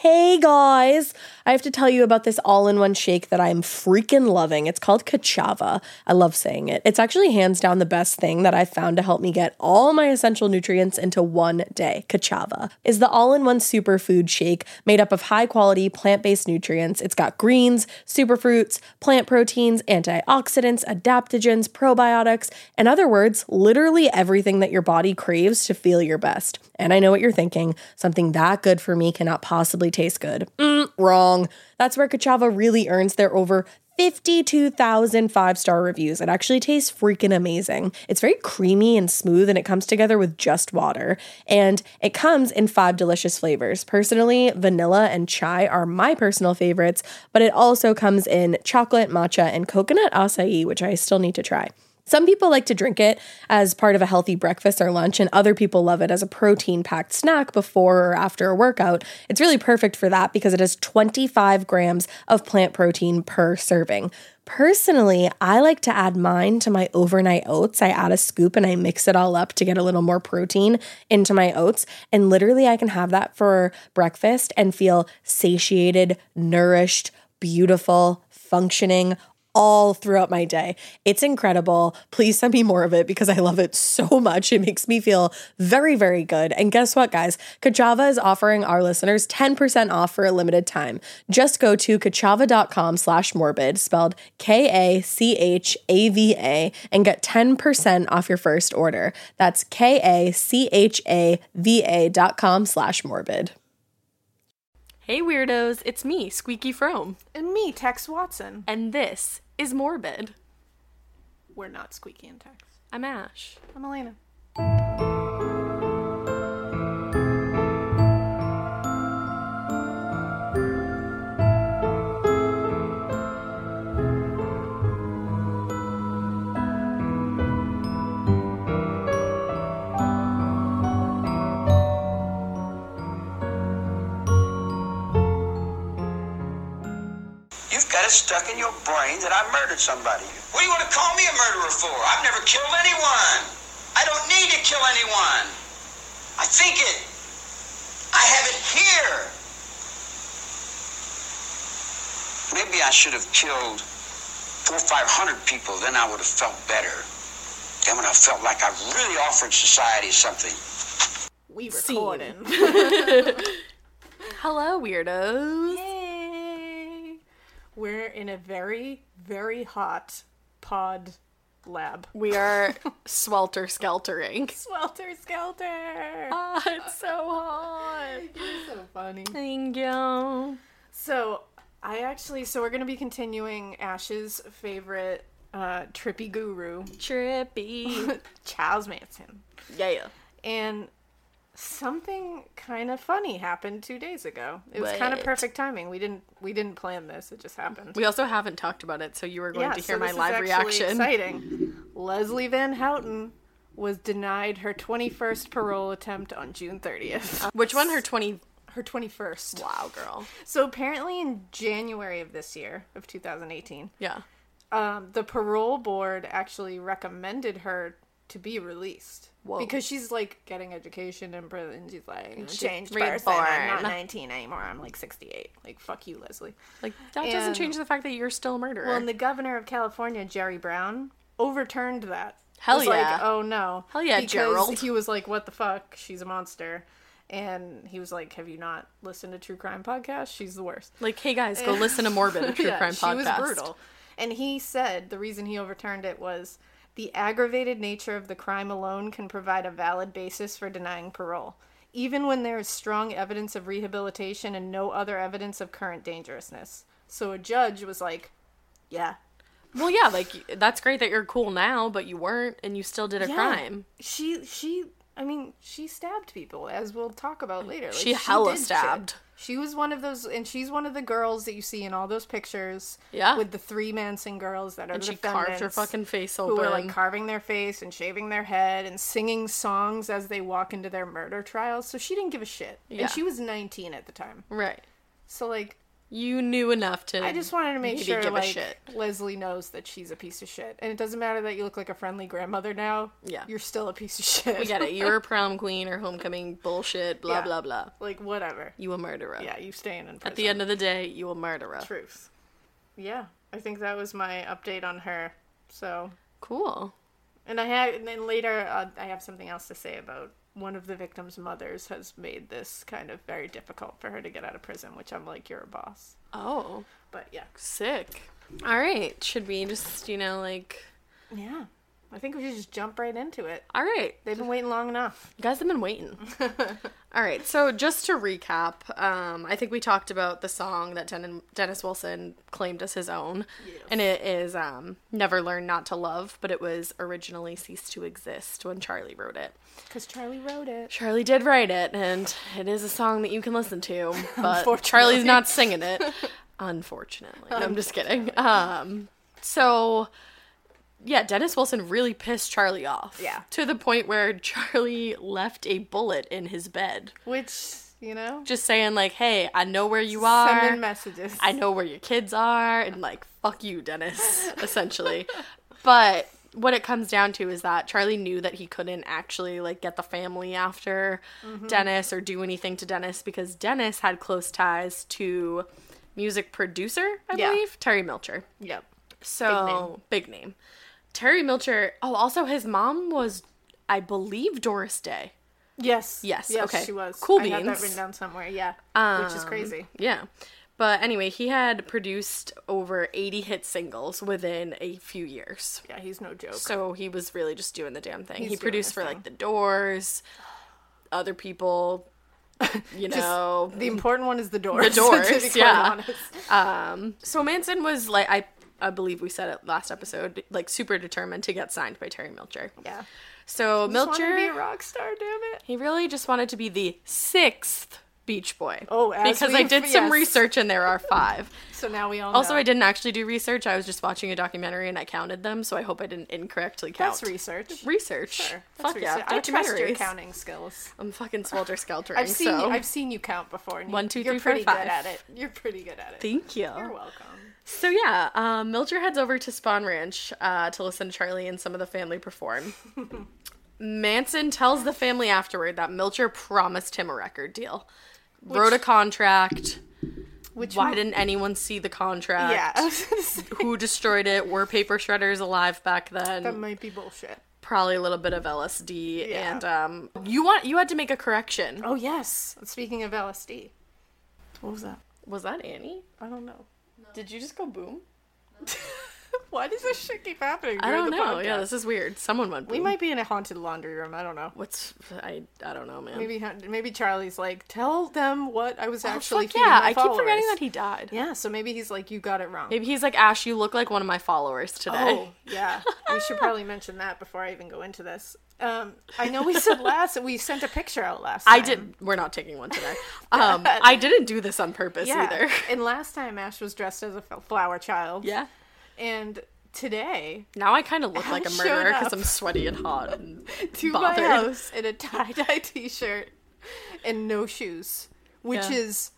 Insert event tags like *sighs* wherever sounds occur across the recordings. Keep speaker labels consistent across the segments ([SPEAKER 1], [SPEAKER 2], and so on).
[SPEAKER 1] Hey guys, I have to tell you about this all in one shake that I'm freaking loving. It's called Kachava. I love saying it. It's actually hands down the best thing that I've found to help me get all my essential nutrients into one day. Kachava is the all in one superfood shake made up of high quality plant based nutrients. It's got greens, superfruits, plant proteins, antioxidants, adaptogens, probiotics, in other words, literally everything that your body craves to feel your best. And I know what you're thinking something that good for me cannot possibly taste good. Mm, wrong. That's where Kachava really earns their over 52,000 five star reviews. It actually tastes freaking amazing. It's very creamy and smooth, and it comes together with just water. And it comes in five delicious flavors. Personally, vanilla and chai are my personal favorites, but it also comes in chocolate, matcha, and coconut acai, which I still need to try. Some people like to drink it as part of a healthy breakfast or lunch, and other people love it as a protein packed snack before or after a workout. It's really perfect for that because it has 25 grams of plant protein per serving. Personally, I like to add mine to my overnight oats. I add a scoop and I mix it all up to get a little more protein into my oats. And literally, I can have that for breakfast and feel satiated, nourished, beautiful, functioning, all throughout my day. It's incredible. Please send me more of it because I love it so much. It makes me feel very, very good. And guess what, guys? Kachava is offering our listeners 10% off for a limited time. Just go to kachava.com slash morbid, spelled K-A-C-H-A-V-A, and get 10% off your first order. That's K-A-C-H-A-V-A dot com slash morbid.
[SPEAKER 2] Hey weirdos, it's me, Squeaky Frome,
[SPEAKER 3] And me, Tex Watson.
[SPEAKER 2] and this is Morbid.
[SPEAKER 3] We're not squeaky and Tex.
[SPEAKER 2] I'm Ash.
[SPEAKER 3] I'm Elena.
[SPEAKER 4] You've got it stuck in your brain that I murdered somebody. What do you want to call me a murderer for? I've never killed anyone. I don't need to kill anyone. I think it. I have it here. Maybe I should have killed four or five hundred people, then I would have felt better. Then when I felt like I really offered society something.
[SPEAKER 3] We
[SPEAKER 2] Scene.
[SPEAKER 3] recording.
[SPEAKER 2] Hello, weirdos.
[SPEAKER 3] *laughs* Yay! We're in a very, very hot pod lab.
[SPEAKER 2] We are swelter
[SPEAKER 3] *laughs*
[SPEAKER 2] skeltering.
[SPEAKER 3] Swelter skelter.
[SPEAKER 2] Ah, it's so hot.
[SPEAKER 3] so funny.
[SPEAKER 2] Thank you.
[SPEAKER 3] So I actually, so we're gonna be continuing Ash's favorite uh, trippy guru, *laughs*
[SPEAKER 2] Trippy.
[SPEAKER 3] Charles Manson,
[SPEAKER 2] yeah.
[SPEAKER 3] and something kind of funny happened two days ago. It was kind of
[SPEAKER 2] What?
[SPEAKER 3] perfect timing. We didn't, we didn't plan this. It just happened.
[SPEAKER 2] We also haven't talked about it, so you are going to hear
[SPEAKER 3] so
[SPEAKER 2] my
[SPEAKER 3] this is
[SPEAKER 2] live
[SPEAKER 3] actually
[SPEAKER 2] reaction.
[SPEAKER 3] Exciting. Leslie Van Houten was denied her 21st parole attempt on June 30th.
[SPEAKER 2] Which one? Her 20.
[SPEAKER 3] her 21st.
[SPEAKER 2] Wow, girl.
[SPEAKER 3] So apparently in January of this year, of 2018,
[SPEAKER 2] Yeah.
[SPEAKER 3] um, the parole board actually recommended her to be released
[SPEAKER 1] Whoa.
[SPEAKER 3] because she's like getting education in prison. She's like "I'm a changed
[SPEAKER 2] reborn."
[SPEAKER 3] person. I'm not 19 anymore. I'm like 68. Like fuck you, Leslie.
[SPEAKER 2] Like that doesn't
[SPEAKER 3] And-
[SPEAKER 2] change the fact that you're still a murderer.
[SPEAKER 3] Well, and the governor of California, Jerry Brown, overturned that.
[SPEAKER 2] Hell
[SPEAKER 3] was
[SPEAKER 2] yeah.
[SPEAKER 3] Like, oh no.
[SPEAKER 2] Hell yeah,
[SPEAKER 3] because
[SPEAKER 2] Gerald.
[SPEAKER 3] He was like, "What the fuck? She's a monster." And he was like, "Have you not listened to true crime podcasts? She's the worst."
[SPEAKER 2] like, hey guys, go listen to
[SPEAKER 3] *laughs*
[SPEAKER 2] Morbid, a true
[SPEAKER 3] Yeah,
[SPEAKER 2] crime podcast.
[SPEAKER 3] She was brutal. And he said the reason he overturned it was the aggravated nature of the crime alone can provide a valid basis for denying parole, even when there is strong evidence of rehabilitation and no other evidence of current dangerousness. So a judge was like, yeah.
[SPEAKER 2] Well, yeah, like that's great that you're cool now, but you weren't, and you still did a
[SPEAKER 3] yeah.
[SPEAKER 2] crime.
[SPEAKER 3] She, she, I mean, she stabbed people, as we'll talk about later. Like,
[SPEAKER 2] Mm. She hella
[SPEAKER 3] did shit.
[SPEAKER 2] stabbed.
[SPEAKER 3] She was one of those, and she's one of the girls that you see in all those pictures.
[SPEAKER 2] Yeah.
[SPEAKER 3] With the three Manson girls that are
[SPEAKER 2] And
[SPEAKER 3] the
[SPEAKER 2] she carved her
[SPEAKER 3] defendants.
[SPEAKER 2] fucking face
[SPEAKER 3] who
[SPEAKER 2] open.
[SPEAKER 3] were like carving their face and shaving their head and singing songs as they walk into their murder trials. So she didn't give a shit.
[SPEAKER 2] Yeah.
[SPEAKER 3] And she was 19 at the time.
[SPEAKER 2] right.
[SPEAKER 3] So like
[SPEAKER 2] You knew enough to.
[SPEAKER 3] I just wanted to make
[SPEAKER 2] maybe
[SPEAKER 3] sure
[SPEAKER 2] give
[SPEAKER 3] like
[SPEAKER 2] a shit.
[SPEAKER 3] Leslie knows that she's a piece of shit. And it doesn't matter that you look like a friendly grandmother now.
[SPEAKER 2] Yeah.
[SPEAKER 3] You're still a piece of shit.
[SPEAKER 2] We get it. You're a prom queen or homecoming bullshit. Blah
[SPEAKER 3] Yeah.
[SPEAKER 2] blah blah.
[SPEAKER 3] like whatever.
[SPEAKER 2] You a murderer.
[SPEAKER 3] Yeah, you staying in prison.
[SPEAKER 2] At the end of the day, you a murderer.
[SPEAKER 3] truth. Yeah. I think that was my update on her. So
[SPEAKER 2] Cool.
[SPEAKER 3] And I had, and then later uh, I have something else to say about one of the victim's mothers has made this kind of very difficult for her to get out of prison, which I'm like, you're a boss.
[SPEAKER 2] Oh,
[SPEAKER 3] But yeah,
[SPEAKER 2] sick. All right. Should we just you know like
[SPEAKER 3] yeah, I think we should just jump right into it.
[SPEAKER 2] all right.
[SPEAKER 3] They've been waiting long enough.
[SPEAKER 2] You guys have been waiting. All right, so just to recap, um, I think we talked about the song that Den- Dennis Wilson claimed as his own, and it is um, "Never Learn Not to Love," but it was originally "Cease to Exist" when Charlie wrote it.
[SPEAKER 3] Cause Charlie wrote it.
[SPEAKER 2] Charlie did write it, and it is a song that you can listen to, but Charlie's not singing it, unfortunately. No, I'm just kidding. Um, so, yeah, Dennis Wilson really pissed Charlie off.
[SPEAKER 3] Yeah.
[SPEAKER 2] To the point where Charlie left a bullet in his bed,
[SPEAKER 3] Which, you know,
[SPEAKER 2] just saying, like, hey, I know where you are.
[SPEAKER 3] sending messages.
[SPEAKER 2] I know where your kids are, and like, fuck you, Dennis, essentially. but what it comes down to is that Charlie knew that he couldn't actually like get the family after Dennis or do anything to Dennis because Dennis had close ties to music producer, I
[SPEAKER 3] Yeah.
[SPEAKER 2] believe, Terry Milcher.
[SPEAKER 3] Yep.
[SPEAKER 2] So big name. Terry Milcher. Oh, also his mom was, I believe, Doris Day.
[SPEAKER 3] Yes.
[SPEAKER 2] Yes,
[SPEAKER 3] Yes.
[SPEAKER 2] okay.
[SPEAKER 3] She was.
[SPEAKER 2] Cool
[SPEAKER 3] I had that
[SPEAKER 2] beans. Um,
[SPEAKER 3] written down somewhere. Yeah. which is crazy.
[SPEAKER 2] Yeah. But anyway, he had produced over 80 hit singles within a few years.
[SPEAKER 3] Yeah, he's no joke.
[SPEAKER 2] So he was really just doing the damn thing.
[SPEAKER 3] He's
[SPEAKER 2] he
[SPEAKER 3] doing
[SPEAKER 2] produced
[SPEAKER 3] his
[SPEAKER 2] for
[SPEAKER 3] thing.
[SPEAKER 2] like The Doors, other people, you know. *laughs*
[SPEAKER 3] the important one is the doors. *laughs*
[SPEAKER 2] doors,
[SPEAKER 3] to be quite
[SPEAKER 2] yeah. Um,
[SPEAKER 3] honest.
[SPEAKER 2] so Manson was like I I believe we said it last episode, like super determined to get signed by Terry Milcher.
[SPEAKER 3] Yeah.
[SPEAKER 2] So
[SPEAKER 3] Just wanted to be a
[SPEAKER 2] Milcher
[SPEAKER 3] rock star. Damn it.
[SPEAKER 2] he really just wanted to be the sixth Beach Boy.
[SPEAKER 3] Oh, as
[SPEAKER 2] because I
[SPEAKER 3] we've-
[SPEAKER 2] did some
[SPEAKER 3] yes.
[SPEAKER 2] research and there are
[SPEAKER 3] *laughs*
[SPEAKER 2] five.
[SPEAKER 3] So now we all
[SPEAKER 2] Also,
[SPEAKER 3] know.
[SPEAKER 2] I didn't actually do research. I was just watching a documentary and I counted them, so I hope I didn't incorrectly count.
[SPEAKER 3] That's research.
[SPEAKER 2] Research.
[SPEAKER 3] Sure.
[SPEAKER 2] Fuck
[SPEAKER 3] That's
[SPEAKER 2] yeah.
[SPEAKER 3] research. I trust your
[SPEAKER 2] documentaries.
[SPEAKER 3] counting skills.
[SPEAKER 2] I'm fucking swelter skeltering.
[SPEAKER 3] I've seen
[SPEAKER 2] so.
[SPEAKER 3] you, I've seen you count before. And you,
[SPEAKER 2] One, two,
[SPEAKER 3] you're
[SPEAKER 2] three, four,
[SPEAKER 3] pretty
[SPEAKER 2] five.
[SPEAKER 3] good at it. You're pretty good at it.
[SPEAKER 2] Thank you.
[SPEAKER 3] You're welcome.
[SPEAKER 2] So yeah, um, Mildred heads over to Spawn Ranch uh, to listen to Charlie and some of the family
[SPEAKER 3] *laughs*
[SPEAKER 2] perform. Manson tells the family afterward that Milcher promised him a record deal, wrote a contract.
[SPEAKER 3] Which
[SPEAKER 2] Why didn't anyone see the contract?
[SPEAKER 3] Yeah, I was gonna say,
[SPEAKER 2] *laughs* Who destroyed it? Were paper shredders alive back then?
[SPEAKER 3] that might be bullshit.
[SPEAKER 2] Probably a little bit of LSD.
[SPEAKER 3] Yeah.
[SPEAKER 2] And um, you want you had to make a correction.
[SPEAKER 3] Oh yes. Speaking of LSD, what was that?
[SPEAKER 2] Was that Annie?
[SPEAKER 3] I don't know. *laughs*
[SPEAKER 2] Did you just go boom?
[SPEAKER 3] Why does this shit keep happening?
[SPEAKER 2] I don't
[SPEAKER 3] during the
[SPEAKER 2] know. Yeah,
[SPEAKER 3] podcast?
[SPEAKER 2] this is weird. Someone went.
[SPEAKER 3] we
[SPEAKER 2] boom.
[SPEAKER 3] might be in a haunted laundry room. I don't know.
[SPEAKER 2] What's I? I don't know, man.
[SPEAKER 3] Maybe hun- maybe Charlie's like, tell them what I was
[SPEAKER 2] Oh,
[SPEAKER 3] actually.
[SPEAKER 2] fuck
[SPEAKER 3] feeding
[SPEAKER 2] yeah,
[SPEAKER 3] my
[SPEAKER 2] I keep forgetting
[SPEAKER 3] followers."
[SPEAKER 2] that he died.
[SPEAKER 3] Yeah, so maybe he's like, you got it wrong.
[SPEAKER 2] Maybe he's like Ash. You look like one of my followers today.
[SPEAKER 3] *laughs* Oh, yeah. we
[SPEAKER 2] *laughs*
[SPEAKER 3] should probably mention that before I even go into this. Um, I know we
[SPEAKER 2] *laughs*
[SPEAKER 3] said last we sent a picture out last. Time.
[SPEAKER 2] I did. We're not taking one
[SPEAKER 3] *laughs*
[SPEAKER 2] today. Um, I didn't do this on purpose
[SPEAKER 3] yeah. *laughs*
[SPEAKER 2] either.
[SPEAKER 3] and last time Ash was dressed as a f- flower child.
[SPEAKER 2] Yeah.
[SPEAKER 3] and today
[SPEAKER 2] Now I kind of look like a
[SPEAKER 3] showed
[SPEAKER 2] murderer because
[SPEAKER 3] up.
[SPEAKER 2] I'm sweaty and hot and
[SPEAKER 3] *laughs* to
[SPEAKER 2] bothered.
[SPEAKER 3] my house
[SPEAKER 2] *laughs*
[SPEAKER 3] in a tie dye T shirt and no shoes, which
[SPEAKER 2] Yeah.
[SPEAKER 3] is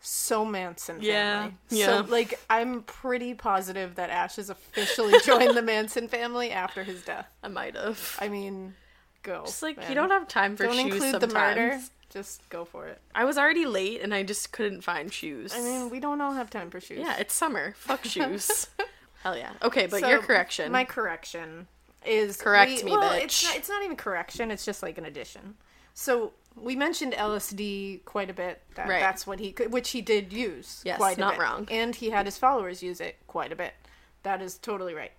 [SPEAKER 3] so Manson family.
[SPEAKER 2] Yeah, yeah.
[SPEAKER 3] So like I'm pretty positive that Ash has officially *laughs* joined the Manson family after his death.
[SPEAKER 2] I might have.
[SPEAKER 3] I mean, go.
[SPEAKER 2] It's like
[SPEAKER 3] man.
[SPEAKER 2] you don't have time for
[SPEAKER 3] Don't
[SPEAKER 2] shoes
[SPEAKER 3] include
[SPEAKER 2] sometimes.
[SPEAKER 3] the murder. Just go for it.
[SPEAKER 2] I was already late and I just couldn't find shoes.
[SPEAKER 3] I mean, we don't all have time for shoes.
[SPEAKER 2] yeah, it's summer.
[SPEAKER 3] *laughs*
[SPEAKER 2] Fuck shoes. Hell yeah. Okay, but
[SPEAKER 3] So,
[SPEAKER 2] your correction.
[SPEAKER 3] My correction is
[SPEAKER 2] Correct
[SPEAKER 3] we-
[SPEAKER 2] me,
[SPEAKER 3] well,
[SPEAKER 2] bitch.
[SPEAKER 3] It's not, it's not even correction. It's just like an addition. So we mentioned LSD quite a bit. That,
[SPEAKER 2] Right.
[SPEAKER 3] That's what he, could- which he did use.
[SPEAKER 2] Yes,
[SPEAKER 3] quite a
[SPEAKER 2] not
[SPEAKER 3] bit.
[SPEAKER 2] wrong.
[SPEAKER 3] And he had his followers use it quite a bit. That is totally right.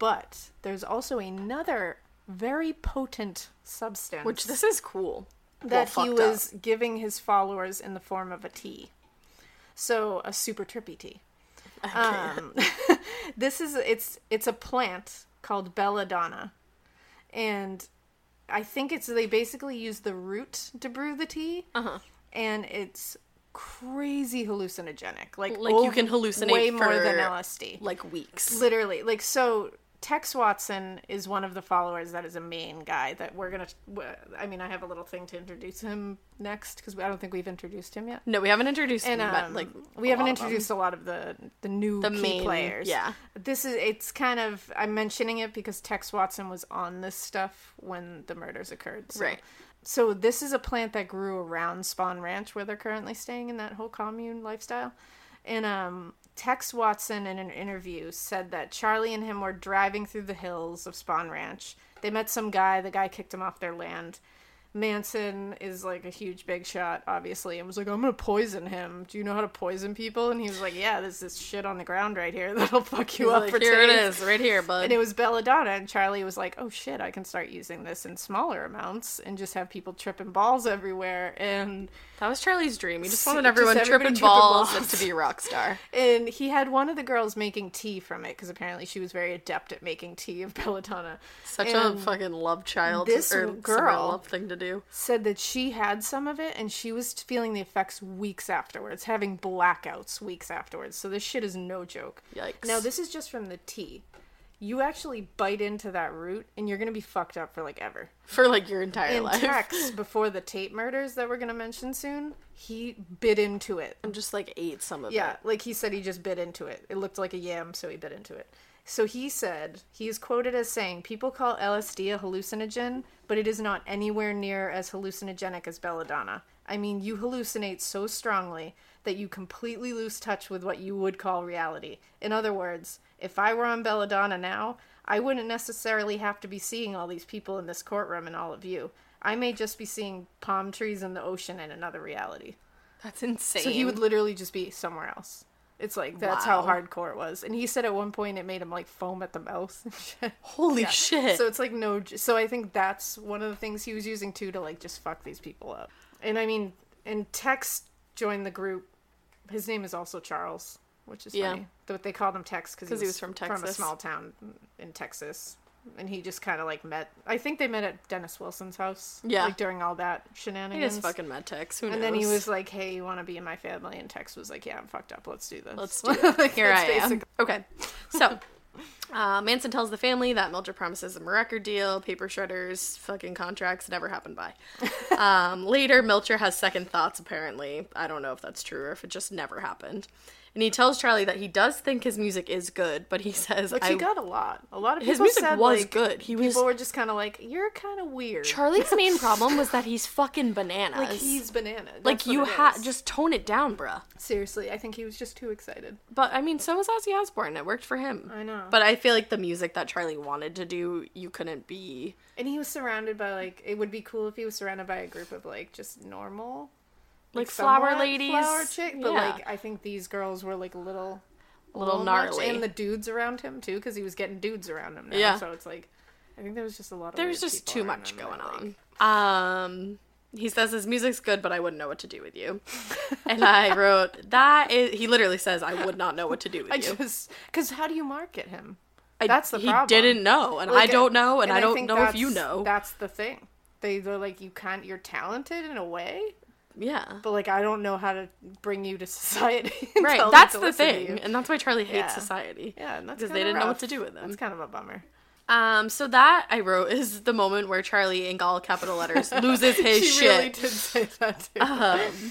[SPEAKER 3] But there's also another very potent substance
[SPEAKER 2] which this is cool. Well,
[SPEAKER 3] that he
[SPEAKER 2] fucked up.
[SPEAKER 3] was giving his followers in the form of a tea. So a super trippy tea. Um, *laughs* this is it's it's a plant called belladonna, and I think it's they basically use the root to brew the tea,
[SPEAKER 2] Uh-huh.
[SPEAKER 3] and it's crazy hallucinogenic. Like
[SPEAKER 2] Like, you
[SPEAKER 3] over-
[SPEAKER 2] can hallucinate
[SPEAKER 3] way more
[SPEAKER 2] for,
[SPEAKER 3] than LSD.
[SPEAKER 2] like weeks.
[SPEAKER 3] Literally, like so. Tex Watson is one of the followers that is a main guy that we're gonna. w- I mean, I have a little thing to introduce him next because I don't think we've introduced him yet.
[SPEAKER 2] No, we haven't introduced
[SPEAKER 3] And
[SPEAKER 2] them, but,
[SPEAKER 3] um,
[SPEAKER 2] like a
[SPEAKER 3] we haven't
[SPEAKER 2] lot of them.
[SPEAKER 3] introduced a lot of the the new
[SPEAKER 2] The
[SPEAKER 3] key
[SPEAKER 2] main-
[SPEAKER 3] players.
[SPEAKER 2] yeah.
[SPEAKER 3] this is it's kind of I'm mentioning it because Tex Watson was on this stuff when the murders occurred. So.
[SPEAKER 2] Right.
[SPEAKER 3] So this is a plant that grew around Spawn Ranch where they're currently staying in that whole commune lifestyle. And um, Tex Watson in an interview said that Charlie and him were driving through the hills of Spawn Ranch. They met some guy, the guy kicked him off their land. Manson is like a huge big shot, obviously, and was like, I'm gonna poison him. Do you know how to poison people? And he was like, Yeah, there's this shit on the ground right here *laughs* that'll fuck you
[SPEAKER 2] He's
[SPEAKER 3] up
[SPEAKER 2] like,
[SPEAKER 3] for
[SPEAKER 2] here it
[SPEAKER 3] days."
[SPEAKER 2] is, right here, bud.
[SPEAKER 3] And it was belladonna, and Charlie was like, "Oh shit, I can start using this in smaller amounts and just have people tripping balls everywhere." And
[SPEAKER 2] that was Charlie's dream. He just wanted
[SPEAKER 3] Just
[SPEAKER 2] everyone
[SPEAKER 3] everybody
[SPEAKER 2] tripping
[SPEAKER 3] tripping
[SPEAKER 2] balls,
[SPEAKER 3] balls.
[SPEAKER 2] and to be a rock
[SPEAKER 3] *laughs*
[SPEAKER 2] star.
[SPEAKER 3] and he had one of the girls making tea from it because apparently she was very adept at making tea of belladonna.
[SPEAKER 2] Such
[SPEAKER 3] And
[SPEAKER 2] a fucking love child
[SPEAKER 3] this
[SPEAKER 2] or
[SPEAKER 3] girl-
[SPEAKER 2] summer love thing to do.
[SPEAKER 3] said that she had some of it and she was feeling the effects weeks afterwards, having blackouts weeks afterwards. So this shit is no joke.
[SPEAKER 2] Yikes.
[SPEAKER 3] Now this is just from the tea. You actually bite into that root and you're gonna be fucked up for like ever.
[SPEAKER 2] for like your entire
[SPEAKER 3] in
[SPEAKER 2] life.
[SPEAKER 3] Tex before the Tate murders that we're gonna mention soon, he bit into it.
[SPEAKER 2] *laughs* And just like ate some of
[SPEAKER 3] Yeah,
[SPEAKER 2] it.
[SPEAKER 3] like he said, he just bit into it. It looked like a yam, so he bit into it. So he said he is quoted as saying, "People call LSD a hallucinogen, but it is not anywhere near as hallucinogenic as belladonna. I mean, you hallucinate so strongly that you completely lose touch with what you would call reality. In other words, if I were on belladonna now, I wouldn't necessarily have to be seeing all these people in this courtroom and all of you. I may just be seeing palm trees and the ocean and another reality."
[SPEAKER 2] That's insane.
[SPEAKER 3] So he would literally just be somewhere else. It's like that's
[SPEAKER 2] Wow.
[SPEAKER 3] how hardcore it was. And he said at one point it made him like foam at the mouth and shit.
[SPEAKER 2] *laughs* Holy shit.
[SPEAKER 3] So it's like no. j- So I think that's one of the things he was using too to like just fuck these people up. And I mean, and Tex joined the group. His name is also Charles, which is
[SPEAKER 2] Yeah.
[SPEAKER 3] funny. But they called him Tex because he,
[SPEAKER 2] 'Cause he was from
[SPEAKER 3] from a
[SPEAKER 2] Texas.
[SPEAKER 3] small town in Texas. And he just kind of like met. I think they met at Dennis Wilson's house.
[SPEAKER 2] Yeah.
[SPEAKER 3] like during all that
[SPEAKER 2] he
[SPEAKER 3] shenanigans.
[SPEAKER 2] just fucking met Tex. Who knows?
[SPEAKER 3] And then he was like, "Hey, you want to be in my family?" And Tex was like, "Yeah, I'm fucked up. Let's do this. *laughs*
[SPEAKER 2] *laughs* Let's do it.
[SPEAKER 3] Like,
[SPEAKER 2] Here I
[SPEAKER 3] that's
[SPEAKER 2] am.
[SPEAKER 3] basic-
[SPEAKER 2] Okay. So, uh, Manson tells the family that Mildred promises him a record deal, paper shredders, fucking contracts never happened *laughs* by. Um, later, Milcher has second thoughts, apparently. I don't know if that's true or if it just never happened. And he tells Charlie that he does think his music is good, but he *laughs* says,
[SPEAKER 3] Which
[SPEAKER 2] I,
[SPEAKER 3] he got a lot. A lot of
[SPEAKER 2] His
[SPEAKER 3] people
[SPEAKER 2] music
[SPEAKER 3] said,
[SPEAKER 2] was
[SPEAKER 3] like,
[SPEAKER 2] good. He was- *laughs*
[SPEAKER 3] people were just kind of like, "You're kind of weird."
[SPEAKER 2] Charlie's main problem was that he's fucking bananas.
[SPEAKER 3] like he's banana.
[SPEAKER 2] like
[SPEAKER 3] That's what
[SPEAKER 2] you
[SPEAKER 3] it
[SPEAKER 2] ha
[SPEAKER 3] is.
[SPEAKER 2] just tone it down, bruh.
[SPEAKER 3] seriously. I think he was just too excited.
[SPEAKER 2] But I mean, so was Ozzy Osbourne. It worked for him.
[SPEAKER 3] I know.
[SPEAKER 2] But I feel like the music that Charlie wanted to do, you couldn't be.
[SPEAKER 3] And he was surrounded by like it would be cool if he was surrounded by a group of like just normal
[SPEAKER 2] Like, flower
[SPEAKER 3] somewhat
[SPEAKER 2] ladies,
[SPEAKER 3] flower chick. But
[SPEAKER 2] yeah.
[SPEAKER 3] like I think these girls were like little,
[SPEAKER 2] little
[SPEAKER 3] much.
[SPEAKER 2] gnarly.
[SPEAKER 3] and the dudes around him too, because he was getting dudes around him now.
[SPEAKER 2] Yeah.
[SPEAKER 3] So it's like, I think there was just a lot of.
[SPEAKER 2] There's
[SPEAKER 3] weird
[SPEAKER 2] just
[SPEAKER 3] people
[SPEAKER 2] too
[SPEAKER 3] around
[SPEAKER 2] much
[SPEAKER 3] him that,
[SPEAKER 2] going
[SPEAKER 3] like,
[SPEAKER 2] on. Um, he says his music's good, but I wouldn't know what to do with you. *laughs* and I wrote that is. He literally says I would not know what to do with
[SPEAKER 3] *laughs* I
[SPEAKER 2] you.
[SPEAKER 3] just because how do you market him?
[SPEAKER 2] I-
[SPEAKER 3] that's the
[SPEAKER 2] he
[SPEAKER 3] problem.
[SPEAKER 2] didn't know, and
[SPEAKER 3] Like,
[SPEAKER 2] I don't know, and, I don't
[SPEAKER 3] think
[SPEAKER 2] know if you
[SPEAKER 3] that's-
[SPEAKER 2] know.
[SPEAKER 3] That's the thing. They they're like you can't. You're talented in a way,
[SPEAKER 2] yeah.
[SPEAKER 3] but like I don't know how to bring you to *laughs* society. and tell
[SPEAKER 2] Right,
[SPEAKER 3] you
[SPEAKER 2] that's
[SPEAKER 3] to
[SPEAKER 2] the
[SPEAKER 3] listen to
[SPEAKER 2] thing,
[SPEAKER 3] you.
[SPEAKER 2] and that's why Charlie hates
[SPEAKER 3] Yeah.
[SPEAKER 2] society.
[SPEAKER 3] Yeah, and that's
[SPEAKER 2] because they
[SPEAKER 3] kinda
[SPEAKER 2] didn't know what
[SPEAKER 3] rough.
[SPEAKER 2] to do with them.
[SPEAKER 3] That's kind of a
[SPEAKER 2] *laughs*
[SPEAKER 3] bummer.
[SPEAKER 2] Um, so that I wrote is the moment where
[SPEAKER 3] *laughs*
[SPEAKER 2] Charlie in all capital letters loses his
[SPEAKER 3] she
[SPEAKER 2] shit. Uh-huh. Um,
[SPEAKER 3] really did say that too.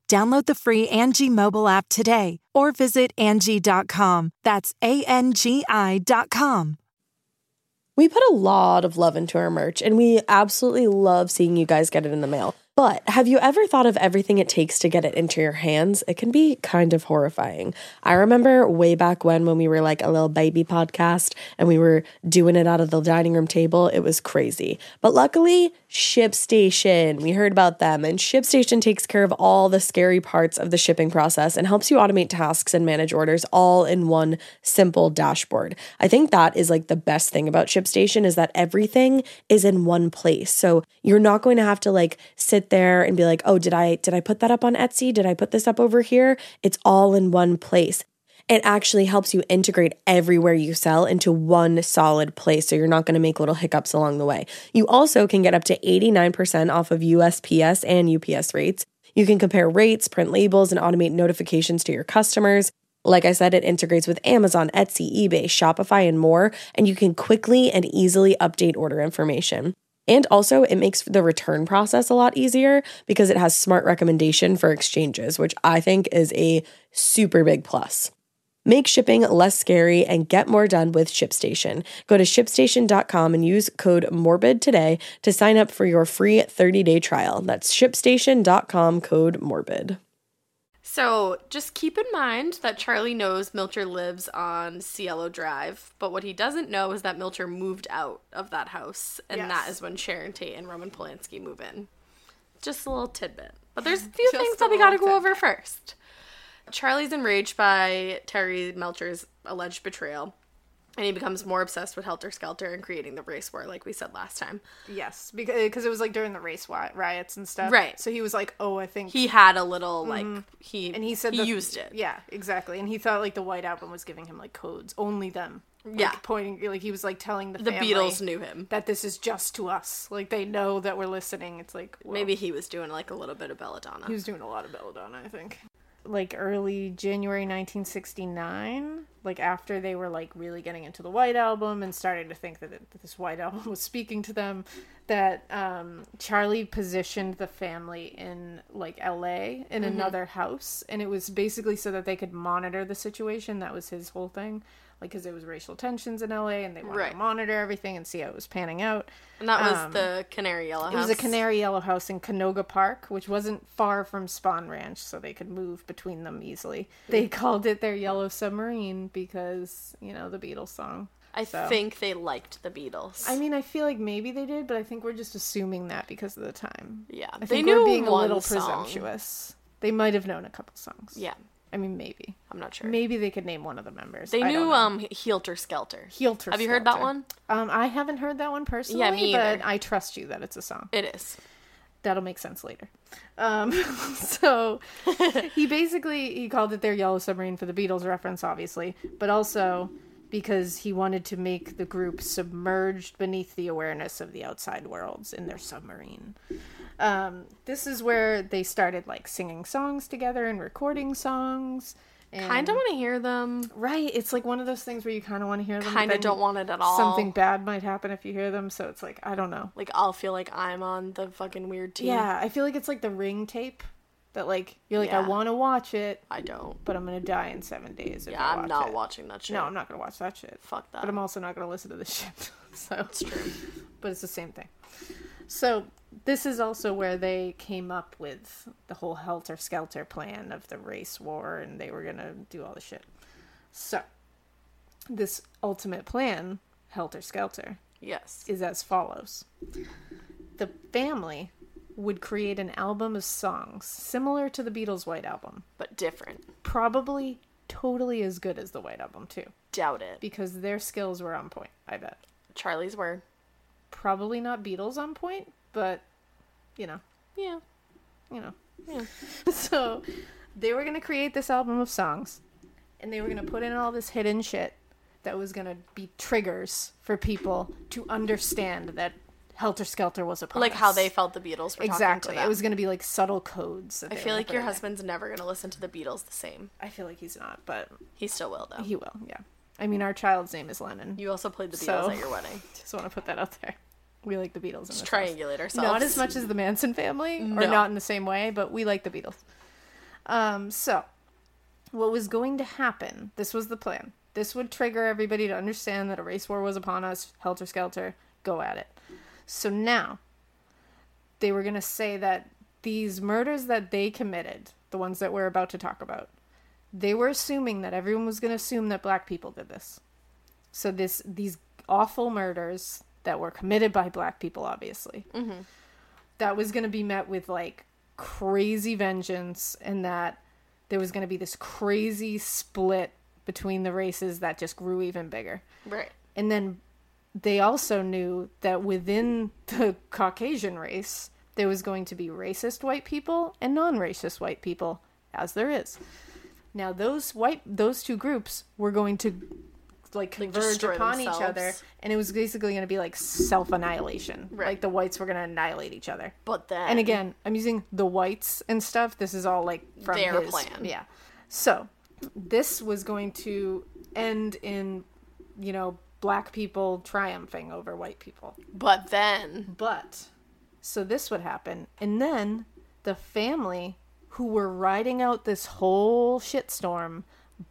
[SPEAKER 5] Download the free Angie mobile app today or visit Angie.com. That's A N G I dot com.
[SPEAKER 1] We put a lot of love into our merch and we absolutely love seeing you guys get it in the mail. But have you ever thought of everything it takes to get it into your hands? It can be kind of horrifying. I remember way back when when we were like a little baby podcast and we were doing it out of the dining room table, it was crazy. But luckily, ShipStation, we heard about them and ShipStation takes care of all the scary parts of the shipping process and helps you automate tasks and manage orders all in one simple dashboard. I think that is like the best thing about ShipStation is that everything is in one place. So you're not going to have to like sit there and be like, "Oh, did I did I put that up on Etsy? Did I put this up over here?" It's all in one place. It actually helps you integrate everywhere you sell into one solid place so you're not going to make little hiccups along the way. You also can get up to 89% off of USPS and UPS rates. You can compare rates, print labels, and automate notifications to your customers. Like I said, it integrates with Amazon, Etsy, eBay, Shopify, and more, and you can quickly and easily update order information. And also, it makes the return process a lot easier because it has smart recommendation for exchanges, which I think is a super big plus. Make shipping less scary and get more done with ShipStation. Go to shipstation.com and use code MORBID today to sign up for your free 30 day trial. That's shipstation.com code MORBID.
[SPEAKER 2] So just keep in mind that Charlie knows Milcher lives on Cielo Drive, but what he doesn't know is that Milcher moved out of that house, and
[SPEAKER 3] Yes.
[SPEAKER 2] that is when Sharon Tate and Roman Polanski move in. Just a little tidbit.
[SPEAKER 3] *laughs*
[SPEAKER 2] But there's a few things
[SPEAKER 3] a
[SPEAKER 2] that we gotta
[SPEAKER 3] little
[SPEAKER 2] go over first. Charlie's enraged by Terry Melcher's alleged betrayal, and he becomes more obsessed with Helter Skelter and creating the race war, like we said last time.
[SPEAKER 3] Yes, because it was like during the race wi- riots and stuff.
[SPEAKER 2] Right.
[SPEAKER 3] So he was like, "Oh, I think."
[SPEAKER 2] He had a little like he
[SPEAKER 3] Mm-hmm. and he said
[SPEAKER 2] he
[SPEAKER 3] the-
[SPEAKER 2] used it.
[SPEAKER 3] Yeah, exactly. And he thought like the White Album was giving him like codes, only them. Like,
[SPEAKER 2] Yeah.
[SPEAKER 3] pointing like he was like telling the
[SPEAKER 2] The
[SPEAKER 3] family
[SPEAKER 2] Beatles knew him.
[SPEAKER 3] that this is just to us. Like they know that we're listening. It's like whoa.
[SPEAKER 2] Maybe he was doing like a little bit of belladonna.
[SPEAKER 3] he was doing a lot of Belladonna, I think. Like early January 1969, like after they were like really getting into the White Album and starting to think that, it, that this White *laughs* Album was speaking to them, that um, Charlie positioned the family in like LA in
[SPEAKER 2] Mm-hmm.
[SPEAKER 3] another house. And it was basically so that they could monitor the situation. That was his whole thing. Like, because there was racial tensions in LA and they wanted
[SPEAKER 2] Right.
[SPEAKER 3] to monitor everything and see how it was panning out.
[SPEAKER 2] And
[SPEAKER 3] Um,
[SPEAKER 2] that was the Canary Yellow House.
[SPEAKER 3] It was a canary yellow house in Canoga Park, which wasn't far from Spawn Ranch, so they could move between them easily. They called it their yellow submarine because, you know, the Beatles song.
[SPEAKER 2] I
[SPEAKER 3] So-
[SPEAKER 2] think they liked the Beatles.
[SPEAKER 3] I mean, I feel like maybe they did, but I think we're just assuming that because of the time.
[SPEAKER 2] Yeah,
[SPEAKER 3] I
[SPEAKER 2] they
[SPEAKER 3] think
[SPEAKER 2] knew
[SPEAKER 3] we're being a
[SPEAKER 2] one
[SPEAKER 3] little
[SPEAKER 2] song.
[SPEAKER 3] presumptuous. They might have known a couple songs.
[SPEAKER 2] yeah,
[SPEAKER 3] I mean, maybe.
[SPEAKER 2] I'm not sure.
[SPEAKER 3] Maybe they could name one of the members.
[SPEAKER 2] they
[SPEAKER 3] I don't
[SPEAKER 2] knew
[SPEAKER 3] know.
[SPEAKER 2] um Heelter Skelter.
[SPEAKER 3] Heelter
[SPEAKER 2] Have you heard that
[SPEAKER 3] Skelter.
[SPEAKER 2] one?
[SPEAKER 3] Um, I haven't heard that one personally,
[SPEAKER 2] me either.
[SPEAKER 3] but I trust you that it's a song.
[SPEAKER 2] It is.
[SPEAKER 3] that'll make sense later um
[SPEAKER 2] *laughs*
[SPEAKER 3] *laughs* so he basically he called it their yellow submarine for the beatles reference obviously but also because he wanted to make the group submerged beneath the awareness of the outside worlds in their submarine um this is where they started like singing songs together and recording songs and
[SPEAKER 2] Kind of want to hear them.
[SPEAKER 3] right it's like one of those things where you kind of want to hear them but
[SPEAKER 2] Kind
[SPEAKER 3] then
[SPEAKER 2] of don't want it at all.
[SPEAKER 3] something bad might happen if you hear them so it's like i don't know
[SPEAKER 2] like I'll feel like I'm on the fucking weird team.
[SPEAKER 3] Yeah, I feel like it's like the ring tape that like you're like I
[SPEAKER 2] Yeah.
[SPEAKER 3] want to watch it,
[SPEAKER 2] I don't.
[SPEAKER 3] but I'm gonna die in seven days. If
[SPEAKER 2] Yeah,
[SPEAKER 3] I
[SPEAKER 2] I'm
[SPEAKER 3] watch
[SPEAKER 2] not
[SPEAKER 3] it.
[SPEAKER 2] watching that shit.
[SPEAKER 3] No, I'm not gonna watch that shit.
[SPEAKER 2] Fuck that.
[SPEAKER 3] But I'm also not gonna listen to this *laughs* shit. so
[SPEAKER 2] It's true.
[SPEAKER 3] but it's the same thing. So this is also where they came up with the whole helter skelter plan of the race war, and they were gonna do all the shit. So this ultimate plan, helter skelter,
[SPEAKER 2] Yes.
[SPEAKER 3] is as follows The family would create an album of songs similar to the Beatles' White Album,
[SPEAKER 2] But different.
[SPEAKER 3] probably totally as good as the White Album, too,
[SPEAKER 2] Doubt it.
[SPEAKER 3] because their skills were on point, I bet.
[SPEAKER 2] Charlie's word.
[SPEAKER 3] Probably not Beatles on point, but you know,
[SPEAKER 2] Yeah.
[SPEAKER 3] *laughs* you know. so they were going to create this album of songs and they were going to put in all this hidden shit that was going to be triggers for people to understand that Helter Skelter was a promise.
[SPEAKER 2] Like how they felt the Beatles were
[SPEAKER 3] exactly.
[SPEAKER 2] talking to
[SPEAKER 3] It
[SPEAKER 2] them.
[SPEAKER 3] was going to be like subtle codes. that
[SPEAKER 2] I
[SPEAKER 3] they
[SPEAKER 2] feel
[SPEAKER 3] were
[SPEAKER 2] like
[SPEAKER 3] gonna
[SPEAKER 2] your
[SPEAKER 3] put in there.
[SPEAKER 2] husband's never going to listen to the Beatles the same.
[SPEAKER 3] I feel like he's not, but
[SPEAKER 2] He still will though.
[SPEAKER 3] he will. Yeah. I mean, our child's name is Lennon.
[SPEAKER 2] You also played the Beatles
[SPEAKER 3] So-
[SPEAKER 2] at your wedding.
[SPEAKER 3] Just want to put that out there. We like the Beatles. In this house.
[SPEAKER 2] Triangulate ourselves.
[SPEAKER 3] Not as much as the Manson family, or
[SPEAKER 2] No.
[SPEAKER 3] not in the same way, but we like the Beatles. Um, so, what was going to happen? This was the plan. This would trigger everybody to understand that a race war was upon us, helter skelter, go at it. So now, they were going to say that these murders that they committed, the ones that we're about to talk about, they were assuming that everyone was going to assume that black people did this. So this these awful murders that were committed by black people, obviously, that was going to be met with like crazy vengeance, and that there was going to be this crazy split between the races that just grew even bigger.
[SPEAKER 2] Right.
[SPEAKER 3] And then they also knew that within the Caucasian race, there was going to be racist white people and non racist white people, as there is. Now those white those two groups were going to like converge
[SPEAKER 2] destroy
[SPEAKER 3] upon each other
[SPEAKER 2] themselves.
[SPEAKER 3] and it was basically going to be like self annihilation.
[SPEAKER 2] Right.
[SPEAKER 3] Like the whites were going to annihilate each other.
[SPEAKER 2] But then
[SPEAKER 3] And again, I'm using the whites and stuff. This is all like from
[SPEAKER 2] Their
[SPEAKER 3] his-
[SPEAKER 2] plan.
[SPEAKER 3] Yeah. So this was going to end in, you know, black people triumphing over white people.
[SPEAKER 2] but then
[SPEAKER 3] But so this would happen, and then the family who were riding out this whole shitstorm,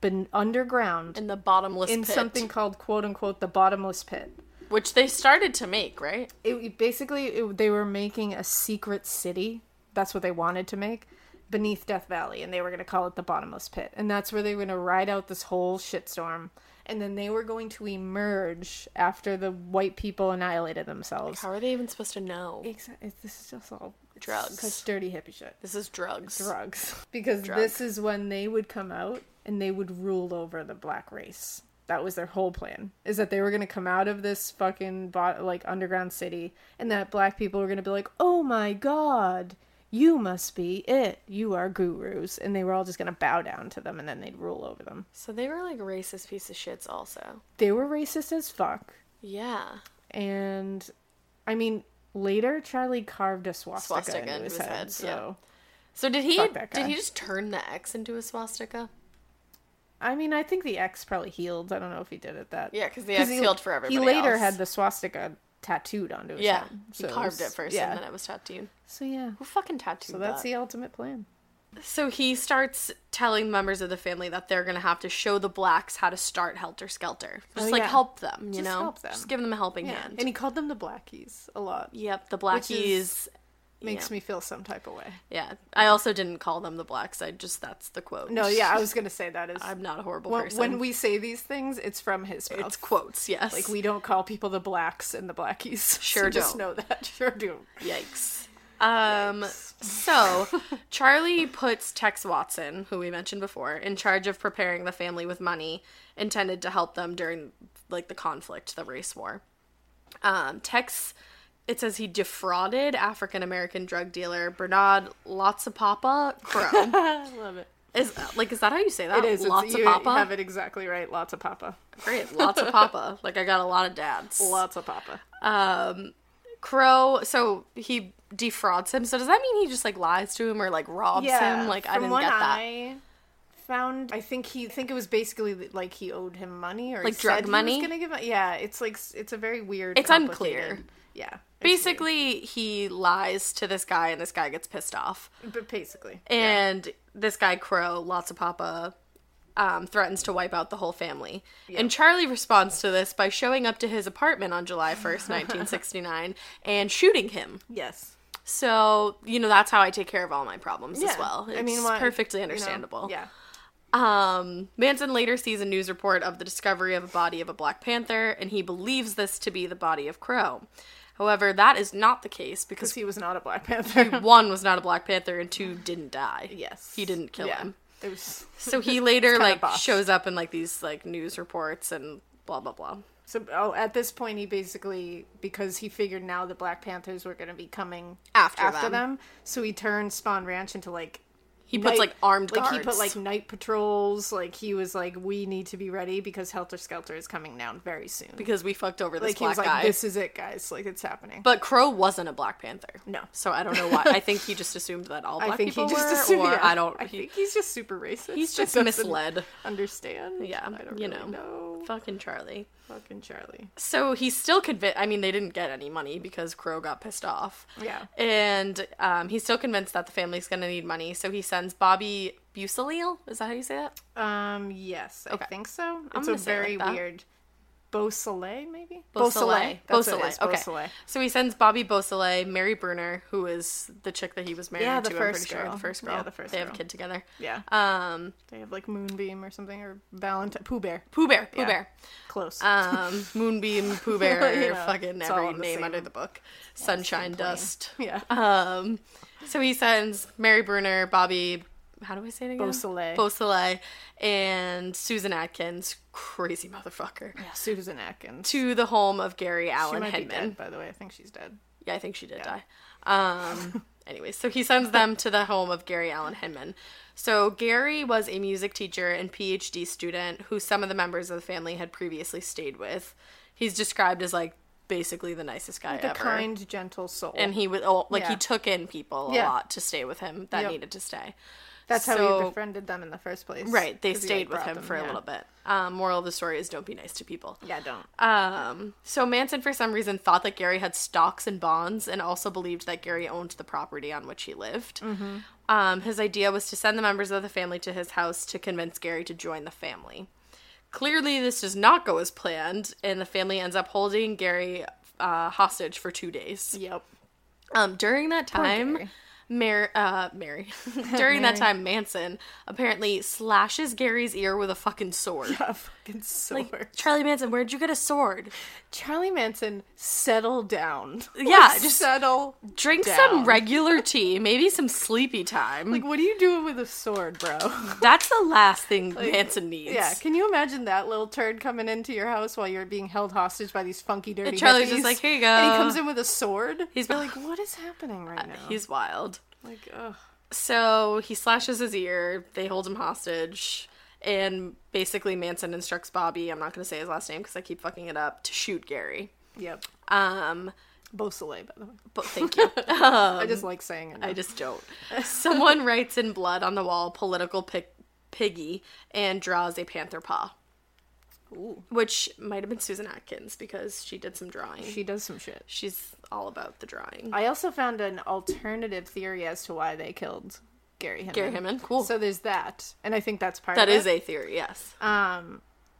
[SPEAKER 3] been underground
[SPEAKER 2] in the bottomless
[SPEAKER 3] in
[SPEAKER 2] pit,
[SPEAKER 3] something called "quote unquote" the bottomless pit.
[SPEAKER 2] which they started to make, right?
[SPEAKER 3] it, it basically it, they were making a secret city that's what they wanted to make beneath death valley and they were going to call it the bottomless pit and that's where they were going to ride out this whole shitstorm and then they were going to emerge after the white people annihilated themselves
[SPEAKER 2] How are they even supposed to know?
[SPEAKER 3] exactly this is just all it's
[SPEAKER 2] Drugs.
[SPEAKER 3] such dirty hippie shit
[SPEAKER 2] This is drugs.
[SPEAKER 3] drugs *laughs* because this is when they would come out and they would rule over the black race that was their whole plan is that they were going to come out of this fucking bot- like underground city and that black people were going to be like oh my god you must be it you are gurus and they were all just going to bow down to them and then they'd rule over them
[SPEAKER 2] So they were like racist piece of shits also.
[SPEAKER 3] they were racist as fuck
[SPEAKER 2] Yeah.
[SPEAKER 3] and i mean later charlie carved a swastika,
[SPEAKER 2] Swastika
[SPEAKER 3] into his, head, so
[SPEAKER 2] So did he
[SPEAKER 3] Fuck that guy.
[SPEAKER 2] did he just turn the X into a swastika?
[SPEAKER 3] I mean, I think the X probably healed. I don't know if he did it that.
[SPEAKER 2] Yeah, 'cause the X
[SPEAKER 3] he-
[SPEAKER 2] healed for
[SPEAKER 3] He
[SPEAKER 2] everybody
[SPEAKER 3] later
[SPEAKER 2] else.
[SPEAKER 3] had the swastika tattooed onto his
[SPEAKER 2] Yeah.
[SPEAKER 3] hand.
[SPEAKER 2] He
[SPEAKER 3] so
[SPEAKER 2] carved it
[SPEAKER 3] was-
[SPEAKER 2] first
[SPEAKER 3] Yeah.
[SPEAKER 2] and then it was tattooed.
[SPEAKER 3] so yeah.
[SPEAKER 2] Who fucking tattooed
[SPEAKER 3] So that's
[SPEAKER 2] that?
[SPEAKER 3] the ultimate plan.
[SPEAKER 2] So he starts telling members of the family that they're gonna have to show the blacks how to start helter skelter. Just
[SPEAKER 3] Oh,
[SPEAKER 2] like
[SPEAKER 3] yeah.
[SPEAKER 2] help them, you
[SPEAKER 3] Just
[SPEAKER 2] know,
[SPEAKER 3] help them.
[SPEAKER 2] just give them a helping hand.
[SPEAKER 3] And he called them the Blackies a lot.
[SPEAKER 2] yep, the
[SPEAKER 3] Which
[SPEAKER 2] blackies.
[SPEAKER 3] is- Makes
[SPEAKER 2] yeah.
[SPEAKER 3] me feel some type of way.
[SPEAKER 2] Yeah, I also didn't call them the blacks. I just that's the quote.
[SPEAKER 3] No, yeah, I was gonna say that is.
[SPEAKER 2] I'm not a horrible
[SPEAKER 3] when,
[SPEAKER 2] person.
[SPEAKER 3] when we say these things, it's from his mouth.
[SPEAKER 2] it's quotes, yes.
[SPEAKER 3] Like we don't call people the blacks and the Blackies. *laughs*
[SPEAKER 2] Sure
[SPEAKER 3] so
[SPEAKER 2] don't.
[SPEAKER 3] Just know that. *laughs* Sure do.
[SPEAKER 2] Yikes. Um, so Charlie puts Tex Watson, who we mentioned before, in charge of preparing the family with money intended to help them during like the conflict, the race war. Um, Tex, it says he defrauded African American drug dealer Bernard Lotsapapa Crow.
[SPEAKER 3] *laughs* Love it.
[SPEAKER 2] is like is that how you say that?
[SPEAKER 3] It is.
[SPEAKER 2] Lots
[SPEAKER 3] it's,
[SPEAKER 2] of
[SPEAKER 3] you
[SPEAKER 2] papa.
[SPEAKER 3] have it exactly right. Lots of Papa.
[SPEAKER 2] Great, lots of papa. Like I got a lot of dads.
[SPEAKER 3] Lots of Papa.
[SPEAKER 2] um, Crow, so he defrauds him. So does that mean he just like lies to him or like robs him? Like I
[SPEAKER 3] from
[SPEAKER 2] didn't
[SPEAKER 3] what
[SPEAKER 2] get that.
[SPEAKER 3] I found I think he I think it was basically that, like he owed him money or
[SPEAKER 2] Like
[SPEAKER 3] he
[SPEAKER 2] drug
[SPEAKER 3] said he was
[SPEAKER 2] money?
[SPEAKER 3] gonna give. Yeah, it's like s- it's a very weird.
[SPEAKER 2] It's unclear.
[SPEAKER 3] complicated- Yeah, it's weird.
[SPEAKER 2] Basically, he lies to this guy, and this guy gets pissed off.
[SPEAKER 3] but basically,
[SPEAKER 2] And this guy, Crow, lots of Papa, um, threatens to wipe out the whole family. And Charlie responds to this by showing up to his apartment on July 1st,
[SPEAKER 3] *laughs*
[SPEAKER 2] 1969, and shooting him.
[SPEAKER 3] yes,
[SPEAKER 2] So, you know, that's how I take care of all my problems as
[SPEAKER 3] Yeah.
[SPEAKER 2] well. It's
[SPEAKER 3] why-
[SPEAKER 2] perfectly
[SPEAKER 3] you know,
[SPEAKER 2] understandable.
[SPEAKER 3] yeah,
[SPEAKER 2] Um, Manson later sees a news report of the discovery of a body of a Black Panther, and he believes this to be the body of Crow. However, that is not the case because
[SPEAKER 3] because he was not a Black *laughs* Panther.
[SPEAKER 2] one was not a Black Panther and two didn't die.
[SPEAKER 3] yes,
[SPEAKER 2] He didn't kill
[SPEAKER 3] Yeah.
[SPEAKER 2] him.
[SPEAKER 3] It was
[SPEAKER 2] So
[SPEAKER 3] *laughs*
[SPEAKER 2] he later
[SPEAKER 3] kinda
[SPEAKER 2] like
[SPEAKER 3] boss.
[SPEAKER 2] shows up in like these like news reports and blah blah blah.
[SPEAKER 3] so. Oh, at this point, he basically because he figured now the Black Panthers were going to be coming
[SPEAKER 2] After
[SPEAKER 3] after
[SPEAKER 2] them.
[SPEAKER 3] them, so he turned Spawn Ranch into like
[SPEAKER 2] He puts like armed
[SPEAKER 3] like
[SPEAKER 2] guards.
[SPEAKER 3] he put like night patrols. Like he was like, we need to be ready because Helter Skelter is coming down very soon.
[SPEAKER 2] because we fucked over this
[SPEAKER 3] like he
[SPEAKER 2] black
[SPEAKER 3] was like,
[SPEAKER 2] guy.
[SPEAKER 3] this is it, guys. Like it's happening.
[SPEAKER 2] But Crow wasn't a Black Panther.
[SPEAKER 3] No.
[SPEAKER 2] So I don't know why. I
[SPEAKER 3] *laughs*
[SPEAKER 2] think he just assumed that all black
[SPEAKER 3] I think he
[SPEAKER 2] people
[SPEAKER 3] just *laughs*
[SPEAKER 2] were,
[SPEAKER 3] assumed.
[SPEAKER 2] or
[SPEAKER 3] yeah.
[SPEAKER 2] I don't.
[SPEAKER 3] I
[SPEAKER 2] he-
[SPEAKER 3] think he's just super racist. *laughs*
[SPEAKER 2] he's
[SPEAKER 3] and
[SPEAKER 2] just
[SPEAKER 3] doesn't
[SPEAKER 2] misled.
[SPEAKER 3] Understand?
[SPEAKER 2] Yeah,
[SPEAKER 3] I don't
[SPEAKER 2] you
[SPEAKER 3] really
[SPEAKER 2] know.
[SPEAKER 3] know.
[SPEAKER 2] Fucking Charlie.
[SPEAKER 3] Fucking Charlie.
[SPEAKER 2] So he's still convinced. I mean, they didn't get any money because Crow got pissed off.
[SPEAKER 3] Yeah.
[SPEAKER 2] And um, he's still convinced that the family's going to need money. So he sends Bobby Busalil. Is that how you say that?
[SPEAKER 3] Um. Yes, I think so. It's a
[SPEAKER 2] gonna say it
[SPEAKER 3] very
[SPEAKER 2] like that.
[SPEAKER 3] weird. Beausoleil, maybe. That's what it
[SPEAKER 2] Beausoleil.
[SPEAKER 3] is,
[SPEAKER 2] Okay.
[SPEAKER 3] Beausoleil.
[SPEAKER 2] So he sends Bobby Beausoleil, Mary Bruner, who is the chick that he was married
[SPEAKER 3] Yeah, the
[SPEAKER 2] to.
[SPEAKER 3] first
[SPEAKER 2] I'm pretty
[SPEAKER 3] girl.
[SPEAKER 2] sure. The first
[SPEAKER 3] Yeah,
[SPEAKER 2] girl.
[SPEAKER 3] the first
[SPEAKER 2] they have
[SPEAKER 3] girl.
[SPEAKER 2] a kid together.
[SPEAKER 3] Yeah.
[SPEAKER 2] Um,
[SPEAKER 3] they have like Moonbeam or something or Valentine. Pooh Bear.
[SPEAKER 2] Pooh Bear. Pooh
[SPEAKER 3] Yeah.
[SPEAKER 2] Bear.
[SPEAKER 3] Close.
[SPEAKER 2] um, *laughs* Moonbeam, Pooh
[SPEAKER 3] *laughs*
[SPEAKER 2] Bear,
[SPEAKER 3] You know,
[SPEAKER 2] fucking
[SPEAKER 3] it's all
[SPEAKER 2] every
[SPEAKER 3] the
[SPEAKER 2] name
[SPEAKER 3] same.
[SPEAKER 2] under the book, Sunshine Dust.
[SPEAKER 3] *laughs* yeah.
[SPEAKER 2] Um, so he sends Mary Bruner, Bobby, how do I say it again?
[SPEAKER 3] Beausoleil.
[SPEAKER 2] Beausoleil, and Susan Atkins, crazy motherfucker,
[SPEAKER 3] Susan Atkins.
[SPEAKER 2] to the home of Gary
[SPEAKER 3] She
[SPEAKER 2] Allen
[SPEAKER 3] might be
[SPEAKER 2] Hedman.
[SPEAKER 3] dead, by the way. I think she's dead.
[SPEAKER 2] Yeah, I think she did die.
[SPEAKER 3] *laughs*
[SPEAKER 2] Um, anyway, so he sends them to the home of Gary Allen Hinman. So Gary was a music teacher and PhD student who some of the members of the family had previously stayed with. He's described as like basically the nicest guy
[SPEAKER 3] The
[SPEAKER 2] ever.
[SPEAKER 3] kind, gentle soul.
[SPEAKER 2] and he was oh, like
[SPEAKER 3] Yeah.
[SPEAKER 2] he took in people a
[SPEAKER 3] Yeah.
[SPEAKER 2] lot to stay with him that
[SPEAKER 3] Yep.
[SPEAKER 2] needed to stay.
[SPEAKER 3] That's how
[SPEAKER 2] so-
[SPEAKER 3] he befriended them in the first place.
[SPEAKER 2] Right, they
[SPEAKER 3] 'cause he,
[SPEAKER 2] stayed with
[SPEAKER 3] like, brought
[SPEAKER 2] him
[SPEAKER 3] them,
[SPEAKER 2] for
[SPEAKER 3] yeah.
[SPEAKER 2] a little bit. Um, moral of the story is don't be nice to people.
[SPEAKER 3] Yeah, don't.
[SPEAKER 2] Um, so Manson, for some reason, thought that Gary had stocks and bonds and also believed that Gary owned the property on which he lived. Um, his idea was to send the members of the family to his house to convince Gary to join the family. Clearly, this does not go as planned, and the family ends up holding Gary uh, hostage for two days.
[SPEAKER 3] yep.
[SPEAKER 2] Um, during that time,
[SPEAKER 3] Gary.
[SPEAKER 2] Mary, uh, Mary, *laughs* during that time, Manson apparently slashes Gary's ear with a fucking sword.
[SPEAKER 3] A fucking sword.
[SPEAKER 2] Charlie Manson, where'd you get a sword?
[SPEAKER 3] Charlie Manson, settle *laughs* down.
[SPEAKER 2] Yeah,
[SPEAKER 3] Like,
[SPEAKER 2] just-
[SPEAKER 3] settle.
[SPEAKER 2] Drink
[SPEAKER 3] down.
[SPEAKER 2] some regular tea, maybe some sleepy time.
[SPEAKER 3] Like, what are you doing with a sword, bro? *laughs*
[SPEAKER 2] That's the last thing Manson needs.
[SPEAKER 3] yeah, can you imagine that little turd coming into your house while you're being held hostage by these funky, dirty?
[SPEAKER 2] And Charlie's just
[SPEAKER 3] hippies?
[SPEAKER 2] like, "Here you
[SPEAKER 3] And he
[SPEAKER 2] go."
[SPEAKER 3] comes in with a sword.
[SPEAKER 2] He's-
[SPEAKER 3] *laughs* You're like, what is happening right now?
[SPEAKER 2] He's wild.
[SPEAKER 3] like, ugh.
[SPEAKER 2] So he slashes his ear, they hold him hostage, and basically Manson instructs Bobby, I'm not going to say his last name because I keep fucking it up, to shoot Gary.
[SPEAKER 3] Yep.
[SPEAKER 2] Um,
[SPEAKER 3] Beausoleil, by the way.
[SPEAKER 2] but thank
[SPEAKER 3] *laughs*
[SPEAKER 2] you.
[SPEAKER 3] Um, I just like saying it.
[SPEAKER 2] I just don't. Someone writes in blood on the wall political pig- piggy and draws a panther paw. Which might have been Susan Atkins because she did some drawing.
[SPEAKER 3] she does some shit.
[SPEAKER 2] She's all about the drawing.
[SPEAKER 3] I also found an alternative theory as to why they killed Gary Hinman.
[SPEAKER 2] Gary Hinman, cool.
[SPEAKER 3] So there's that, and I think that's part.
[SPEAKER 2] that
[SPEAKER 3] of
[SPEAKER 2] is
[SPEAKER 3] it.
[SPEAKER 2] a theory, yes.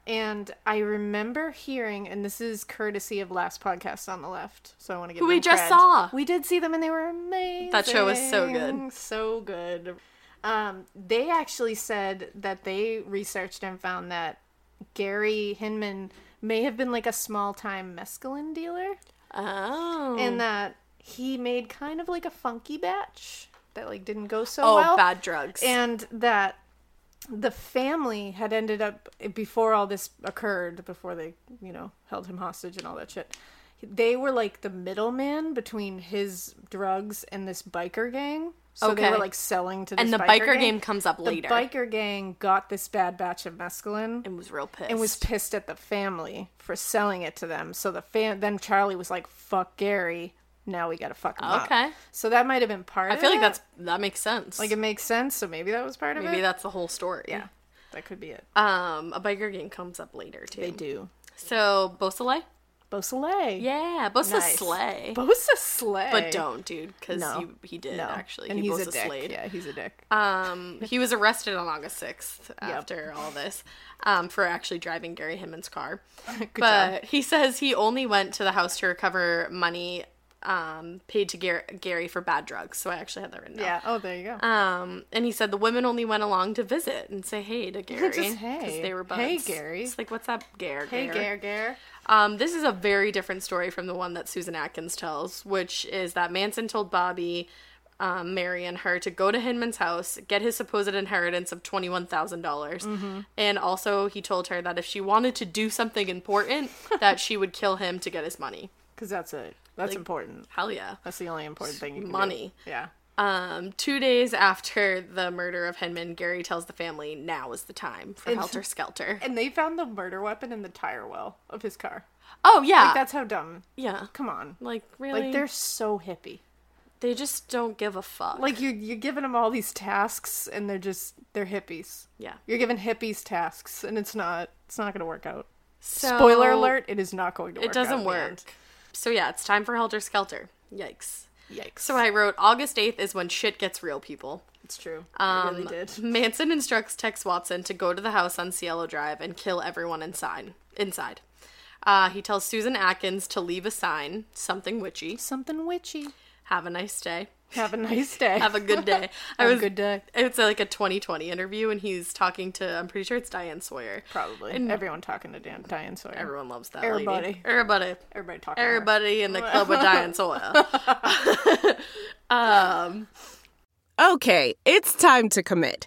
[SPEAKER 3] And I remember hearing, and this is courtesy of last podcast on the left, so I want to give
[SPEAKER 2] Who we
[SPEAKER 3] them
[SPEAKER 2] just
[SPEAKER 3] cred.
[SPEAKER 2] saw.
[SPEAKER 3] We did see them, and they were amazing.
[SPEAKER 2] That show was so good.
[SPEAKER 3] so good. Um, they actually said that they researched and found that Gary Hinman may have been like a small time mescaline dealer.
[SPEAKER 2] Oh.
[SPEAKER 3] and that he made kind of like a funky batch that like didn't go so
[SPEAKER 2] oh,
[SPEAKER 3] well
[SPEAKER 2] bad drugs.
[SPEAKER 3] and that the family had ended up before all this occurred before they you know held him hostage and all that shit they were like the middleman between his drugs and this biker gang so they
[SPEAKER 2] Okay.
[SPEAKER 3] were like selling to this
[SPEAKER 2] And the biker gang comes up later.
[SPEAKER 3] the biker gang got this bad batch of mescaline
[SPEAKER 2] and was real pissed.
[SPEAKER 3] and was pissed at the family for selling it to them. So the fan then Charlie was like, "Fuck Gary, now we gotta fuck him up."
[SPEAKER 2] Okay.
[SPEAKER 3] So that might have been part.
[SPEAKER 2] I
[SPEAKER 3] of
[SPEAKER 2] feel like
[SPEAKER 3] it.
[SPEAKER 2] that's that makes sense.
[SPEAKER 3] like it makes sense. So maybe that was part of it.
[SPEAKER 2] Maybe that's the whole story. Yeah.
[SPEAKER 3] that could be it.
[SPEAKER 2] Um, a biker gang comes up later too.
[SPEAKER 3] they do.
[SPEAKER 2] So Beausoleil?
[SPEAKER 3] Beausoleil.
[SPEAKER 2] Yeah, Beausoleil.
[SPEAKER 3] Nice.
[SPEAKER 2] Slay.
[SPEAKER 3] Bosa Slay.
[SPEAKER 2] But don't, dude, because
[SPEAKER 3] No.
[SPEAKER 2] he did
[SPEAKER 3] No.
[SPEAKER 2] actually.
[SPEAKER 3] And he's
[SPEAKER 2] was
[SPEAKER 3] a Uh, dick. Yeah, he's a dick.
[SPEAKER 2] Um, he was arrested on August sixth after all this, um, for actually driving Gary Hinman's
[SPEAKER 3] *laughs*
[SPEAKER 2] car. but he says he only went to the house to recover money um, paid to Gar- Gary for bad drugs. So I actually had that written down.
[SPEAKER 3] yeah. Oh, there you go.
[SPEAKER 2] Um, and he said the women only went along to visit and say hey to Gary
[SPEAKER 3] *laughs* Just hey.
[SPEAKER 2] they were buds.
[SPEAKER 3] Hey, Gary.
[SPEAKER 2] It's like what's up, Gary?
[SPEAKER 3] hey, Gare Gare.
[SPEAKER 2] Um, this is a very different story from the one that Susan Atkins tells, which is that Manson told Bobby, um, Mary, and her to go to Hinman's house, get his supposed inheritance of twenty-one dollars,
[SPEAKER 3] Mm-hmm.
[SPEAKER 2] and also he told her that if she wanted to do something
[SPEAKER 3] *laughs*
[SPEAKER 2] important, that she would kill him to get his money.
[SPEAKER 3] Because that's it. That's important.
[SPEAKER 2] Hell yeah!
[SPEAKER 3] That's the only important thing you can do.
[SPEAKER 2] money.
[SPEAKER 3] Yeah.
[SPEAKER 2] Um, two days after the murder of Hinman, Gary tells the family now is the time for
[SPEAKER 3] *laughs*
[SPEAKER 2] Helter Skelter.
[SPEAKER 3] And they found the murder weapon in the tire well of his car.
[SPEAKER 2] Oh yeah,
[SPEAKER 3] Like, that's how dumb.
[SPEAKER 2] yeah.
[SPEAKER 3] Come on.
[SPEAKER 2] Like really,
[SPEAKER 3] Like, they're so hippie.
[SPEAKER 2] they just don't give a fuck.
[SPEAKER 3] Like, you're, you're giving them all these tasks, and they're just, they're hippies.
[SPEAKER 2] yeah.
[SPEAKER 3] You're giving hippies tasks, and it's not, it's not going to work out.
[SPEAKER 2] So-
[SPEAKER 3] Spoiler alert, it is not going to work
[SPEAKER 2] It
[SPEAKER 3] out
[SPEAKER 2] doesn't
[SPEAKER 3] in the end.
[SPEAKER 2] work. So yeah, it's time for Helter Skelter. Yikes.
[SPEAKER 3] Yikes.
[SPEAKER 2] So I wrote August 8th is when shit gets real, people.
[SPEAKER 3] It's true. Um, really did.
[SPEAKER 2] Manson instructs Tex Watson to go to the house on Cielo Drive and kill everyone inside. Inside, uh, he tells Susan Atkins to leave a sign, something witchy.
[SPEAKER 3] Something witchy.
[SPEAKER 2] Have a nice day.
[SPEAKER 3] Have a nice day.
[SPEAKER 2] Have a good
[SPEAKER 3] *laughs*
[SPEAKER 2] day. I
[SPEAKER 3] Have a
[SPEAKER 2] was-
[SPEAKER 3] good day.
[SPEAKER 2] It's uh, like a 2020 interview, and he's talking to. I'm pretty sure it's Diane Sawyer.
[SPEAKER 3] Probably. Everyone talking to Dan, Diane Sawyer.
[SPEAKER 2] Everyone loves that.
[SPEAKER 3] Everybody.
[SPEAKER 2] Lady. Everybody.
[SPEAKER 3] Everybody talking. to her.
[SPEAKER 2] Everybody in the club with Diane *laughs* Sawyer.
[SPEAKER 6] Okay, it's time to commit.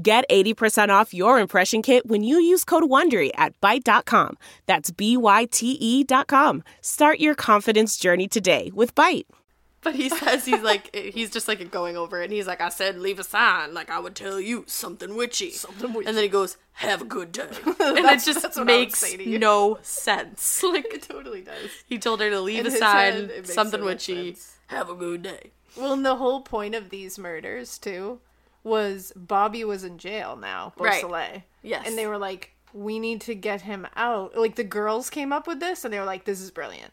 [SPEAKER 6] Get 80% off your impression kit when you use code WONDERY at Byte.com. That's B Y T E dot com. Start your confidence journey today with Byte.
[SPEAKER 2] But he says he's like *laughs* eh, he's just like going over it, and he's like, "I said leave a sign, like I would tell you something witchy." Something witchy. And then he goes, "Have a good
[SPEAKER 3] *laughs*
[SPEAKER 2] day," and it just
[SPEAKER 3] what I would
[SPEAKER 2] makes
[SPEAKER 3] say to you.
[SPEAKER 2] no
[SPEAKER 3] *laughs*
[SPEAKER 2] sense. Like
[SPEAKER 3] *laughs* It totally does.
[SPEAKER 2] he told her to leave
[SPEAKER 3] In
[SPEAKER 2] a
[SPEAKER 3] his
[SPEAKER 2] sign,
[SPEAKER 3] head, it makes
[SPEAKER 2] something
[SPEAKER 3] so much
[SPEAKER 2] witchy.
[SPEAKER 3] sense.
[SPEAKER 2] Have a good day.
[SPEAKER 3] Well, and the whole point of these murders too was Bobby was in jail now,
[SPEAKER 2] Right.
[SPEAKER 3] Beausoleil.
[SPEAKER 2] Yes.
[SPEAKER 3] and they were like, "We need to get him out." Like the girls came up with this, and they were like, "This is brilliant.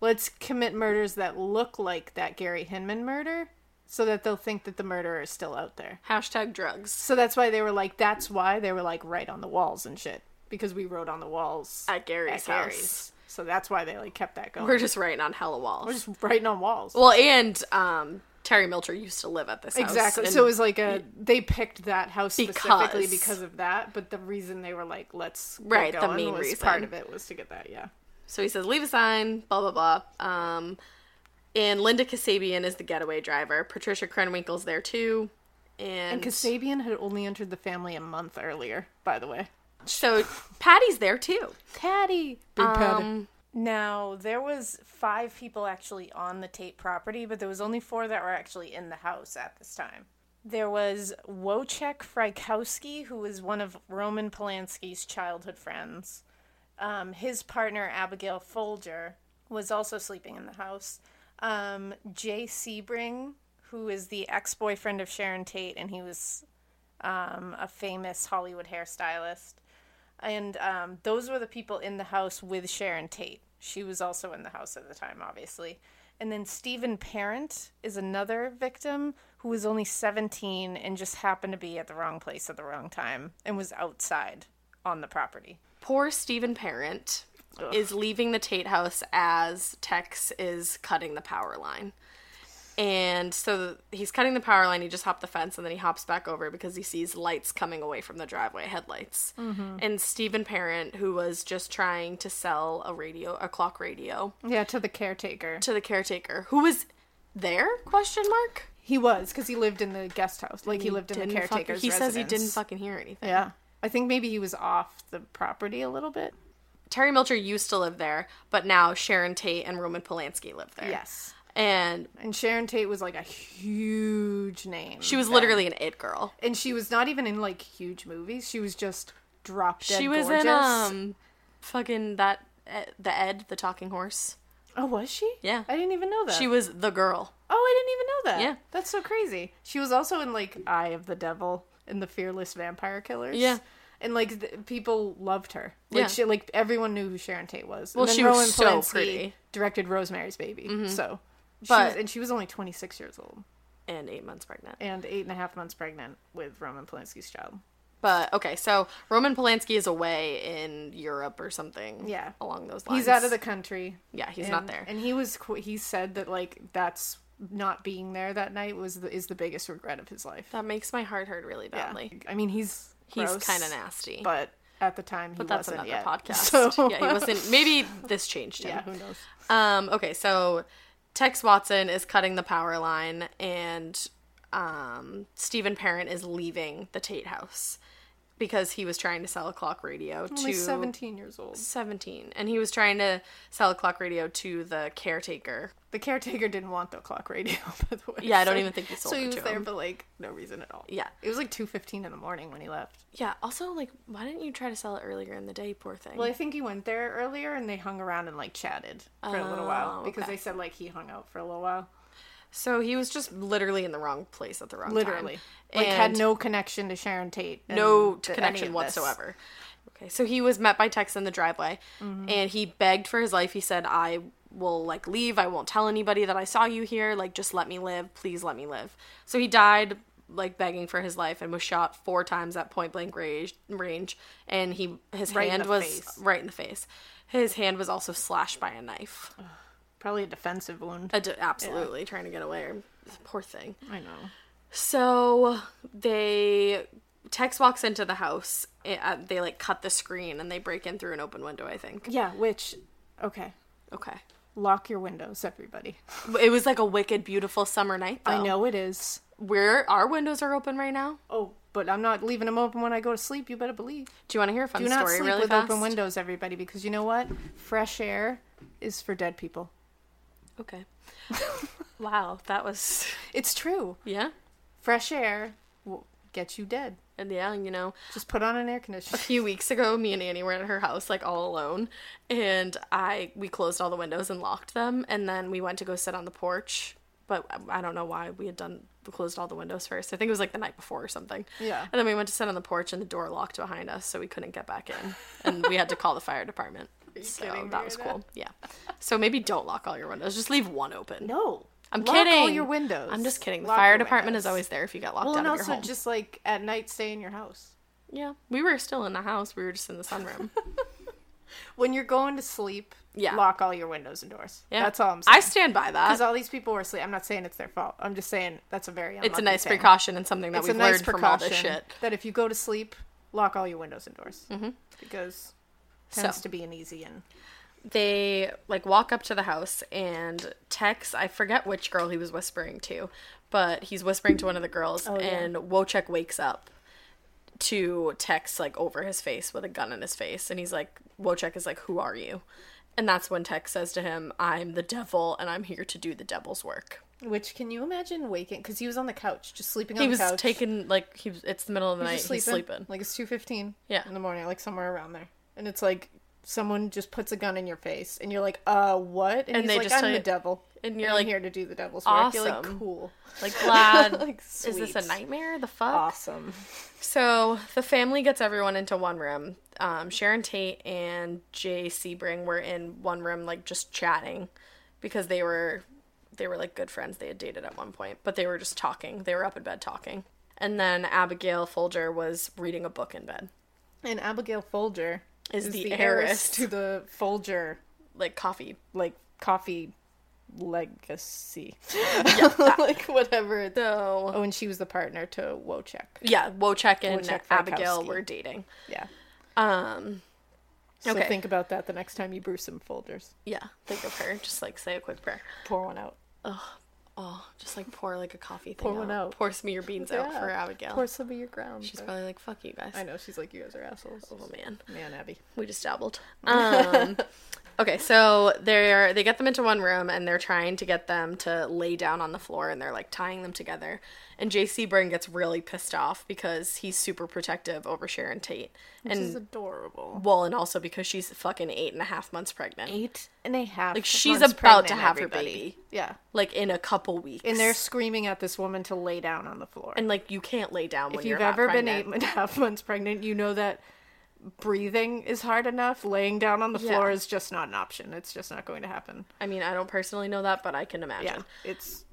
[SPEAKER 3] Let's commit murders that look like that Gary Hinman murder, so that they'll think that the murderer is still out there."
[SPEAKER 2] Hashtag drugs
[SPEAKER 3] So that's why they were like, "That's why they were like right on the walls and shit." Because we wrote on the walls
[SPEAKER 2] at Gary's
[SPEAKER 3] at
[SPEAKER 2] house.
[SPEAKER 3] Gary's. So that's why they like kept that going.
[SPEAKER 2] We're just writing on hella walls.
[SPEAKER 3] We're just writing on walls.
[SPEAKER 2] well, and um, Terry Milcher used to live at this house.
[SPEAKER 3] Exactly.
[SPEAKER 2] and-
[SPEAKER 3] So it was like a they picked that house specifically
[SPEAKER 2] Because-
[SPEAKER 3] because of that, but the reason they were like, let's get
[SPEAKER 2] Right, the
[SPEAKER 3] going
[SPEAKER 2] main
[SPEAKER 3] was
[SPEAKER 2] reason.
[SPEAKER 3] part of it was to get that. Yeah,
[SPEAKER 2] So he says, leave a sign, blah, blah, blah. Um, and Linda Kasabian is the getaway driver. Patricia Krenwinkel's there too. And,
[SPEAKER 3] and Kasabian had only entered the family a month earlier, by the way.
[SPEAKER 2] so Patty's there too.
[SPEAKER 3] Patty, big Patty.
[SPEAKER 7] Now, there was five people actually on the Tate property, but there was only four that were actually in the house at this time. There was Wojciech Frykowski, who was one of Roman Polanski's childhood friends. Um, his partner, Abigail Folger, was also sleeping in the house. Um, Jay Sebring, who is the ex boyfriend of Sharon Tate, and he was um, a famous Hollywood hairstylist. And um, those were the people in the house with Sharon Tate. She was also in the house at the time, obviously. And then Stephen Parent is another victim who was only 17 and just happened to be at the wrong place at the wrong time and was outside on the property.
[SPEAKER 2] Poor Stephen Parent is leaving the Tate house as Tex is cutting the power line. And so he's cutting the power line. He just hopped the fence and then he hops back over because he sees lights coming away from the driveway, headlights. And Stephen Parent, who was just trying to sell a radio, a clock radio,
[SPEAKER 3] Yeah, to the caretaker.
[SPEAKER 2] to the caretaker who was there question mark
[SPEAKER 3] He was because he lived in the guest house, like he, lived in the
[SPEAKER 2] Didn't fuck-
[SPEAKER 3] caretaker's.
[SPEAKER 2] he says he didn't
[SPEAKER 3] residence.
[SPEAKER 2] fucking hear anything
[SPEAKER 3] Yeah, I think maybe he was off the property a little bit.
[SPEAKER 2] terry milcher used to live there but now sharon tate and roman polanski live there
[SPEAKER 3] Yes,
[SPEAKER 2] and
[SPEAKER 3] and Sharon Tate was like a huge name.
[SPEAKER 2] she was literally an it girl
[SPEAKER 3] and she was not even in like huge movies. She was just drop dead.
[SPEAKER 2] she was
[SPEAKER 3] gorgeous.
[SPEAKER 2] in um fucking that eh, the ed the talking horse
[SPEAKER 3] Oh, was she?
[SPEAKER 2] Yeah.
[SPEAKER 3] I didn't even know that.
[SPEAKER 2] she was the girl
[SPEAKER 3] Oh, I didn't even know that.
[SPEAKER 2] Yeah.
[SPEAKER 3] That's so crazy. She was also in like Eye of the Devil and the Fearless Vampire Killers.
[SPEAKER 2] Yeah.
[SPEAKER 3] And like th- people loved her. Like
[SPEAKER 2] Yeah.
[SPEAKER 3] she like everyone knew who Sharon Tate was.
[SPEAKER 2] Well,
[SPEAKER 3] and then
[SPEAKER 2] she was
[SPEAKER 3] Rowan
[SPEAKER 2] so
[SPEAKER 3] Polanski
[SPEAKER 2] pretty. Mm-hmm.
[SPEAKER 3] Directed Rosemary's Baby. So she
[SPEAKER 2] But-
[SPEAKER 3] was, and she was only 26 years old
[SPEAKER 2] and eight months pregnant
[SPEAKER 3] and eight and a half months pregnant with Roman Polanski's child.
[SPEAKER 2] but okay so roman polanski is away in europe or something
[SPEAKER 3] Yeah.
[SPEAKER 2] along those lines
[SPEAKER 3] He's out of the country.
[SPEAKER 2] yeah he's
[SPEAKER 3] and,
[SPEAKER 2] not there
[SPEAKER 3] And he was qu- he said that like that's not being there that night was the, is the biggest regret of his life.
[SPEAKER 2] That makes my heart hurt really
[SPEAKER 3] Yeah.
[SPEAKER 2] badly.
[SPEAKER 3] I mean, he's
[SPEAKER 2] He's
[SPEAKER 3] gross,
[SPEAKER 2] kind of nasty. But,
[SPEAKER 3] but at the time he but
[SPEAKER 2] that's
[SPEAKER 3] wasn't
[SPEAKER 2] another
[SPEAKER 3] yet.
[SPEAKER 2] podcast.
[SPEAKER 3] So
[SPEAKER 2] *laughs* Yeah, he wasn't. Maybe this changed him.
[SPEAKER 3] *laughs* yeah, who
[SPEAKER 2] *laughs*
[SPEAKER 3] knows?
[SPEAKER 2] Um, okay, so Tex Watson is cutting the power line, and um, Stephen Parent is leaving the Tate house because he was trying to sell a clock radio
[SPEAKER 3] Only
[SPEAKER 2] to
[SPEAKER 3] seventeen years old.
[SPEAKER 2] 17, and he was trying to sell a clock radio to the caretaker.
[SPEAKER 3] The caretaker didn't want the clock radio, *laughs* by the way.
[SPEAKER 2] Yeah, I don't
[SPEAKER 3] So-
[SPEAKER 2] even think he sold
[SPEAKER 3] So he
[SPEAKER 2] it
[SPEAKER 3] was
[SPEAKER 2] to
[SPEAKER 3] there
[SPEAKER 2] him.
[SPEAKER 3] for like no reason at all.
[SPEAKER 2] Yeah.
[SPEAKER 3] it was like two fifteen in the morning when he left.
[SPEAKER 2] Yeah. Also, like, why didn't you try to sell it earlier in the day? Poor thing.
[SPEAKER 3] Well, I think he went there earlier and they hung around and like chatted for a
[SPEAKER 2] Oh,
[SPEAKER 3] little while because they said like he hung out for a little while.
[SPEAKER 2] so he was just literally in the wrong place at the wrong
[SPEAKER 3] Literally,
[SPEAKER 2] time.
[SPEAKER 3] like had
[SPEAKER 2] And-
[SPEAKER 3] no connection to Sharon Tate. and
[SPEAKER 2] no
[SPEAKER 3] th- any
[SPEAKER 2] connection
[SPEAKER 3] of this.
[SPEAKER 2] whatsoever. Okay, so he was met by Tex in the driveway,
[SPEAKER 3] Mm-hmm.
[SPEAKER 2] and he begged for his life. He said, "I will like leave. I won't tell anybody that I saw you here. Like, just let me live. Please let me live." So he died like begging for his life and was shot four times at point blank range. range and he his
[SPEAKER 3] Right in
[SPEAKER 2] hand
[SPEAKER 3] the
[SPEAKER 2] was
[SPEAKER 3] face.
[SPEAKER 2] right in the face. His hand was also slashed by a knife.
[SPEAKER 3] Probably a defensive wound.
[SPEAKER 2] A d- absolutely trying to get away. Poor thing.
[SPEAKER 3] I know.
[SPEAKER 2] So they Tex walks into the house. eh, uh, they like cut the screen and they break in through an open window. I think.
[SPEAKER 3] Yeah, which okay.
[SPEAKER 2] Okay.
[SPEAKER 3] Lock your windows, everybody.
[SPEAKER 2] It was like a wicked beautiful summer night. Though.
[SPEAKER 3] I know it is.
[SPEAKER 2] Where our windows are open right now.
[SPEAKER 3] Oh, but I'm not leaving them open when I go to sleep. You better believe.
[SPEAKER 2] Do you want to hear a fun
[SPEAKER 3] Do not
[SPEAKER 2] story
[SPEAKER 3] sleep
[SPEAKER 2] really
[SPEAKER 3] with
[SPEAKER 2] fast?
[SPEAKER 3] open windows, everybody, because you know what? Fresh air is for dead people. *laughs*
[SPEAKER 2] Okay. *laughs* wow, that was
[SPEAKER 3] It's true.
[SPEAKER 2] yeah,
[SPEAKER 3] Fresh air will get you dead.
[SPEAKER 2] and yeah, you know.
[SPEAKER 3] Just put on an air
[SPEAKER 2] a *laughs*
[SPEAKER 3] conditioner.
[SPEAKER 2] few weeks ago me and annie were at her house like all alone and i we closed all the windows and locked them and then we went to go sit on the porch but I- i don't know why we had done closed all the windows first i think it was like the night before or something
[SPEAKER 3] Yeah.
[SPEAKER 2] and then we went to sit on the porch and the door locked behind us so we couldn't get back in and we had to call the fire
[SPEAKER 3] *laughs*
[SPEAKER 2] department so that was cool yeah so maybe don't lock all your windows just leave one open
[SPEAKER 3] No.
[SPEAKER 2] i'm
[SPEAKER 3] Lock
[SPEAKER 2] kidding
[SPEAKER 3] all your windows.
[SPEAKER 2] i'm just kidding the
[SPEAKER 3] Lock
[SPEAKER 2] fire
[SPEAKER 3] your
[SPEAKER 2] department is
[SPEAKER 3] windows.
[SPEAKER 2] always there if you got locked
[SPEAKER 3] Well,
[SPEAKER 2] out
[SPEAKER 3] and
[SPEAKER 2] of your
[SPEAKER 3] also
[SPEAKER 2] home
[SPEAKER 3] just like at night, stay in your house.
[SPEAKER 2] yeah we were still in the house we were just in the
[SPEAKER 3] *laughs*
[SPEAKER 2] sunroom
[SPEAKER 3] When you're going to sleep,
[SPEAKER 2] Yeah.
[SPEAKER 3] lock all your windows and doors.
[SPEAKER 2] Yeah.
[SPEAKER 3] That's all I'm
[SPEAKER 2] I
[SPEAKER 3] saying.
[SPEAKER 2] stand by
[SPEAKER 3] Because
[SPEAKER 2] that.
[SPEAKER 3] all these people were asleep. I'm not saying it's their fault. I'm just saying that's a very
[SPEAKER 2] It's a
[SPEAKER 3] unlucky
[SPEAKER 2] nice
[SPEAKER 3] thing.
[SPEAKER 2] precaution and something that
[SPEAKER 3] It's a
[SPEAKER 2] we've
[SPEAKER 3] nice
[SPEAKER 2] learned from all this
[SPEAKER 3] precaution
[SPEAKER 2] shit.
[SPEAKER 3] that if you go to sleep, lock all your windows and doors mm-hmm. because
[SPEAKER 2] So.
[SPEAKER 3] tends to be an easy in.
[SPEAKER 2] They like walk up to the house and Tex, I forget which girl he was whispering to, but he's whispering to one of the girls
[SPEAKER 3] Oh,
[SPEAKER 2] and Wojcik wakes up to Tex like over his face with a gun in his face and he's like Wojcik is like, Who are you? And that's when Tex says to him, I'm the devil and I'm here to do the devil's work.
[SPEAKER 3] Which can you imagine waking? Because he was on the couch, just sleeping on
[SPEAKER 2] He was
[SPEAKER 3] the couch.
[SPEAKER 2] taken like he was, it's the middle of the
[SPEAKER 3] He's
[SPEAKER 2] night,
[SPEAKER 3] just
[SPEAKER 2] he's sleeping.
[SPEAKER 3] Like it's two fifteen.
[SPEAKER 2] Yeah.
[SPEAKER 3] in the morning, like somewhere around there, and it's like someone just puts a gun in your face, and you're like, "Uh, what?" And,
[SPEAKER 2] And
[SPEAKER 3] he's
[SPEAKER 2] they
[SPEAKER 3] like,
[SPEAKER 2] just
[SPEAKER 3] "I'm
[SPEAKER 2] tell
[SPEAKER 3] the
[SPEAKER 2] you-
[SPEAKER 3] devil,"
[SPEAKER 2] and you're
[SPEAKER 3] I'm
[SPEAKER 2] like,
[SPEAKER 3] "Here to do the devil's work." You're
[SPEAKER 2] "Awesome."
[SPEAKER 3] like, "Cool,
[SPEAKER 2] *laughs* Like glad
[SPEAKER 3] Like,
[SPEAKER 2] is this a
[SPEAKER 3] sweet.
[SPEAKER 2] nightmare? The fuck? *laughs*
[SPEAKER 3] awesome."
[SPEAKER 2] So the family gets everyone into one room. Um, Sharon Tate and Jay Sebring were in one room, like just chatting, because they were they were like good friends. They had dated at one point, but they were just talking. They were up in bed talking. And then Abigail Folger was reading a book in bed,
[SPEAKER 3] And Abigail Folger
[SPEAKER 2] Is the heiress.
[SPEAKER 3] to the Folger
[SPEAKER 2] like coffee.
[SPEAKER 3] like coffee
[SPEAKER 2] *laughs*
[SPEAKER 3] legacy, *laughs* like whatever. The
[SPEAKER 2] So
[SPEAKER 3] oh, and she was the partner to Wojcik.
[SPEAKER 2] yeah, Wojcik and
[SPEAKER 3] Wojciech
[SPEAKER 2] Abigail
[SPEAKER 3] Frykowski.
[SPEAKER 2] were dating.
[SPEAKER 3] Yeah.
[SPEAKER 2] Um,
[SPEAKER 3] So
[SPEAKER 2] Okay.
[SPEAKER 3] think about that the next time you brew some Folgers.
[SPEAKER 2] yeah, think of her. Just like say a quick prayer.
[SPEAKER 3] Pour one out.
[SPEAKER 2] Oh, just like pour like a coffee thing.
[SPEAKER 3] Pour one out.
[SPEAKER 2] Pour some of your beans out
[SPEAKER 3] Yeah.
[SPEAKER 2] for Abigail.
[SPEAKER 3] Pour some of your ground.
[SPEAKER 2] She's probably like, "Fuck you guys."
[SPEAKER 3] I know she's like you guys are assholes.
[SPEAKER 2] Oh man,
[SPEAKER 3] Man, Abby.
[SPEAKER 2] we just
[SPEAKER 3] *laughs*
[SPEAKER 2] dabbled. Um, okay, so they're they get them into one room and they're trying to get them to lay down on the floor and they're like tying them together. And J.C. Byrne gets really pissed off because he's super protective over Sharon Tate, and
[SPEAKER 3] She's adorable.
[SPEAKER 2] well, and also because she's fucking eight and a half months pregnant.
[SPEAKER 3] Eight and a half.
[SPEAKER 2] Like, she's
[SPEAKER 3] months
[SPEAKER 2] about to
[SPEAKER 3] pregnant,
[SPEAKER 2] have her
[SPEAKER 3] everybody.
[SPEAKER 2] baby.
[SPEAKER 3] Yeah.
[SPEAKER 2] Like in a couple weeks,
[SPEAKER 3] And they're screaming at this woman to lay down on the floor.
[SPEAKER 2] and like you can't lay down when
[SPEAKER 3] if you've
[SPEAKER 2] you're
[SPEAKER 3] ever
[SPEAKER 2] not
[SPEAKER 3] been
[SPEAKER 2] pregnant.
[SPEAKER 3] eight *laughs* and a half months pregnant, you know that breathing is hard enough. Laying down on the floor
[SPEAKER 2] Yeah.
[SPEAKER 3] is just not an option. It's just not going to happen.
[SPEAKER 2] I mean, I don't personally know that, but I can imagine.
[SPEAKER 3] Yeah. It's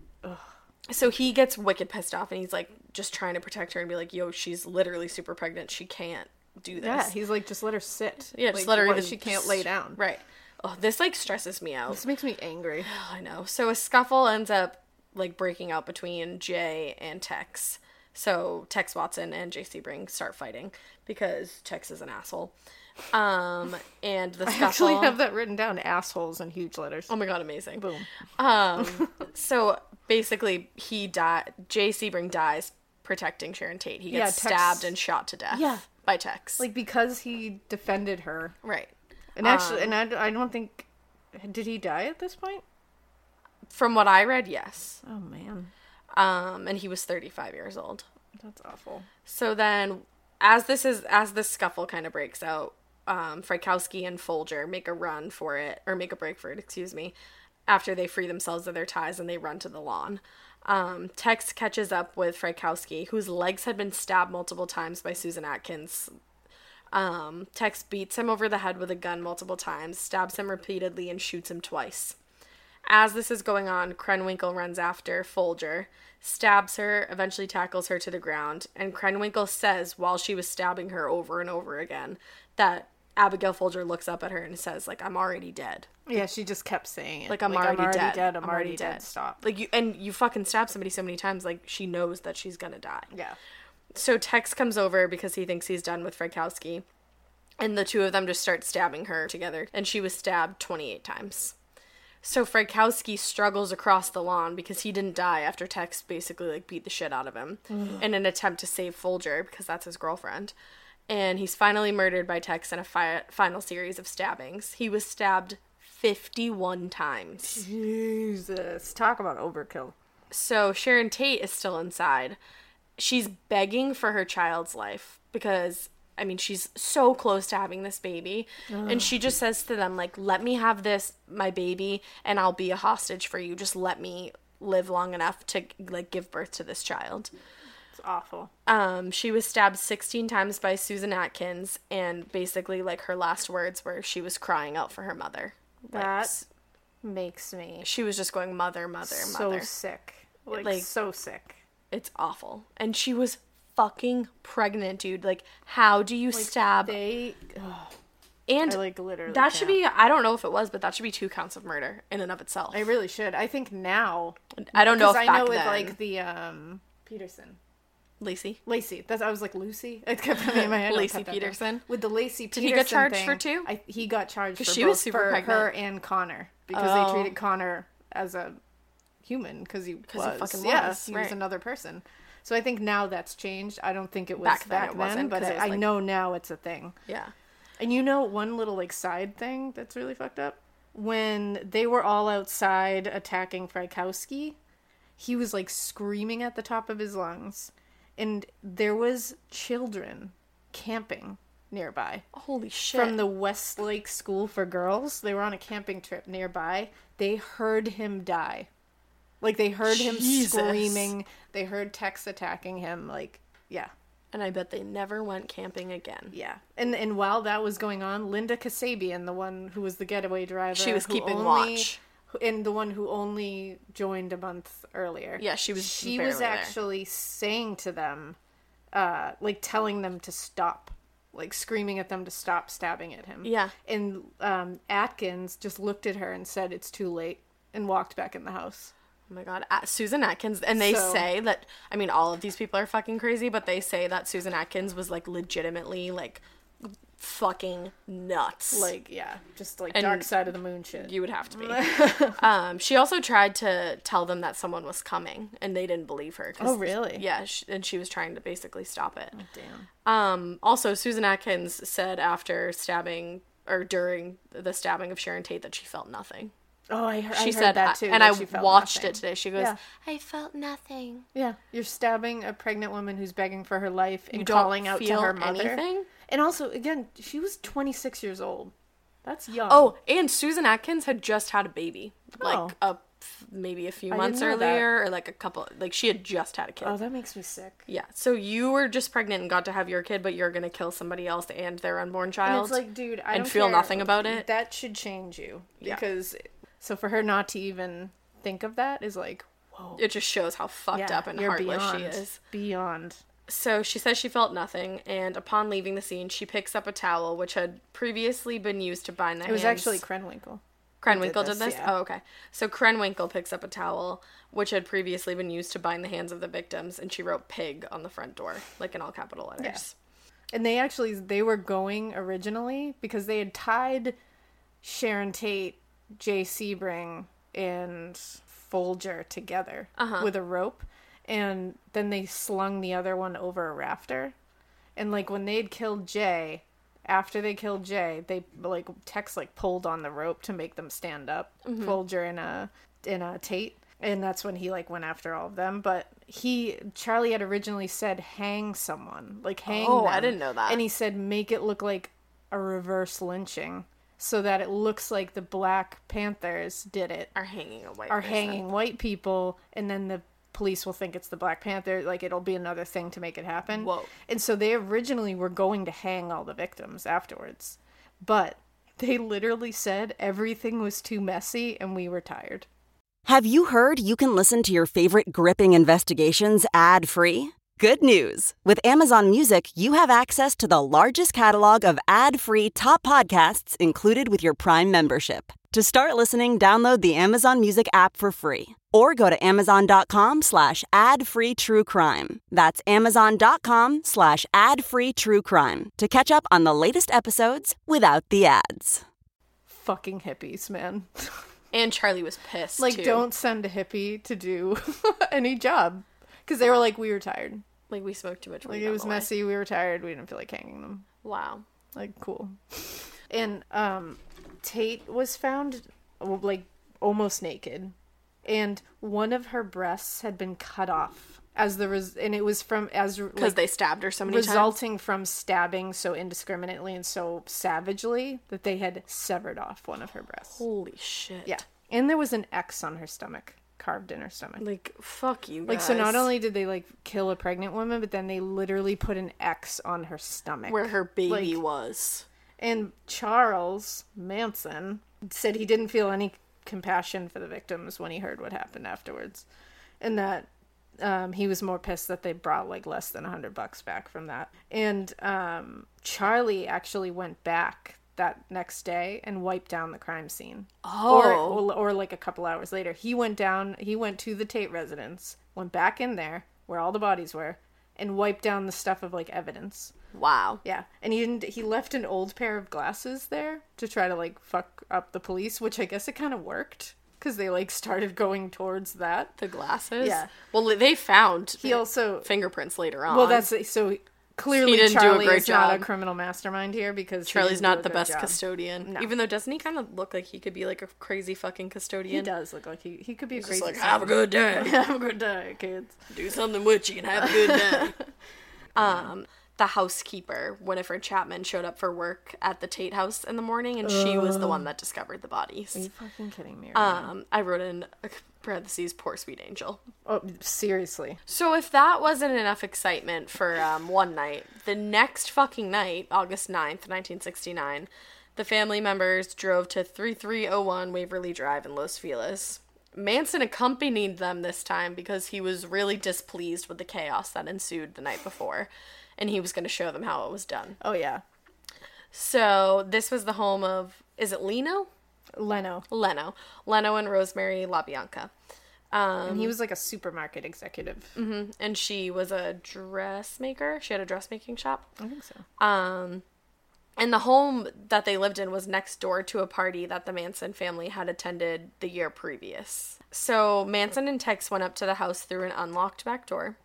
[SPEAKER 2] so he gets wicked pissed off and he's like just trying to protect her and be like yo she's literally super pregnant she can't do this
[SPEAKER 3] yeah. He's like, just let her sit.
[SPEAKER 2] Yeah,
[SPEAKER 3] Like,
[SPEAKER 2] just let her
[SPEAKER 3] what-
[SPEAKER 2] even-
[SPEAKER 3] She can't lay down.
[SPEAKER 2] right oh this like stresses me out *sighs*
[SPEAKER 3] This makes me angry.
[SPEAKER 2] i know so a scuffle ends up like breaking out between Jay and Tex. So Tex Watson and JC Bring start fighting because Tex is an asshole. Um, and the
[SPEAKER 3] *laughs* I actually
[SPEAKER 2] scuffle-
[SPEAKER 3] have that written down assholes in huge letters.
[SPEAKER 2] Oh my god, amazing.
[SPEAKER 3] Boom. *laughs*
[SPEAKER 2] Um, so basically, he died. Jay Sebring dies protecting Sharon Tate. He
[SPEAKER 3] Yeah,
[SPEAKER 2] gets
[SPEAKER 3] Tex-
[SPEAKER 2] stabbed and shot to death.
[SPEAKER 3] Yeah.
[SPEAKER 2] by Tex.
[SPEAKER 3] Like Um, because he defended her.
[SPEAKER 2] right
[SPEAKER 3] And actually and I, d- I don't think did he die at this point?
[SPEAKER 2] from what I read, yes.
[SPEAKER 3] Oh man.
[SPEAKER 2] Um, and he was thirty five years old.
[SPEAKER 3] That's awful.
[SPEAKER 2] So then, as this is as this scuffle kind of breaks out, um, Frykowski and Folger make a run for it or make a break for it. Excuse me. After they free themselves of their ties and they run to the lawn, um, Tex catches up with Frykowski, whose legs had been stabbed multiple times by Susan Atkins. Um, Tex beats him over the head with a gun multiple times, stabs him repeatedly, and shoots him twice. As this is going on, Krenwinkel runs after Folger, stabs her, eventually tackles her to the ground, and Krenwinkel says while she was stabbing her over and over again that Abigail Folger looks up at her and says like I'm already dead.
[SPEAKER 3] Yeah, she just kept saying it.
[SPEAKER 2] Like I'm, already, dead.
[SPEAKER 3] I'm, already dead. Stop.
[SPEAKER 2] Like you and you fucking stab somebody so many times like she knows that she's going to die.
[SPEAKER 3] yeah.
[SPEAKER 2] So Tex comes over because he thinks he's done with Frankowski, and the two of them just start stabbing her together, and she was stabbed 28 times. So Frankowski struggles across the lawn because he didn't die after Tex basically like beat the shit out of him in an attempt to save Folger because that's his girlfriend. And he's finally murdered by Tex in a fi- final series of stabbings. He was stabbed 51 times.
[SPEAKER 3] Jesus. Talk about overkill.
[SPEAKER 2] So Sharon Tate is still inside. She's begging for her child's life because I mean she's so close to having this baby and she just says to them like let me have this my baby and I'll be a hostage for you just let me live long enough to like give birth to this child.
[SPEAKER 3] It's awful.
[SPEAKER 2] Um, she was stabbed 16 times by Susan Atkins, and basically, like, her last words were she was crying out for her mother. Like,
[SPEAKER 3] That
[SPEAKER 2] s-
[SPEAKER 3] makes me
[SPEAKER 2] she was just going, Mother, Mother,
[SPEAKER 3] so
[SPEAKER 2] Mother.
[SPEAKER 3] sick. Like,
[SPEAKER 2] Like-
[SPEAKER 3] so sick.
[SPEAKER 2] It's awful. And she was fucking pregnant, dude. Like, how do you
[SPEAKER 3] uh,
[SPEAKER 2] stab?
[SPEAKER 3] They
[SPEAKER 2] and
[SPEAKER 3] I, like, literally
[SPEAKER 2] that should be. I don't know if it was, but that should be two counts of murder in and of itself.
[SPEAKER 3] I really should. I think now
[SPEAKER 2] I don't know if
[SPEAKER 3] I
[SPEAKER 2] back
[SPEAKER 3] know with
[SPEAKER 2] then,
[SPEAKER 3] like the um Peterson.
[SPEAKER 2] Lacey.
[SPEAKER 3] Lacey. That's I was like Lucy. *laughs* It kept coming in my head. I
[SPEAKER 2] Lacey
[SPEAKER 3] cut that
[SPEAKER 2] Peterson?
[SPEAKER 3] Down. With the Lacey
[SPEAKER 2] Did
[SPEAKER 3] Peterson
[SPEAKER 2] he get charged
[SPEAKER 3] thing,
[SPEAKER 2] for two?
[SPEAKER 3] I, he got charged for
[SPEAKER 2] she
[SPEAKER 3] both
[SPEAKER 2] was super
[SPEAKER 3] for
[SPEAKER 2] pregnant. Oh.
[SPEAKER 3] her and Connor because they treated Connor as a human because he was
[SPEAKER 2] he fucking
[SPEAKER 3] yeah,
[SPEAKER 2] was,
[SPEAKER 3] he
[SPEAKER 2] right.
[SPEAKER 3] was another person. So I think now that's changed. I don't think it was
[SPEAKER 2] Back
[SPEAKER 3] back
[SPEAKER 2] then it
[SPEAKER 3] then,
[SPEAKER 2] wasn't,
[SPEAKER 3] but
[SPEAKER 2] 'cause it was
[SPEAKER 3] I, I
[SPEAKER 2] like-
[SPEAKER 3] know now it's a thing.
[SPEAKER 2] Yeah.
[SPEAKER 3] And you know one little like side thing that's really fucked up? When they were all outside attacking Frykowski, he was like screaming at the top of his lungs and there was children camping nearby
[SPEAKER 2] Holy shit.
[SPEAKER 3] from the Westlake School for Girls. They were on a camping trip nearby. They heard him die. Like they heard
[SPEAKER 2] Jesus.
[SPEAKER 3] him screaming. They heard Tex attacking him like yeah.
[SPEAKER 2] and I bet they never went camping again.
[SPEAKER 3] Yeah, and and while that was going on, Linda Kasabian, the one who was the getaway driver,
[SPEAKER 2] She was
[SPEAKER 3] who
[SPEAKER 2] keeping
[SPEAKER 3] only-
[SPEAKER 2] watch.
[SPEAKER 3] who- and the one who only joined a month earlier.
[SPEAKER 2] Yeah, she was
[SPEAKER 3] She
[SPEAKER 2] barely
[SPEAKER 3] was
[SPEAKER 2] there.
[SPEAKER 3] actually saying to them, uh, like telling them to stop, like screaming at them to stop stabbing at him.
[SPEAKER 2] Yeah.
[SPEAKER 3] and um, Atkins just looked at her and said, "It's too late," and walked back in the house.
[SPEAKER 2] Oh my god, A Susan Atkins, and they
[SPEAKER 3] So-
[SPEAKER 2] say that I mean all of these people are fucking crazy, but they say that Susan Atkins was like legitimately like fucking nuts.
[SPEAKER 3] Like yeah, just like
[SPEAKER 2] And-
[SPEAKER 3] dark side of the moon shit.
[SPEAKER 2] you would have to be.
[SPEAKER 3] *laughs*
[SPEAKER 2] um, she also tried to tell them that someone was coming, and they didn't believe her. 'cause-
[SPEAKER 3] Oh, really? Oh,
[SPEAKER 2] Yeah, sh and she was trying to basically stop it.
[SPEAKER 3] Damn.
[SPEAKER 2] Um, also, Susan Atkins said after stabbing or during the stabbing of Sharon Tate that she felt nothing.
[SPEAKER 3] Oh, I, heard, I
[SPEAKER 2] She
[SPEAKER 3] heard
[SPEAKER 2] said
[SPEAKER 3] that too,
[SPEAKER 2] and
[SPEAKER 3] that
[SPEAKER 2] I
[SPEAKER 3] she felt
[SPEAKER 2] watched
[SPEAKER 3] nothing.
[SPEAKER 2] it today. She goes,
[SPEAKER 3] Yeah.
[SPEAKER 2] "I felt nothing."
[SPEAKER 3] Yeah, you're stabbing a pregnant woman who's begging for her life and
[SPEAKER 2] don't
[SPEAKER 3] calling out
[SPEAKER 2] feel
[SPEAKER 3] to her mother.
[SPEAKER 2] anything?
[SPEAKER 3] And also, again, she was 26 years old. That's young.
[SPEAKER 2] Oh, and Susan Atkins had just had a baby,
[SPEAKER 3] Oh.
[SPEAKER 2] like a f- maybe a few
[SPEAKER 3] I
[SPEAKER 2] months
[SPEAKER 3] didn't know
[SPEAKER 2] earlier, or like a couple. Like she had just had a kid.
[SPEAKER 3] oh, that makes me sick.
[SPEAKER 2] yeah. So you were just pregnant and got to have your kid, but you're gonna kill somebody else and their unborn child.
[SPEAKER 3] And it's like, dude, I
[SPEAKER 2] and
[SPEAKER 3] don't
[SPEAKER 2] feel
[SPEAKER 3] care.
[SPEAKER 2] nothing about it.
[SPEAKER 3] That should change you
[SPEAKER 2] Yeah.
[SPEAKER 3] because so for her not to even think of that is like
[SPEAKER 2] it just shows how fucked
[SPEAKER 3] yeah,
[SPEAKER 2] up and
[SPEAKER 3] you're
[SPEAKER 2] heartless
[SPEAKER 3] beyond,
[SPEAKER 2] she is.
[SPEAKER 3] Beyond.
[SPEAKER 2] So she says she felt nothing, and upon leaving the scene, she picks up a towel which had previously been used to bind the
[SPEAKER 3] It was
[SPEAKER 2] hands.
[SPEAKER 3] actually Krenwinkel.
[SPEAKER 2] Krenwinkel did this?
[SPEAKER 3] yeah.
[SPEAKER 2] Oh, okay. So Krenwinkel picks up a towel, which had previously been used to bind the hands of the victims, and she wrote pig on the front door, like in all capital letters.
[SPEAKER 3] And they actually they were going originally because they had tied Sharon Tate, Jay Sebring, and Folger together
[SPEAKER 2] Uh-huh.
[SPEAKER 3] with a rope, and then they slung the other one over a rafter. And like when they'd killed Jay, after they killed Jay, they like Tex like pulled on the rope to make them stand up.
[SPEAKER 2] Mm-hmm.
[SPEAKER 3] Folger and a and a Tate, and that's when he like went after all of them. But he Charlie had originally said hang someone, like hang.
[SPEAKER 2] Oh, I
[SPEAKER 3] them."
[SPEAKER 2] didn't know that.
[SPEAKER 3] And he said make it look like a reverse lynching, so that it looks like the Black Panthers did it
[SPEAKER 2] Are hanging a white
[SPEAKER 3] are
[SPEAKER 2] person.
[SPEAKER 3] hanging white people and then the police will think it's the black panther like it'll be another thing to make it happen
[SPEAKER 2] Whoa.
[SPEAKER 3] and so they originally were going to hang all the victims afterwards but they literally said everything was too messy and we were tired
[SPEAKER 8] Have you heard you can listen to your favorite gripping investigations ad free? Good news! With Amazon Music, you have access to the largest catalog of ad free top podcasts included with your Prime membership. To start listening, download the Amazon Music app for free or go to amazon.com slash ad free true crime. That's amazon.com slash ad free true crime to catch up on the latest episodes without the ads.
[SPEAKER 3] fucking
[SPEAKER 2] *laughs*
[SPEAKER 3] hippies man
[SPEAKER 2] And Charlie was pissed.
[SPEAKER 3] like
[SPEAKER 2] too.
[SPEAKER 3] don't send a hippie to do *laughs* any job because they were like we were tired
[SPEAKER 2] like we smoked too much weed.
[SPEAKER 3] like it
[SPEAKER 2] on
[SPEAKER 3] was
[SPEAKER 2] the way.
[SPEAKER 3] messy we were tired we didn't feel like hanging them
[SPEAKER 2] Wow.
[SPEAKER 3] like cool and um tate was found well, like almost naked and one of her breasts had been cut off as the res- and it was from as
[SPEAKER 2] Because
[SPEAKER 3] like,
[SPEAKER 2] they stabbed her so many times.
[SPEAKER 3] resulting from stabbing so indiscriminately and so savagely that they had severed off one of her breasts
[SPEAKER 2] Holy shit.
[SPEAKER 3] yeah and there was an x on her stomach carved in her stomach
[SPEAKER 2] Like fuck you.
[SPEAKER 3] like so
[SPEAKER 2] guys.
[SPEAKER 3] not only did they like kill a pregnant woman but then they literally put an x on her stomach
[SPEAKER 2] where her baby
[SPEAKER 3] like-
[SPEAKER 2] was.
[SPEAKER 3] And Charles Manson said he didn't feel any compassion for the victims when he heard what happened afterwards, and that um, he was more pissed that they brought like less than a hundred bucks back from that. And um, Charlie actually went back that next day and wiped down the crime scene.
[SPEAKER 2] Oh.
[SPEAKER 3] or, or like a couple hours later, he went down. He went to the Tate residence, went back in there where all the bodies were, and wiped down the stuff of like evidence.
[SPEAKER 2] Wow.
[SPEAKER 3] Yeah, and he didn't, he left an old pair of glasses there to try to like fuck up the police, which I guess it kind of worked because they like started going towards that.
[SPEAKER 2] The glasses.
[SPEAKER 3] Yeah.
[SPEAKER 2] Well, they found
[SPEAKER 3] He also
[SPEAKER 2] fingerprints later on.
[SPEAKER 3] well, that's so clearly
[SPEAKER 2] He didn't do a
[SPEAKER 3] Charlie
[SPEAKER 2] great
[SPEAKER 3] is not a
[SPEAKER 2] job.
[SPEAKER 3] criminal mastermind here because he
[SPEAKER 2] Charlie's
[SPEAKER 3] didn't do
[SPEAKER 2] not
[SPEAKER 3] a
[SPEAKER 2] the
[SPEAKER 3] good
[SPEAKER 2] best
[SPEAKER 3] job.
[SPEAKER 2] custodian. Even though doesn't he kind of look like he could be like a crazy fucking
[SPEAKER 3] He
[SPEAKER 2] custodian?
[SPEAKER 3] does look like he he could be a crazy.
[SPEAKER 2] Just like *laughs* have a good day,
[SPEAKER 3] have a good day, kids.
[SPEAKER 2] do something witchy, and have a good day. *laughs* um, the housekeeper Winifred Chapman showed up for work at the Tate house in the morning, and she was the one that discovered the bodies.
[SPEAKER 3] Fucking kidding me.
[SPEAKER 2] Um, I wrote in parentheses, poor sweet angel.
[SPEAKER 3] oh, seriously.
[SPEAKER 2] So if that wasn't enough excitement for um, one night, the next fucking night, August 9th, 1969, the family members drove to 3301 Waverly Drive in Los Feliz. Manson accompanied them this time because he was really displeased with the chaos that ensued the night before, and he was going to show them how it was done.
[SPEAKER 3] Oh yeah,
[SPEAKER 2] So this was the home of, is it Leno?
[SPEAKER 3] Leno.
[SPEAKER 2] Leno. Leno and Rosemary LaBianca.
[SPEAKER 3] and he
[SPEAKER 2] Um,
[SPEAKER 3] was like a supermarket executive.
[SPEAKER 2] Mm-hmm. and she was a dressmaker. She had a dressmaking shop. I think so. Um, and the home that they lived in was next door to a party that the Manson family had attended the year previous. So Manson and Tex went up to the house through an unlocked back door.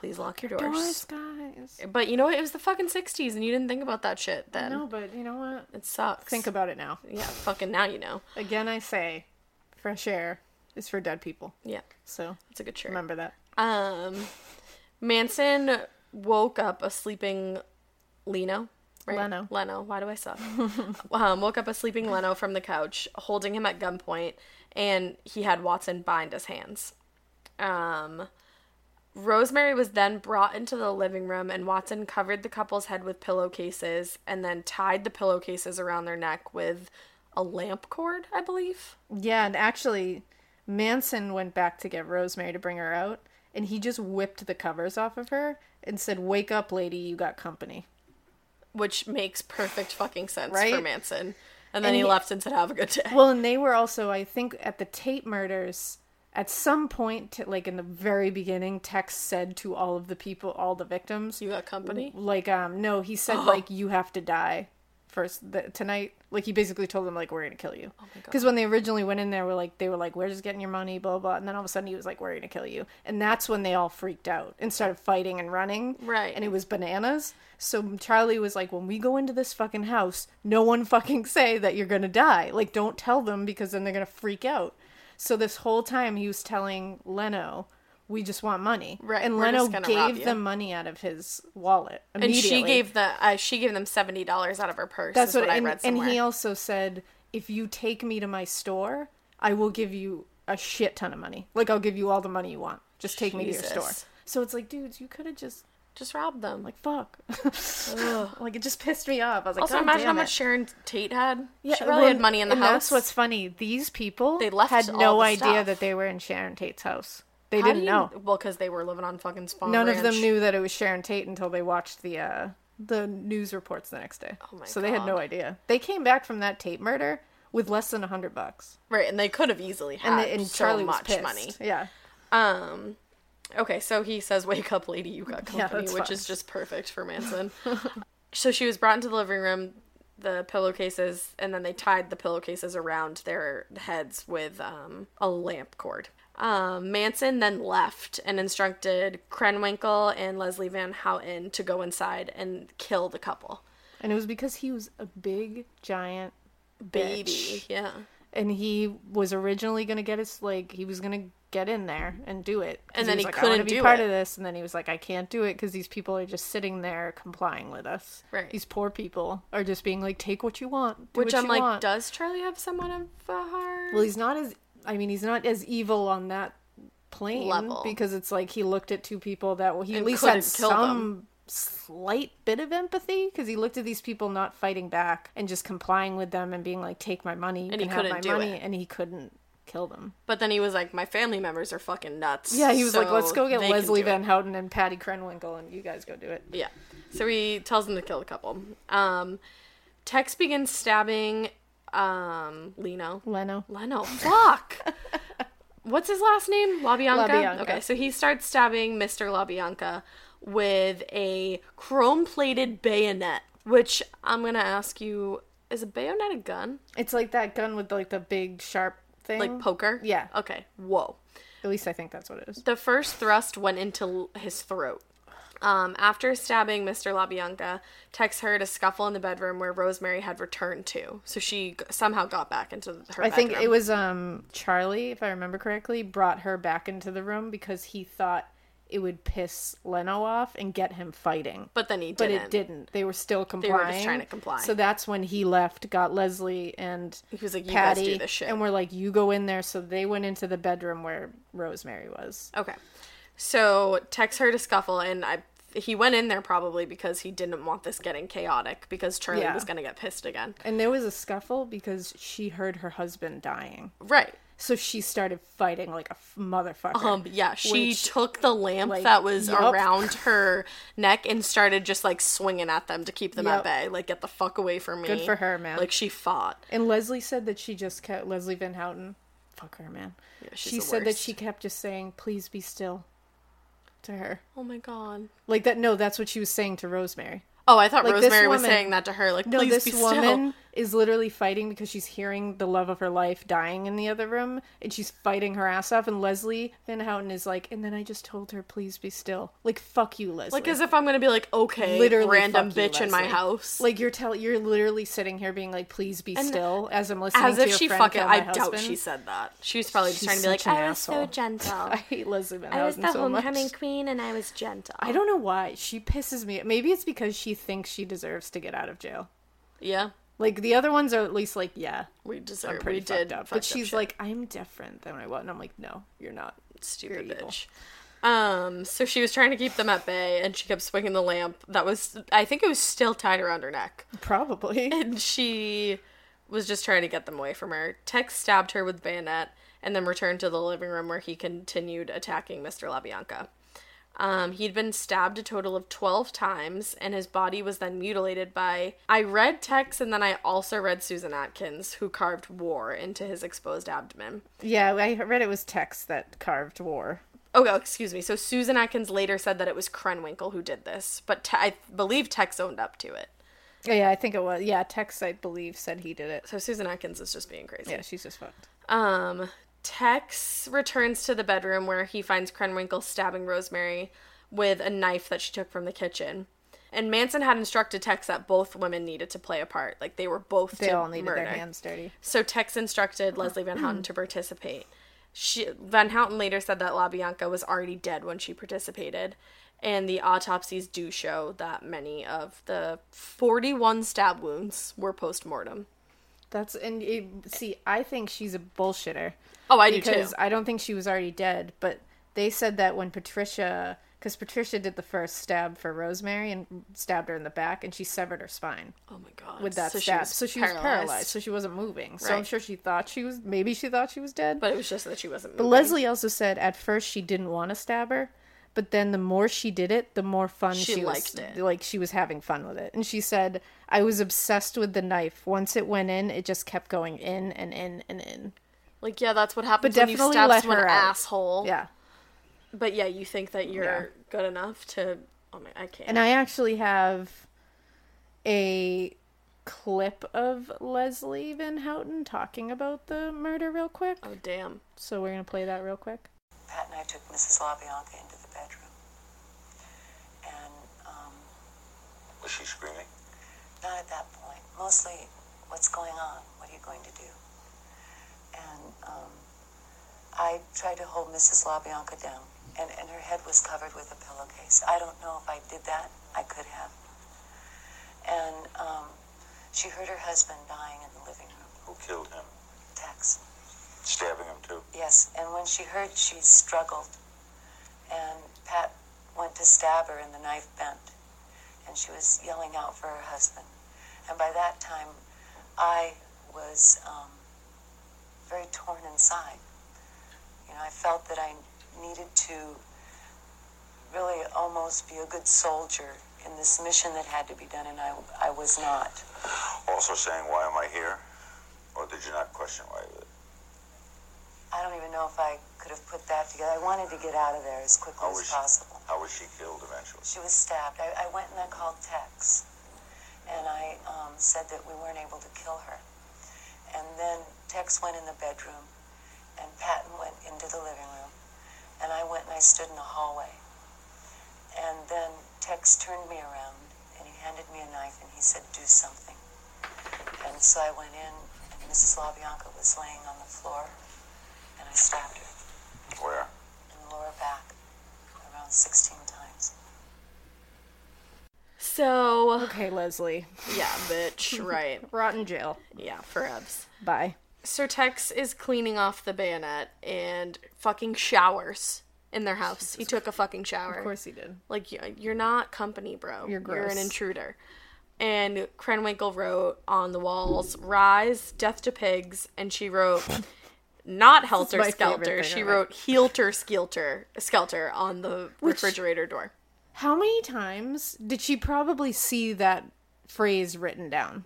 [SPEAKER 2] Please lock your doors.
[SPEAKER 3] guys.
[SPEAKER 2] But you know what? It was the fucking 60s and you didn't think about that shit then.
[SPEAKER 3] No, but you know what?
[SPEAKER 2] It sucks.
[SPEAKER 3] Think about it now.
[SPEAKER 2] Yeah, fucking now you know.
[SPEAKER 3] Again, I say, fresh air is for dead people.
[SPEAKER 2] Yeah.
[SPEAKER 3] So
[SPEAKER 2] That's a good shirt.
[SPEAKER 3] remember that.
[SPEAKER 2] Um, Manson woke up a sleeping Leno. Right?
[SPEAKER 3] Leno.
[SPEAKER 2] Leno. Why do I suck? um, woke up a sleeping Leno from the couch, holding him at gunpoint, and he had Watson bind his hands. Um, Rosemary was then brought into the living room, and Watson covered the couple's head with pillowcases and then tied the pillowcases around their neck with a lamp cord, I believe.
[SPEAKER 3] Yeah, and actually, Manson went back to get Rosemary to bring her out, and he just whipped the covers off of her and said, "Wake up, lady, you got company."
[SPEAKER 2] Which makes perfect fucking sense
[SPEAKER 3] Right?
[SPEAKER 2] for Manson. And then he, left and said, "Have a good day."
[SPEAKER 3] Well, and they were also, I think, at the Tate murders. At some point, t- like in the very beginning, Tex said to all of the people, all the victims,
[SPEAKER 2] you got company. Oh.
[SPEAKER 3] like, um, no, he said like you have to die first th- tonight. Like he basically told them like we're gonna kill you.
[SPEAKER 2] Oh
[SPEAKER 3] Because when they originally went in there, were like they were like we're just getting your money, blah blah. And then all of a sudden he was like we're gonna kill you, and that's when they all freaked out and started fighting and running.
[SPEAKER 2] Right.
[SPEAKER 3] And it was bananas. So Charlie was like, when we go into this fucking house, no one fucking say that you're gonna die. Like don't tell them because then they're gonna freak out. So this whole time he was telling Leno. We just want money,
[SPEAKER 2] Right,
[SPEAKER 3] And
[SPEAKER 2] we're
[SPEAKER 3] Leno
[SPEAKER 2] just gonna rob
[SPEAKER 3] gave
[SPEAKER 2] you.
[SPEAKER 3] them money out of his wallet
[SPEAKER 2] And she
[SPEAKER 3] immediately.
[SPEAKER 2] gave the uh, she gave them seventy dollars out of her purse.
[SPEAKER 3] that's
[SPEAKER 2] is what, I
[SPEAKER 3] and,
[SPEAKER 2] read somewhere.
[SPEAKER 3] and he also said if you take me to my store i will give you a shit ton of money like i'll give you all the money you want just take me to your store
[SPEAKER 2] Jesus.
[SPEAKER 3] so it's like dudes you could have just
[SPEAKER 2] just robbed them. Like,
[SPEAKER 3] like fuck *laughs* like it just pissed me off i was like
[SPEAKER 2] also
[SPEAKER 3] God
[SPEAKER 2] imagine how
[SPEAKER 3] damn
[SPEAKER 2] much
[SPEAKER 3] it.
[SPEAKER 2] Sharon Tate had.
[SPEAKER 3] Yeah,
[SPEAKER 2] she probably
[SPEAKER 3] well,
[SPEAKER 2] had money in the
[SPEAKER 3] and
[SPEAKER 2] house.
[SPEAKER 3] that's what's funny these people
[SPEAKER 2] They left
[SPEAKER 3] had
[SPEAKER 2] all
[SPEAKER 3] no
[SPEAKER 2] the
[SPEAKER 3] idea
[SPEAKER 2] stuff.
[SPEAKER 3] that they were in sharon tate's house they
[SPEAKER 2] How do
[SPEAKER 3] didn't
[SPEAKER 2] you-
[SPEAKER 3] know
[SPEAKER 2] Well, because they were living on fucking Spawn
[SPEAKER 3] None of them
[SPEAKER 2] Ranch.
[SPEAKER 3] knew that it was Sharon Tate until they watched the uh, the news reports the next day. Oh
[SPEAKER 2] my
[SPEAKER 3] so they had no
[SPEAKER 2] God.
[SPEAKER 3] idea. They came back from that Tate murder with less than a hundred bucks,
[SPEAKER 2] Right, and they could have easily had
[SPEAKER 3] and, they, and
[SPEAKER 2] so
[SPEAKER 3] Charlie
[SPEAKER 2] much
[SPEAKER 3] was pissed.
[SPEAKER 2] money.
[SPEAKER 3] Yeah,
[SPEAKER 2] Um, okay, so he says, "Wake up, lady, you
[SPEAKER 3] *laughs*
[SPEAKER 2] got company,"
[SPEAKER 3] that's
[SPEAKER 2] which
[SPEAKER 3] fun.
[SPEAKER 2] is just perfect for
[SPEAKER 3] *laughs*
[SPEAKER 2] Manson. so she was brought into the living room, the pillowcases, and then they tied the pillowcases around their heads with um, a lamp cord. Um, Manson then left and instructed Krenwinkel and Leslie Van Houten to go inside and kill the couple.
[SPEAKER 3] and it was because he was a big giant
[SPEAKER 2] Baby,
[SPEAKER 3] bitch.
[SPEAKER 2] yeah.
[SPEAKER 3] and he was originally gonna get his like he was gonna get in there and do it, 'Cause
[SPEAKER 2] And then
[SPEAKER 3] was
[SPEAKER 2] he
[SPEAKER 3] like, "I wanna
[SPEAKER 2] couldn't
[SPEAKER 3] be
[SPEAKER 2] do
[SPEAKER 3] part
[SPEAKER 2] it.
[SPEAKER 3] of this, and then he was like, I can't do it because these people are just sitting there complying with us.
[SPEAKER 2] Right.
[SPEAKER 3] These poor people are just being like, take what you want, do
[SPEAKER 2] Which
[SPEAKER 3] what
[SPEAKER 2] I'm
[SPEAKER 3] you
[SPEAKER 2] like,
[SPEAKER 3] want."
[SPEAKER 2] does Charlie have somewhat of a heart?
[SPEAKER 3] Well, he's not as I mean, he's not as evil on that plane
[SPEAKER 2] Level.
[SPEAKER 3] because it's like he looked at two people that well, he at
[SPEAKER 2] And
[SPEAKER 3] least had
[SPEAKER 2] couldn't kill
[SPEAKER 3] some
[SPEAKER 2] them.
[SPEAKER 3] slight bit of empathy because he looked at these people not fighting back and just complying with them and being like, "Take my money, you
[SPEAKER 2] And he
[SPEAKER 3] can have
[SPEAKER 2] couldn't
[SPEAKER 3] my
[SPEAKER 2] do
[SPEAKER 3] money,"
[SPEAKER 2] it.
[SPEAKER 3] and he couldn't kill them.
[SPEAKER 2] But then he was like, "My family members are fucking nuts."
[SPEAKER 3] Yeah, he was like,
[SPEAKER 2] so
[SPEAKER 3] "Let's go get
[SPEAKER 2] they can
[SPEAKER 3] Leslie
[SPEAKER 2] do it."
[SPEAKER 3] Van Houten and Patty Krenwinkel, and you guys go do it."
[SPEAKER 2] Yeah. So he tells them to kill the couple. Um, Tex begins stabbing um, Leno.
[SPEAKER 3] Leno.
[SPEAKER 2] Leno. Fuck. *laughs* What's his last name? LaBianca?
[SPEAKER 3] LaBianca.
[SPEAKER 2] Okay, so he starts stabbing Mr. LaBianca with a chrome plated bayonet, which I'm going to ask you is a bayonet a gun?
[SPEAKER 3] It's like that gun with like the big sharp thing.
[SPEAKER 2] Like poker?
[SPEAKER 3] Yeah.
[SPEAKER 2] Okay. Whoa.
[SPEAKER 3] At least I think that's what it is.
[SPEAKER 2] The first thrust went into l- his throat. Um, after stabbing Mr. LaBianca, Tex heard a scuffle in the bedroom where Rosemary had returned to. So she g- somehow got back into th- her
[SPEAKER 3] I think
[SPEAKER 2] bedroom.
[SPEAKER 3] it was um Charlie, if I remember correctly, brought her back into the room because he thought it would piss Leno off and get him fighting.
[SPEAKER 2] But then he
[SPEAKER 3] But
[SPEAKER 2] didn't.
[SPEAKER 3] it didn't. They were still complying.
[SPEAKER 2] were just trying to comply.
[SPEAKER 3] So that's when he left, got Leslie and
[SPEAKER 2] He was like, "You guys
[SPEAKER 3] Patty,
[SPEAKER 2] do this shit."
[SPEAKER 3] and we're like, "You go in there." So they went into the bedroom where Rosemary was.
[SPEAKER 2] Okay. So Tex heard a scuffle, and I he went in there probably because he didn't want this getting chaotic because Charlie
[SPEAKER 3] Yeah.
[SPEAKER 2] was going to get pissed again.
[SPEAKER 3] And there was a scuffle because she heard her husband dying.
[SPEAKER 2] Right.
[SPEAKER 3] So she started fighting like a f- motherfucker.
[SPEAKER 2] Um, yeah, she
[SPEAKER 3] Which-
[SPEAKER 2] took the lamp
[SPEAKER 3] like,
[SPEAKER 2] that was
[SPEAKER 3] yup.
[SPEAKER 2] around her neck and started just like swinging at them to keep them at
[SPEAKER 3] Yup.
[SPEAKER 2] bay. Like, get the fuck away from me.
[SPEAKER 3] Good for her, man.
[SPEAKER 2] Like, she fought.
[SPEAKER 3] And Leslie said that she just kept Leslie Van Houten. Fuck her, man.
[SPEAKER 2] she's
[SPEAKER 3] she
[SPEAKER 2] the
[SPEAKER 3] said that
[SPEAKER 2] worst.
[SPEAKER 3] she kept just saying, "Please be still," to her.
[SPEAKER 2] Oh my god.
[SPEAKER 3] Like that. No, that's what she was saying to Rosemary.
[SPEAKER 2] Oh, I thought
[SPEAKER 3] Like, this
[SPEAKER 2] Rosemary was
[SPEAKER 3] woman-
[SPEAKER 2] saying that to her. Like,
[SPEAKER 3] No,
[SPEAKER 2] please
[SPEAKER 3] this
[SPEAKER 2] be still.
[SPEAKER 3] woman is literally fighting because she's hearing the love of her life dying in the other room, and she's fighting her ass off. And Leslie Van Houten is like, and then I just told her, "Please be still." Like, fuck you, Leslie.
[SPEAKER 2] Like, as if I'm gonna be like, okay,
[SPEAKER 3] Literally,
[SPEAKER 2] random
[SPEAKER 3] fuck you,
[SPEAKER 2] bitch in my
[SPEAKER 3] Leslie.
[SPEAKER 2] house.
[SPEAKER 3] Like you're tell you're literally sitting here being like, "Please be still," as I'm listening.
[SPEAKER 2] as
[SPEAKER 3] to
[SPEAKER 2] if
[SPEAKER 3] your
[SPEAKER 2] she
[SPEAKER 3] friend
[SPEAKER 2] fucking.
[SPEAKER 3] kill
[SPEAKER 2] I
[SPEAKER 3] my
[SPEAKER 2] doubt
[SPEAKER 3] husband.
[SPEAKER 2] she said that. She was probably just
[SPEAKER 3] She's
[SPEAKER 2] trying to be like,
[SPEAKER 3] such an
[SPEAKER 2] I was so
[SPEAKER 3] asshole." *laughs*
[SPEAKER 2] gentle.
[SPEAKER 3] I hate Leslie Van Houten so much.
[SPEAKER 2] queen, and I was gentle.
[SPEAKER 3] I don't know why. She pisses me. Maybe it's because she thinks she deserves to get out of jail.
[SPEAKER 2] *laughs* Yeah,
[SPEAKER 3] Like the other ones are at least like, yeah,
[SPEAKER 2] we deserve.
[SPEAKER 3] I'm pretty
[SPEAKER 2] we did,
[SPEAKER 3] fucked up.
[SPEAKER 2] fucked
[SPEAKER 3] But she's
[SPEAKER 2] shit.
[SPEAKER 3] like, I'm different than I was, and I'm like, no, you're not.
[SPEAKER 2] stupid
[SPEAKER 3] You're evil.
[SPEAKER 2] bitch. Um, so she was trying to keep them at bay, and she kept swinging the lamp that was, I think it was still tied around her neck.
[SPEAKER 3] Probably. *laughs*
[SPEAKER 2] And she was just trying to get them away from her. Tex stabbed her with bayonet and then returned to the living room where he continued attacking Mr. LaBianca. Um, he'd been stabbed a total of 12 times, and his body was then mutilated by. I read Tex, and then I also read Susan Atkins, who carved war into his exposed abdomen.
[SPEAKER 3] Yeah, I read it was Tex that carved war.
[SPEAKER 2] Oh, oh, excuse me. So Susan Atkins later said that it was Krenwinkel who did this, but Te- I believe Tex owned up to it.
[SPEAKER 3] Oh, Yeah, I think it was. Yeah, Tex, I believe, said he did it.
[SPEAKER 2] So Susan Atkins is just being crazy.
[SPEAKER 3] Yeah, she's just fucked.
[SPEAKER 2] Um, Tex returns to the bedroom where he finds Krenwinkel stabbing Rosemary with a knife that she took from the kitchen. And Manson had instructed Tex that both women needed to play a part. Like they were both
[SPEAKER 3] They
[SPEAKER 2] to
[SPEAKER 3] all needed
[SPEAKER 2] murder.
[SPEAKER 3] their hands dirty.
[SPEAKER 2] So Tex instructed Leslie Van Houten to participate. She, Van Houten later said that LaBianca was already dead when she participated, and the autopsies do show that many of the 41 stab wounds were post mortem.
[SPEAKER 3] That's and it, see, I think she's a bullshitter.
[SPEAKER 2] Oh, I do too.
[SPEAKER 3] because I don't think she was already dead, but they said that when Patricia, because Patricia did the first stab for Rosemary and stabbed her in the back, and she severed her spine
[SPEAKER 2] oh my god!
[SPEAKER 3] with that
[SPEAKER 2] So she
[SPEAKER 3] stab.
[SPEAKER 2] was
[SPEAKER 3] so she was paralyzed, so she wasn't moving. So I'm
[SPEAKER 2] Right.
[SPEAKER 3] sure she thought she was, maybe she thought she was dead.
[SPEAKER 2] but it was just that she wasn't.
[SPEAKER 3] But
[SPEAKER 2] moving.
[SPEAKER 3] Leslie also said at first she didn't want to stab her, but then the more she did it, the more fun
[SPEAKER 2] She
[SPEAKER 3] she,
[SPEAKER 2] liked it.
[SPEAKER 3] was, Like she was having fun with it, and she said, "I was obsessed with the knife. Once it went in, it just kept going in and in and in."
[SPEAKER 2] like, yeah, that's what
[SPEAKER 3] But
[SPEAKER 2] happens when you
[SPEAKER 3] definitely
[SPEAKER 2] stab
[SPEAKER 3] let
[SPEAKER 2] someone
[SPEAKER 3] her out.
[SPEAKER 2] asshole.
[SPEAKER 3] Yeah,
[SPEAKER 2] but yeah, you think that you're good enough to. Oh my, I can't.
[SPEAKER 3] and I actually have a clip of Leslie Van Houten talking about the murder real quick.
[SPEAKER 2] oh damn.
[SPEAKER 3] So we're gonna play that real quick.
[SPEAKER 9] Pat and I took Mrs. LaBianca into the bedroom. And um,
[SPEAKER 4] Was she screaming?
[SPEAKER 9] not at that point. Mostly, what's going on? What are you going to do? And um, I tried to hold Mrs. LaBianca down, and, and her head was covered with a pillowcase. I don't know if I did that. I could have. And um, she heard her husband dying in the living room.
[SPEAKER 4] Who killed him?
[SPEAKER 9] Tex.
[SPEAKER 4] Stabbing him too.
[SPEAKER 9] Yes, and when she heard, she struggled. And Pat went to stab her, and the knife bent. And she was yelling out for her husband. And by that time, I was um, very torn inside. You know, I felt that I needed to really almost be a good soldier in this mission that had to be done, and I, I was not.
[SPEAKER 4] Also saying, why am I here? Or did you not question why?
[SPEAKER 9] I don't even know if I could have put that together. I wanted to get out of there as quickly
[SPEAKER 4] How
[SPEAKER 9] as
[SPEAKER 4] was she-
[SPEAKER 9] possible.
[SPEAKER 4] How was she killed eventually?
[SPEAKER 9] She was stabbed. I, I went and I called Tex, and I um, said that we weren't able to kill her. And then Tex went in the bedroom, and Patton went into the living room, and I went and I stood in the hallway. And then Tex turned me around, and he handed me a knife, and he said, "Do something." And so I went in, and Mrs. LaBianca was laying on the floor, and I stabbed her
[SPEAKER 4] Where?
[SPEAKER 9] in the lower back around 16 times.
[SPEAKER 2] So
[SPEAKER 3] Okay, Leslie,
[SPEAKER 2] yeah,
[SPEAKER 3] *laughs*
[SPEAKER 2] bitch. right.
[SPEAKER 3] rotten jail.
[SPEAKER 2] Yeah, perhaps.
[SPEAKER 3] Bye.
[SPEAKER 2] Sir Tex is cleaning off the bayonet and fucking showers in their house. he took a fucking shower.
[SPEAKER 3] Of course he did.
[SPEAKER 2] Like y- you're not company, bro.
[SPEAKER 3] You're
[SPEAKER 2] You're
[SPEAKER 3] gross.
[SPEAKER 2] an intruder. And Krenwinkel wrote on the walls, "Rise, death to pigs," and she wrote, "Not helter
[SPEAKER 3] my favorite
[SPEAKER 2] skelter."
[SPEAKER 3] thing
[SPEAKER 2] She
[SPEAKER 3] ever.
[SPEAKER 2] wrote "helter skelter" skelter on the refrigerator door.
[SPEAKER 3] How many times did she probably see that phrase written down?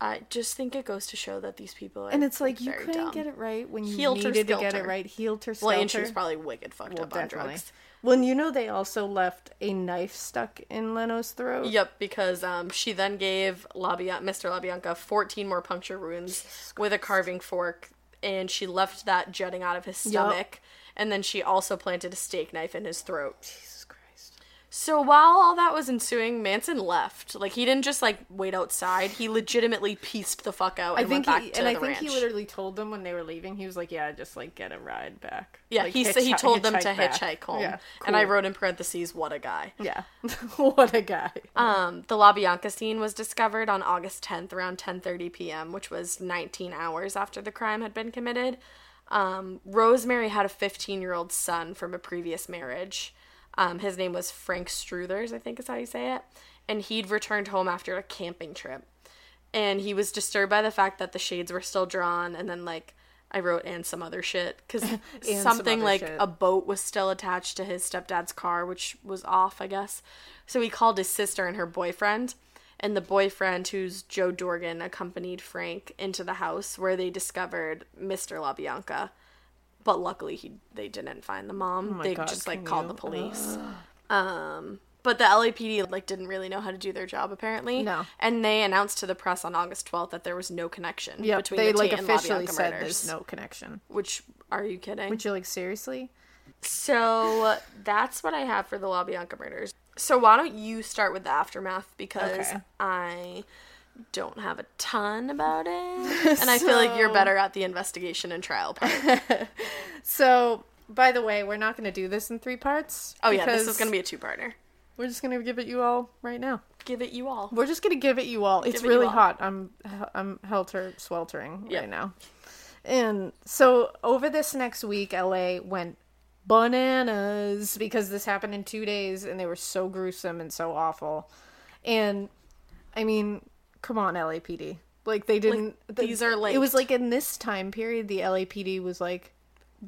[SPEAKER 2] I just think it goes to show that these people are
[SPEAKER 3] And it's like you
[SPEAKER 2] very
[SPEAKER 3] couldn't
[SPEAKER 2] dumb.
[SPEAKER 3] get it right when you
[SPEAKER 2] Heelter
[SPEAKER 3] needed to get it
[SPEAKER 2] skelter.
[SPEAKER 3] right. Heelter
[SPEAKER 2] Well,
[SPEAKER 3] skelter.
[SPEAKER 2] and she was probably wicked fucked
[SPEAKER 3] well,
[SPEAKER 2] up on
[SPEAKER 3] definitely.
[SPEAKER 2] drugs.
[SPEAKER 3] Well, and you know they also left a knife stuck in Leno's throat.
[SPEAKER 2] Yep, because um, she then gave Labian- Mr. LaBianca 14 more puncture wounds with a carving fork, and she left that jutting out of his stomach. And then she also planted a steak knife in his throat. Jesus Christ. So while all that was ensuing, Manson left. Like he didn't just like wait outside. He legitimately pieced the fuck out
[SPEAKER 3] I
[SPEAKER 2] and went
[SPEAKER 3] think
[SPEAKER 2] back
[SPEAKER 3] he,
[SPEAKER 2] to
[SPEAKER 3] and
[SPEAKER 2] the
[SPEAKER 3] I think
[SPEAKER 2] ranch.
[SPEAKER 3] he literally told them when they were leaving. He was like, "Yeah, just like get a ride back."
[SPEAKER 2] yeah,
[SPEAKER 3] Like,
[SPEAKER 2] he said he
[SPEAKER 3] hitchhi-
[SPEAKER 2] told them to
[SPEAKER 3] back.
[SPEAKER 2] hitchhike home.
[SPEAKER 3] Yeah,
[SPEAKER 2] And I
[SPEAKER 3] cool.
[SPEAKER 2] wrote in parentheses, "What a guy."
[SPEAKER 3] Yeah, *laughs* what a guy.
[SPEAKER 2] Um, the LaBianca scene was discovered on August 10th around 10:30 p.m., which was 19 hours after the crime had been committed. Um, Rosemary had a 15-year-old son from a previous marriage. Um, his name was Frank Struthers, I think is how you say it, and he'd returned home after a camping trip. And he was disturbed by the fact that the shades were still drawn and then like I wrote and some other shit
[SPEAKER 3] *laughs*
[SPEAKER 2] because something
[SPEAKER 3] other
[SPEAKER 2] like
[SPEAKER 3] shit.
[SPEAKER 2] a boat was still attached to his stepdad's car, which was off, I guess. So he called his sister and her boyfriend, and the boyfriend, who's Joe Dorgan, accompanied Frank into the house where they discovered Mr. LaBianca. But luckily, he they didn't find the
[SPEAKER 3] Oh
[SPEAKER 2] mom. they just like called the police. Um, but the LAPD like didn't really know how to do their job apparently.
[SPEAKER 3] No.
[SPEAKER 2] and they announced to the press on August twelfth that there was no connection
[SPEAKER 3] Yep,
[SPEAKER 2] between
[SPEAKER 3] they
[SPEAKER 2] the
[SPEAKER 3] like
[SPEAKER 2] Tate
[SPEAKER 3] officially
[SPEAKER 2] and LaBianca
[SPEAKER 3] said
[SPEAKER 2] murders.
[SPEAKER 3] there's no connection.
[SPEAKER 2] Which are you kidding?
[SPEAKER 3] Would you like seriously?
[SPEAKER 2] so that's what I have for the LaBianca murders. So why don't you start with the aftermath because
[SPEAKER 3] Okay.
[SPEAKER 2] I don't have a ton about it,
[SPEAKER 3] *laughs*
[SPEAKER 2] and I feel like you're better at the investigation and trial part.
[SPEAKER 3] So, by the way, we're not going to do this in three parts.
[SPEAKER 2] Oh yeah, this is
[SPEAKER 3] because
[SPEAKER 2] gonna be a two-parter.
[SPEAKER 3] We're just going to give it you all right now.
[SPEAKER 2] Give it you all.
[SPEAKER 3] We're just going to give it you all. It's
[SPEAKER 2] it you
[SPEAKER 3] really
[SPEAKER 2] all.
[SPEAKER 3] hot. I'm I'm helter sweltering
[SPEAKER 2] Yep.
[SPEAKER 3] right now. And so over this next week, LA went bananas because this happened in two days, and they were so gruesome and so awful. And I mean, come on, LAPD. Like they didn't. th-
[SPEAKER 2] these are
[SPEAKER 3] It
[SPEAKER 2] linked.
[SPEAKER 3] was like in this time period, the LAPD was like,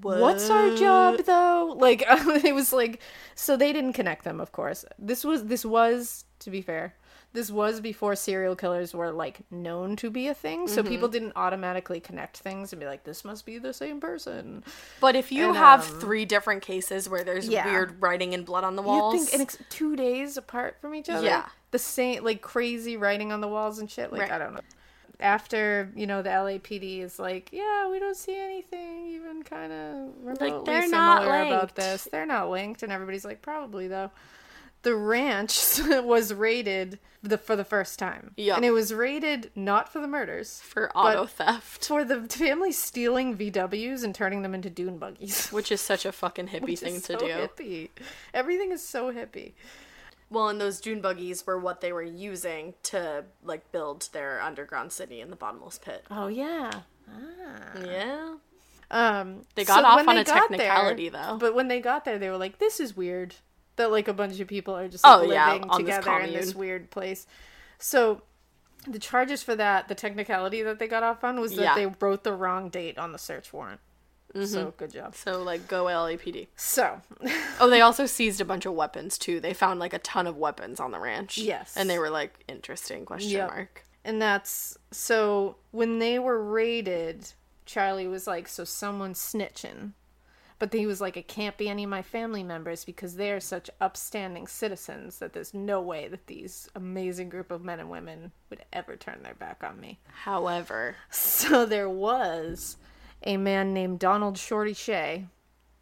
[SPEAKER 3] "What's our job, though?" Like *laughs* it was like, so they didn't connect them. Of course, this was this was to be fair, this was before serial killers were like known to be a thing, so people didn't automatically connect things and be like, "This must be the same person."
[SPEAKER 2] But if you
[SPEAKER 3] And,
[SPEAKER 2] have
[SPEAKER 3] um,
[SPEAKER 2] three different cases where there's
[SPEAKER 3] yeah.
[SPEAKER 2] weird writing and blood on the
[SPEAKER 3] You
[SPEAKER 2] walls,
[SPEAKER 3] think and it's two days apart from each other.
[SPEAKER 2] Yeah.
[SPEAKER 3] the same like crazy writing on the walls and shit. Like
[SPEAKER 2] Right.
[SPEAKER 3] I don't know. After you know the LAPD is like, yeah, we don't see anything even kind of remotely
[SPEAKER 2] they're
[SPEAKER 3] similar
[SPEAKER 2] not linked.
[SPEAKER 3] about this. They're not linked, and everybody's like, probably though. The ranch *laughs* was raided the, for the first time,
[SPEAKER 2] Yup.
[SPEAKER 3] and it was raided not for the murders,
[SPEAKER 2] for
[SPEAKER 3] but
[SPEAKER 2] auto theft,
[SPEAKER 3] for the family stealing VWs and turning them into dune buggies.
[SPEAKER 2] which is such a fucking hippie
[SPEAKER 3] Which is
[SPEAKER 2] thing to
[SPEAKER 3] so
[SPEAKER 2] do.
[SPEAKER 3] Hippie. Everything is so hippie.
[SPEAKER 2] Well, and those dune buggies were what they were using to like build their underground city in the bottomless pit.
[SPEAKER 3] Oh yeah. Uh-huh.
[SPEAKER 2] Yeah,
[SPEAKER 3] Um,
[SPEAKER 2] They got off
[SPEAKER 3] when
[SPEAKER 2] on
[SPEAKER 3] they
[SPEAKER 2] a
[SPEAKER 3] got
[SPEAKER 2] technicality, though.
[SPEAKER 3] But when they got there, they were like, "This is weird." That like a bunch of people are just
[SPEAKER 2] Oh,
[SPEAKER 3] like,
[SPEAKER 2] yeah,
[SPEAKER 3] living
[SPEAKER 2] on this
[SPEAKER 3] together in this
[SPEAKER 2] commune.
[SPEAKER 3] weird place. So the charges for that, the technicality that they got off on, was that
[SPEAKER 2] Yeah. Mm-hmm.
[SPEAKER 3] they wrote the wrong date on the search warrant. So good job.
[SPEAKER 2] so like go LAPD.
[SPEAKER 3] So
[SPEAKER 2] Oh, they also seized a bunch of weapons too. They found like a ton of weapons on the ranch.
[SPEAKER 3] Yes.
[SPEAKER 2] and they were like interesting question
[SPEAKER 3] Yep.
[SPEAKER 2] mark.
[SPEAKER 3] And that's so when they were raided, Charlie was like, So someone's snitching. But he was like, It can't be any of my family members because they are such upstanding citizens that there's no way that these amazing group of men and women would ever turn their back on me. *laughs*
[SPEAKER 2] However,
[SPEAKER 3] So there was a man named Donald Shorty Shea.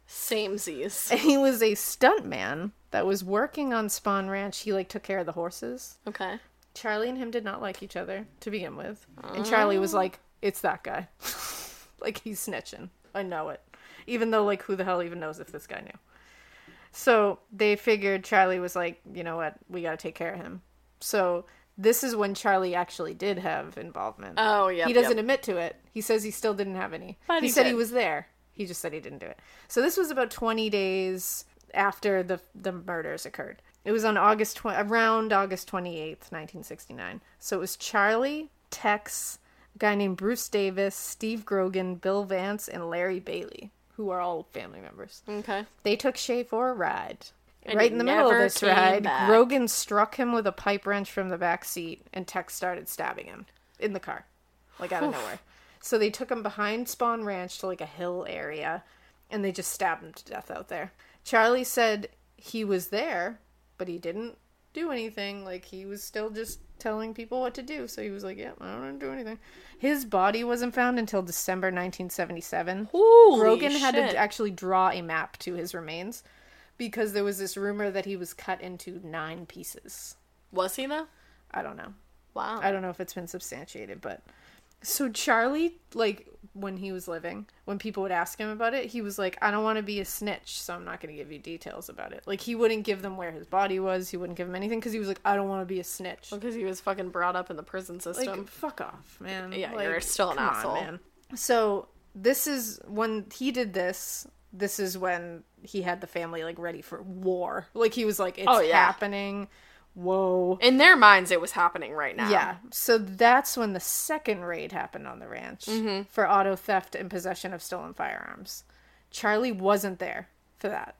[SPEAKER 2] same Z's.
[SPEAKER 3] He was a stuntman that was working on Spawn Ranch. He like took care of the horses.
[SPEAKER 2] Okay.
[SPEAKER 3] Charlie and him did not like each other to begin with. And Charlie was like, it's that guy. *laughs* like, he's snitching. I know it. Even though, like, who the hell even knows if this guy knew? So they figured Charlie was like, you know what? We got to take care of him. So this is when Charlie actually did have involvement.
[SPEAKER 2] Oh, yep,
[SPEAKER 3] He doesn't
[SPEAKER 2] yep.
[SPEAKER 3] admit to it. He says he still didn't have any.
[SPEAKER 2] But
[SPEAKER 3] he,
[SPEAKER 2] he
[SPEAKER 3] said
[SPEAKER 2] did.
[SPEAKER 3] he was there. He just said he didn't do it. So this was about 20 days after the the murders occurred. It was on August tw- around August 28th, 1969. So it was Charlie, Tex, a guy named Bruce Davis, Steve Grogan, Bill Vance, and Larry Bailey, who are all family members.
[SPEAKER 2] Okay.
[SPEAKER 3] They took Shay for a ride.
[SPEAKER 2] And
[SPEAKER 3] right
[SPEAKER 2] he
[SPEAKER 3] in the middle of
[SPEAKER 2] never
[SPEAKER 3] this
[SPEAKER 2] came
[SPEAKER 3] ride,
[SPEAKER 2] back.
[SPEAKER 3] Grogan struck him with a pipe wrench from the back seat, and Tex started stabbing him in the car, like out of nowhere. So they took him behind Spawn Ranch to like a hill area, and they just stabbed him to death out there. Charlie said he was there, but he didn't do anything. Like he was still just telling people what to do. So he was like, "Yep, I don't do anything." His body wasn't found until December 1977.
[SPEAKER 2] Holy
[SPEAKER 3] Grogan had
[SPEAKER 2] shit.
[SPEAKER 3] to actually draw a map to his remains because there was this rumor that he was cut into nine pieces.
[SPEAKER 2] Was he though?
[SPEAKER 3] I don't know.
[SPEAKER 2] Wow.
[SPEAKER 3] I don't know if it's been substantiated, but so Charlie, like when he was living, when people would ask him about it, he was like, "I don't want to be a snitch, so I'm not going to give you details about it." Like he wouldn't give them where his body was. He wouldn't give them anything because he was like, "I don't want to be a snitch."
[SPEAKER 2] Because he was fucking brought up in the prison
[SPEAKER 3] Like
[SPEAKER 2] system.
[SPEAKER 3] fuck off, man.
[SPEAKER 2] Yeah,
[SPEAKER 3] Like,
[SPEAKER 2] you're still an
[SPEAKER 3] come on,
[SPEAKER 2] asshole.
[SPEAKER 3] man. So this is when he did this. This is when he had the family like ready for war. Like he was like, "It's
[SPEAKER 2] Oh, yeah.
[SPEAKER 3] happening. whoa.
[SPEAKER 2] In their minds, it was happening right now.
[SPEAKER 3] Yeah. So that's when the second raid happened on the ranch
[SPEAKER 2] Mm-hmm.
[SPEAKER 3] for auto theft and possession of stolen firearms. Charlie wasn't there for that.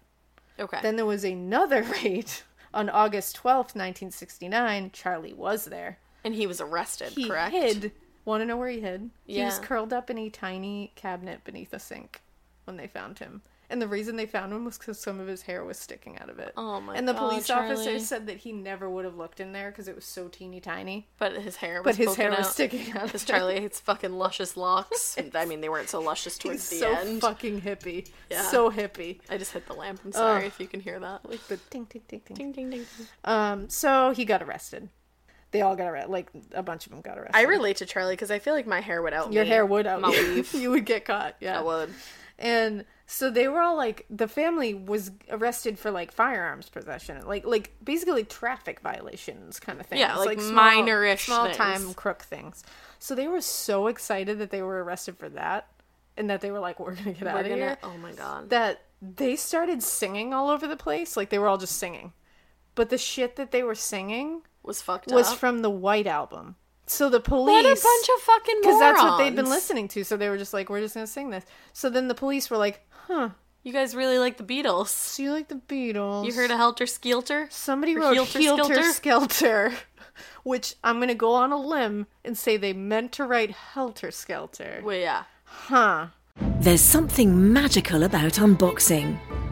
[SPEAKER 2] Okay.
[SPEAKER 3] Then there was another *laughs* raid on August 12th, 1969. Charlie was there.
[SPEAKER 2] and he was arrested,
[SPEAKER 3] He
[SPEAKER 2] correct?
[SPEAKER 3] hid. Want to know where he hid? He was
[SPEAKER 2] Yeah.
[SPEAKER 3] curled up in a tiny cabinet beneath a sink when they found him. And the reason they found him was because some of his hair was sticking out of it.
[SPEAKER 2] Oh my
[SPEAKER 3] And the
[SPEAKER 2] God,
[SPEAKER 3] police
[SPEAKER 2] Charlie.
[SPEAKER 3] officer said that he never would have looked in there because it was so teeny tiny.
[SPEAKER 2] But his hair was
[SPEAKER 3] But his hair
[SPEAKER 2] poking
[SPEAKER 3] was
[SPEAKER 2] out.
[SPEAKER 3] sticking out.
[SPEAKER 2] Because Charlie, it's fucking luscious
[SPEAKER 3] *laughs*
[SPEAKER 2] locks. I mean, they weren't so luscious towards
[SPEAKER 3] He's
[SPEAKER 2] the
[SPEAKER 3] so
[SPEAKER 2] end.
[SPEAKER 3] fucking hippie.
[SPEAKER 2] Yeah.
[SPEAKER 3] So hippie.
[SPEAKER 2] I just hit the lamp. I'm sorry if you can hear that.
[SPEAKER 3] Like the ding, ding, ding, ding.
[SPEAKER 2] Ding, ding, ding, ding.
[SPEAKER 3] Um, so he got arrested. They all got arrested. Like a bunch of them got arrested.
[SPEAKER 2] I relate to Charlie because I feel like my hair would out
[SPEAKER 3] Your
[SPEAKER 2] me.
[SPEAKER 3] hair would out. *laughs*
[SPEAKER 2] My
[SPEAKER 3] you.
[SPEAKER 2] weave.
[SPEAKER 3] you would get caught. Yeah.
[SPEAKER 2] I would.
[SPEAKER 3] And so they were all like, the family was arrested for like firearms possession, like like basically traffic violations kind of things.
[SPEAKER 2] Yeah, like
[SPEAKER 3] small-
[SPEAKER 2] minor-ish
[SPEAKER 3] small time
[SPEAKER 2] things.
[SPEAKER 3] crook things. So they were so excited that they were arrested for that, and that they were like, we're gonna get out
[SPEAKER 2] We're
[SPEAKER 3] of
[SPEAKER 2] gonna-
[SPEAKER 3] here.
[SPEAKER 2] oh my God.
[SPEAKER 3] That they started singing all over the place, like they were all just singing. But the shit that they were singing
[SPEAKER 2] Was fucked
[SPEAKER 3] was
[SPEAKER 2] up.
[SPEAKER 3] from the White album. So the police
[SPEAKER 2] what a bunch of fucking morons.
[SPEAKER 3] because that's what they've been listening to. So they were just like, we're just gonna sing this. So then the police were like, huh?
[SPEAKER 2] You guys really like the Beatles.
[SPEAKER 3] So you like the Beatles?
[SPEAKER 2] You heard of Helter Skelter?
[SPEAKER 3] somebody
[SPEAKER 2] or
[SPEAKER 3] wrote
[SPEAKER 2] Helter
[SPEAKER 3] Helter, Skelter, *laughs* which I'm gonna go on a limb and say they meant to write Helter Skelter.
[SPEAKER 2] Well, yeah.
[SPEAKER 3] Huh?
[SPEAKER 10] There's something magical about unboxing.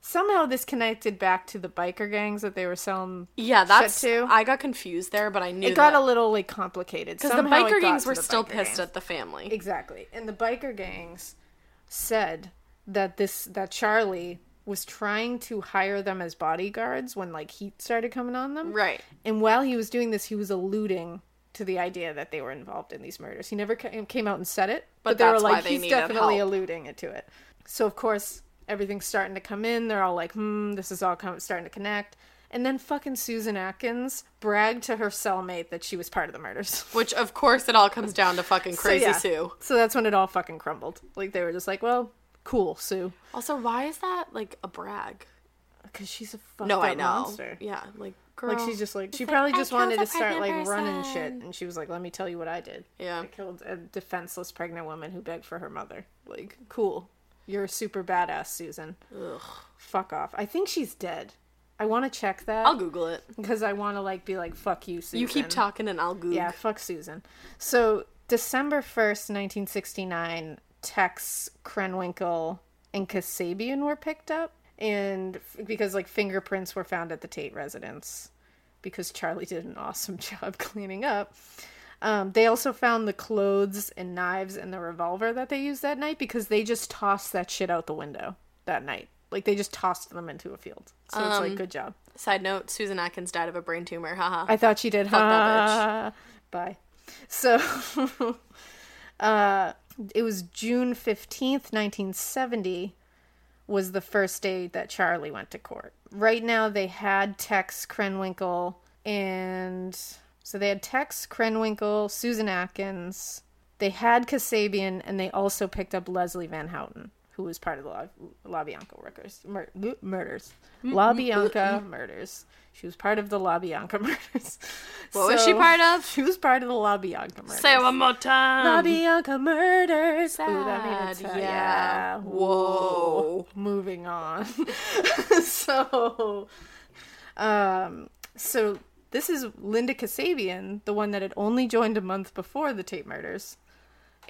[SPEAKER 3] somehow this connected back to the biker gangs that they were selling.
[SPEAKER 2] Yeah,
[SPEAKER 3] shit
[SPEAKER 2] that's.
[SPEAKER 3] to.
[SPEAKER 2] I got confused there, but I knew
[SPEAKER 3] it got
[SPEAKER 2] that-
[SPEAKER 3] a little like complicated
[SPEAKER 2] Because the
[SPEAKER 3] Somehow it
[SPEAKER 2] biker
[SPEAKER 3] got
[SPEAKER 2] gangs
[SPEAKER 3] to
[SPEAKER 2] were
[SPEAKER 3] the
[SPEAKER 2] still
[SPEAKER 3] biker
[SPEAKER 2] pissed
[SPEAKER 3] gangs.
[SPEAKER 2] at the family.
[SPEAKER 3] Exactly. And the biker gangs said that this that Charlie was trying to hire them as bodyguards when like heat started coming on them.
[SPEAKER 2] Right.
[SPEAKER 3] And while he was doing this, he was alluding to the idea that they were involved in these murders. He never ca- came out and said it,
[SPEAKER 2] But
[SPEAKER 3] but, they were
[SPEAKER 2] that's why
[SPEAKER 3] like
[SPEAKER 2] they
[SPEAKER 3] he's
[SPEAKER 2] needed
[SPEAKER 3] definitely
[SPEAKER 2] help."
[SPEAKER 3] alluding it to it. So of course, everything's starting to come in. They're all like, "Hmm, this is all com- starting to connect." And then fucking Susan Atkins bragged to her cellmate that she was part of the murders. *laughs*
[SPEAKER 2] Which, of course, it all comes down to fucking crazy
[SPEAKER 3] yeah.
[SPEAKER 2] Sue.
[SPEAKER 3] So that's when it all fucking crumbled. Like they were just like, well, cool, Sue,
[SPEAKER 2] Also, why is that like a brag?
[SPEAKER 3] because she's a fucked
[SPEAKER 2] no,
[SPEAKER 3] up
[SPEAKER 2] I know.
[SPEAKER 3] monster.
[SPEAKER 2] Yeah, like girl.
[SPEAKER 3] Like she's just like she probably
[SPEAKER 2] "I
[SPEAKER 3] just wanted to
[SPEAKER 2] killed a
[SPEAKER 3] start like
[SPEAKER 2] pregnant
[SPEAKER 3] running shit,
[SPEAKER 2] person."
[SPEAKER 3] and she was like, "Let me tell you what I did.
[SPEAKER 2] Yeah.
[SPEAKER 3] I killed a defenseless pregnant woman who begged for her mother. Like, cool, you're a super badass, Susan. Ugh, fuck off. I think she's dead. I want to check that.
[SPEAKER 2] I'll Google it.
[SPEAKER 3] because I want to like be like, fuck you, Susan.
[SPEAKER 2] You keep talking, and I'll Google.
[SPEAKER 3] Yeah, fuck Susan. So December first, nineteen sixty nine, Tex Krenwinkel and Kasabian were picked up, and f- because like fingerprints were found at the Tate residence, because Charlie did an awesome *laughs* job cleaning up. Um, they also found the clothes and knives and the revolver that they used that night because they just tossed that shit out the window that night. Like they just tossed them into a field. So it's
[SPEAKER 2] Um,
[SPEAKER 3] like good job.
[SPEAKER 2] Side note: Susan Atkins died of a brain tumor. Haha.
[SPEAKER 3] I thought she did.
[SPEAKER 2] Fuck
[SPEAKER 3] Ha.
[SPEAKER 2] that
[SPEAKER 3] Bye. So, *laughs* uh, it was June fifteenth, nineteen seventy, was the first day that Charlie went to court. Right now, they had Tex Krenwinkel and so they had Tex Krenwinkel, Susan Atkins. They had Kasabian, and they also picked up Leslie Van Houten, who was part of the La, La Bianca workers mur- murders.
[SPEAKER 2] Mm-hmm.
[SPEAKER 3] La Bianca murders. She was part of the La Bianca *laughs* murders.
[SPEAKER 2] What was she part of?
[SPEAKER 3] She was part of the La Bianca murders.
[SPEAKER 2] Say it one more time.
[SPEAKER 3] La Bianca murders. Ooh, that made
[SPEAKER 2] Sad,
[SPEAKER 3] it sad.
[SPEAKER 2] yeah.
[SPEAKER 3] yeah.
[SPEAKER 2] Whoa.
[SPEAKER 3] Moving on. *laughs* so, um, so this is Linda Kasabian, the one that had only joined a month before the Tate murders,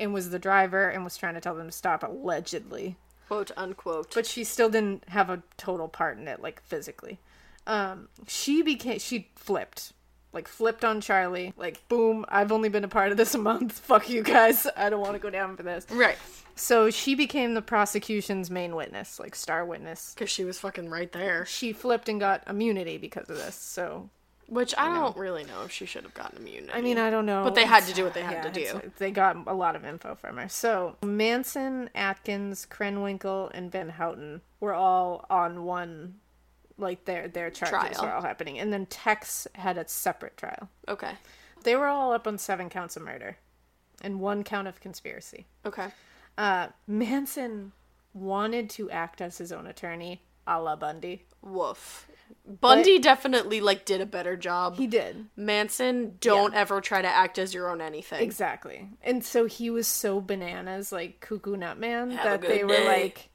[SPEAKER 3] and was the driver and was trying to tell them to stop allegedly
[SPEAKER 2] Quote unquote.
[SPEAKER 3] but she still didn't have a total part in it like physically um she became she flipped like flipped on charlie like boom i've only been a part of this a month *laughs* fuck you guys i don't want to go down for this
[SPEAKER 2] right,
[SPEAKER 3] so she became the prosecution's main witness like star witness
[SPEAKER 2] because she was fucking right there.
[SPEAKER 3] she flipped and got immunity because of this so
[SPEAKER 2] Which I don't really know if she should have gotten immunity.
[SPEAKER 3] I mean, I don't know.
[SPEAKER 2] But they had to do what they had
[SPEAKER 3] Yeah,
[SPEAKER 2] to do.
[SPEAKER 3] it's- They got a lot of info from her. So Manson, Atkins, Krenwinkel, and Van Houten were all on one, like their their charges
[SPEAKER 2] Trial.
[SPEAKER 3] were all happening, and then Tex had a separate trial.
[SPEAKER 2] Okay.
[SPEAKER 3] They were all up on seven counts of murder, and one count of conspiracy.
[SPEAKER 2] Okay.
[SPEAKER 3] Uh, Manson wanted to act as his own attorney, a la Bundy.
[SPEAKER 2] Woof. Bundy definitely like did a better job.
[SPEAKER 3] He did.
[SPEAKER 2] Manson, don't ever try to act as your own anything.
[SPEAKER 3] Exactly. And so he was so bananas, like cuckoo nut man,
[SPEAKER 2] Have a
[SPEAKER 3] that
[SPEAKER 2] good
[SPEAKER 3] they were
[SPEAKER 2] day.
[SPEAKER 3] like,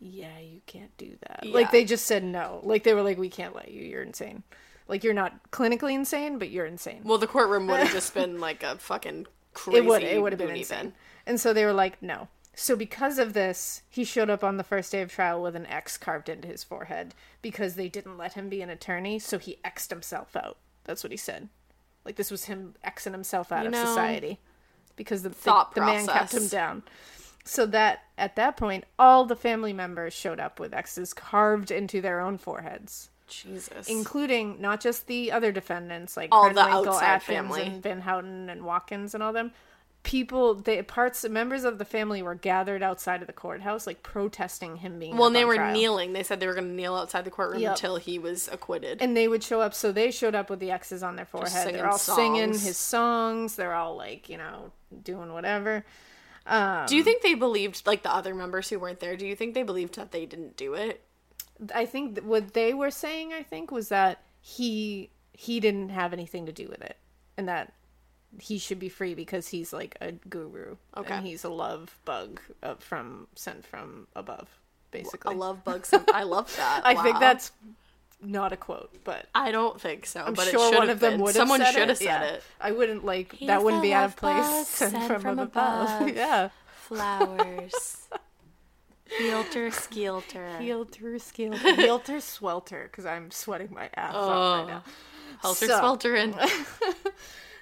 [SPEAKER 3] yeah, you can't do that.
[SPEAKER 2] Yeah.
[SPEAKER 3] Like they just said no. Like they were like, we can't let you. You're insane. Like you're not clinically insane, but you're insane.
[SPEAKER 2] Well, the courtroom would have
[SPEAKER 3] *laughs*
[SPEAKER 2] just been like a fucking crazy.
[SPEAKER 3] it would. It would have been
[SPEAKER 2] loony bin.
[SPEAKER 3] insane. And so they were like, no. So because of this, he showed up on the first day of trial with an X carved into his forehead because they didn't let him be an attorney, so he X'd himself out. That's what he said. Like this was him Xing himself out
[SPEAKER 2] You
[SPEAKER 3] of
[SPEAKER 2] know,
[SPEAKER 3] society because the
[SPEAKER 2] thought
[SPEAKER 3] the, the man kept him
[SPEAKER 2] process.
[SPEAKER 3] down. So that at that point, all the family members showed up with X's carved into their own foreheads
[SPEAKER 2] Jesus.
[SPEAKER 3] including not just the other defendants like
[SPEAKER 2] All the
[SPEAKER 3] Krenwinkel,
[SPEAKER 2] outside
[SPEAKER 3] Atkins,
[SPEAKER 2] family.
[SPEAKER 3] and Van Houten and Watkins and all them. People, they parts members of the family were gathered outside of the courthouse, like protesting him being.
[SPEAKER 2] well,
[SPEAKER 3] up
[SPEAKER 2] and they
[SPEAKER 3] on
[SPEAKER 2] were
[SPEAKER 3] trial.
[SPEAKER 2] kneeling. They said they were going to kneel outside the courtroom
[SPEAKER 3] Yep.
[SPEAKER 2] until he was acquitted.
[SPEAKER 3] and they would show up. So they showed up with the X's on their forehead.
[SPEAKER 2] singing
[SPEAKER 3] They're all singing
[SPEAKER 2] songs.
[SPEAKER 3] his songs. They're all like, you know, doing whatever. Um,
[SPEAKER 2] do you think they believed like the other members who weren't there? Do you think they believed that they didn't do it?
[SPEAKER 3] I think th- what they were saying, I think, was that he he didn't have anything to do with it, and that he should be free because he's like a guru.
[SPEAKER 2] Okay.
[SPEAKER 3] and he's a love bug uh, from sent from above,
[SPEAKER 2] I
[SPEAKER 3] basically.
[SPEAKER 2] love bugs. I *laughs* love that.
[SPEAKER 3] I think
[SPEAKER 2] Wow.
[SPEAKER 3] that's not a quote, but
[SPEAKER 2] I don't think so.
[SPEAKER 3] I'm
[SPEAKER 2] but it
[SPEAKER 3] sure
[SPEAKER 2] should
[SPEAKER 3] one
[SPEAKER 2] have
[SPEAKER 3] of them
[SPEAKER 2] been.
[SPEAKER 3] would have
[SPEAKER 2] Someone
[SPEAKER 3] said
[SPEAKER 2] should
[SPEAKER 3] it.
[SPEAKER 2] have said
[SPEAKER 3] Yeah.
[SPEAKER 2] it.
[SPEAKER 3] I wouldn't like
[SPEAKER 2] He's
[SPEAKER 3] that. Wouldn't
[SPEAKER 2] the
[SPEAKER 3] be out of
[SPEAKER 2] love
[SPEAKER 3] place. *laughs*
[SPEAKER 2] bug
[SPEAKER 3] sent,
[SPEAKER 2] sent
[SPEAKER 3] from,
[SPEAKER 2] from
[SPEAKER 3] above.
[SPEAKER 2] above. *laughs*
[SPEAKER 3] *laughs* yeah.
[SPEAKER 2] Flowers. *laughs* Heelter, skeelter.
[SPEAKER 3] Heelter, skelter, heelter, swelter, because I'm sweating my ass
[SPEAKER 2] Oh.
[SPEAKER 3] off right now.
[SPEAKER 2] Helter
[SPEAKER 3] So-
[SPEAKER 2] *laughs* skelterin.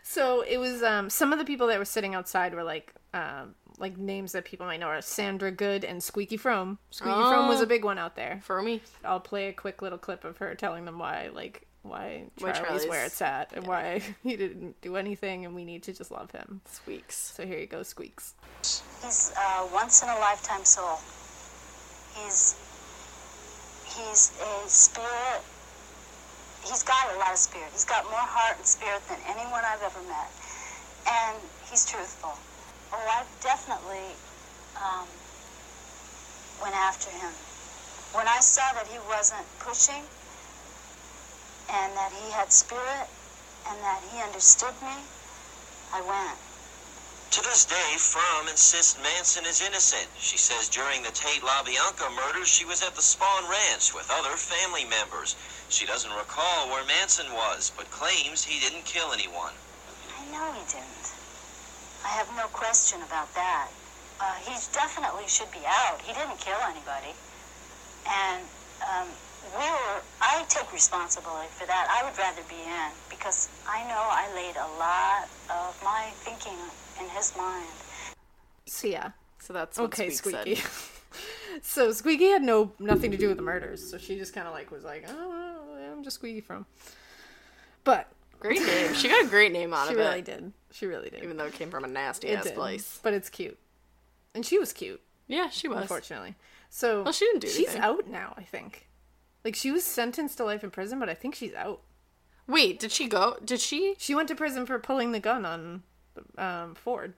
[SPEAKER 3] So it was um, some of the people that were sitting outside were like um, like names that people might know are Sandra Good and Squeaky Frome. Squeaky Frome
[SPEAKER 2] Oh.
[SPEAKER 3] was a big one out there.
[SPEAKER 2] For me.
[SPEAKER 3] I'll play a quick little clip of her telling them why like why
[SPEAKER 2] Why
[SPEAKER 3] Charlie's,
[SPEAKER 2] Charlie's-
[SPEAKER 3] where it's at and why *laughs* he didn't do anything and we need to just love him.
[SPEAKER 2] Squeaks.
[SPEAKER 3] So here you go, Squeaks.
[SPEAKER 9] He's a once in a lifetime soul. He's he's a spirit. He's got a lot of spirit. He's got more heart and spirit than anyone I've ever met, and he's truthful. Oh, I definitely um, went after him when I saw that he wasn't pushing, and that he had spirit, and that he understood me. I went.
[SPEAKER 4] To this day, Firm insists Manson is innocent. She says during the Tate LaBianca murders, she was at the Spawn Ranch with other family members. She doesn't recall where Manson was, but claims he didn't kill anyone.
[SPEAKER 9] I know he didn't. I have no question about that. Uh, he definitely should be out. He didn't kill anybody. And um, we were, I take responsibility for that. I would rather be in because I know I laid a lot of my thinking in his mind.
[SPEAKER 3] So yeah.
[SPEAKER 2] So that's what
[SPEAKER 3] Okay,
[SPEAKER 2] Squeak said.
[SPEAKER 3] Squeaky. so Squeaky *laughs* had no nothing to do with the murders, so she just kinda like was like, Oh I'm just Squeaky Frome. But
[SPEAKER 2] *laughs* Great name. She got a great name out
[SPEAKER 3] she
[SPEAKER 2] of
[SPEAKER 3] really
[SPEAKER 2] it.
[SPEAKER 3] did. She really did.
[SPEAKER 2] Even though it came from a nasty
[SPEAKER 3] It
[SPEAKER 2] ass
[SPEAKER 3] did,
[SPEAKER 2] place.
[SPEAKER 3] But it's cute. And she was cute,
[SPEAKER 2] Yeah, she was.
[SPEAKER 3] unfortunately. So
[SPEAKER 2] Well, she didn't do
[SPEAKER 3] She's
[SPEAKER 2] anything.
[SPEAKER 3] out now, I think. Like she was sentenced to life in prison, but I think she's out.
[SPEAKER 2] Wait, did she go? Did she?
[SPEAKER 3] She went to prison for pulling the gun on um, Ford.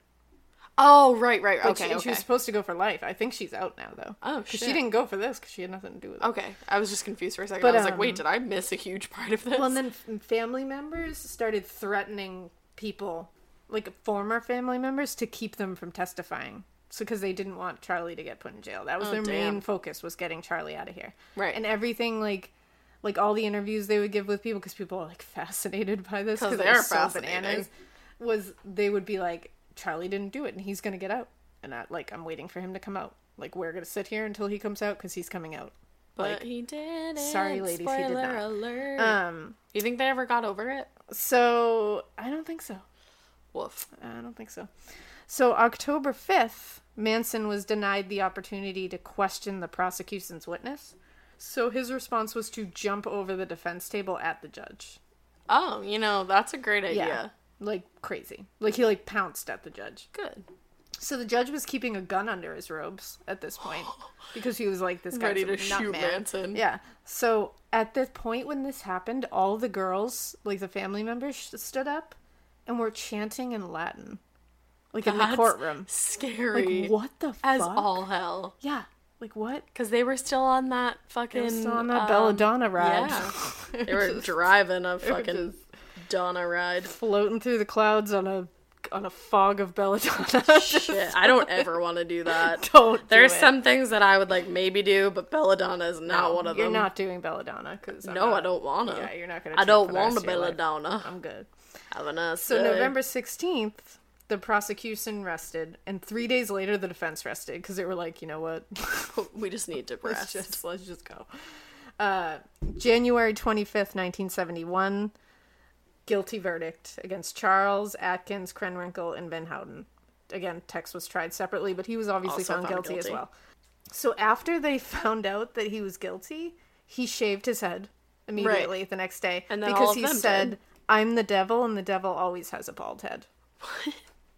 [SPEAKER 2] Oh, right, right.
[SPEAKER 3] Like,
[SPEAKER 2] Okay,
[SPEAKER 3] she,
[SPEAKER 2] okay.
[SPEAKER 3] she was supposed to go for life. I think she's out now, though.
[SPEAKER 2] Oh,
[SPEAKER 3] 'Cause She
[SPEAKER 2] shit.
[SPEAKER 3] didn't go for this because she had nothing to do with it.
[SPEAKER 2] Okay, I was just confused for a second.
[SPEAKER 3] But,
[SPEAKER 2] I was like,
[SPEAKER 3] um,
[SPEAKER 2] wait, did I miss a huge part of this?
[SPEAKER 3] Well, and then f- family members started threatening people, like former family members, to keep them from testifying. So, because they didn't want Charlie to get put in jail, that was their
[SPEAKER 2] Oh, damn.
[SPEAKER 3] main focus was getting Charlie out of here.
[SPEAKER 2] Right.
[SPEAKER 3] And everything like, like all the interviews they would give with people, because people are like *laughs* fascinated by this
[SPEAKER 2] 'Cause
[SPEAKER 3] because
[SPEAKER 2] they
[SPEAKER 3] they're
[SPEAKER 2] are
[SPEAKER 3] so
[SPEAKER 2] fascinated.
[SPEAKER 3] bananas. Was they would be like, Charlie didn't do it, and he's gonna get out, and I, like I'm waiting for him to come out. Like we're gonna sit here until he comes out because he's coming out.
[SPEAKER 2] but
[SPEAKER 3] like,
[SPEAKER 2] he did.
[SPEAKER 3] sorry, ladies, he did
[SPEAKER 2] Spoiler
[SPEAKER 3] not.
[SPEAKER 2] alert.
[SPEAKER 3] Um.
[SPEAKER 2] you think they ever got over it?
[SPEAKER 3] So I don't think so.
[SPEAKER 2] Woof.
[SPEAKER 3] Uh, I don't think so. So, October 5th, Manson was denied the opportunity to question the prosecution's witness. So, his response was to jump over the defense table at the judge.
[SPEAKER 2] Oh, you know, that's a great idea.
[SPEAKER 3] Like crazy. Like he like pounced at the judge.
[SPEAKER 2] Good.
[SPEAKER 3] So the judge was keeping a gun under his robes at
[SPEAKER 2] *gasps*
[SPEAKER 3] this point because he was like this guy's
[SPEAKER 2] Ready
[SPEAKER 3] a
[SPEAKER 2] to
[SPEAKER 3] nut
[SPEAKER 2] shoot
[SPEAKER 3] man.
[SPEAKER 2] Manson.
[SPEAKER 3] Yeah. So at the point when this happened, all the girls, like the family members, sh- stood up and were chanting in Latin, like in the
[SPEAKER 2] That's
[SPEAKER 3] courtroom.
[SPEAKER 2] Scary.
[SPEAKER 3] Like what the
[SPEAKER 2] As
[SPEAKER 3] fuck?
[SPEAKER 2] all hell.
[SPEAKER 3] Yeah. Like what?
[SPEAKER 2] Because they were still on that fucking. um,
[SPEAKER 3] still on that Belladonna ride.
[SPEAKER 2] *laughs* Yeah. they were driving a fucking Donna *laughs* ride.
[SPEAKER 3] Floating through the clouds on a on a fog of belladonna. *laughs*
[SPEAKER 2] Shit, I don't ever want to do *laughs* that.
[SPEAKER 3] Don't do
[SPEAKER 2] There's
[SPEAKER 3] it.
[SPEAKER 2] some things that I would like maybe do, but Belladonna is not one of
[SPEAKER 3] You're
[SPEAKER 2] them.
[SPEAKER 3] not doing belladonna because
[SPEAKER 2] no, I don't wanna.
[SPEAKER 3] Yeah, you're not gonna.
[SPEAKER 2] I
[SPEAKER 3] trip
[SPEAKER 2] don't
[SPEAKER 3] for the
[SPEAKER 2] want a
[SPEAKER 3] rest of your life.
[SPEAKER 2] Belladonna.
[SPEAKER 3] I'm good.
[SPEAKER 2] Having a
[SPEAKER 3] So November 16th, the prosecution rested, and three days later, the defense rested because they were like, you know what?
[SPEAKER 2] *laughs* we just need to
[SPEAKER 3] *laughs* let's,
[SPEAKER 2] rest.
[SPEAKER 3] just, let's just go. Uh, January 25th, 1971, guilty verdict against Charles, Atkins, Krenwinkel, and Van Houten. Again, Tex was tried separately, but he was obviously
[SPEAKER 2] Also
[SPEAKER 3] found,
[SPEAKER 2] found
[SPEAKER 3] guilty as
[SPEAKER 2] guilty.
[SPEAKER 3] well. So after they *laughs* found out that he was guilty, he shaved his head immediately the next day
[SPEAKER 2] And then
[SPEAKER 3] because
[SPEAKER 2] all of
[SPEAKER 3] he
[SPEAKER 2] them
[SPEAKER 3] said,
[SPEAKER 2] did.
[SPEAKER 3] "I'm the devil, and the devil always has a bald
[SPEAKER 2] *laughs*
[SPEAKER 3] head."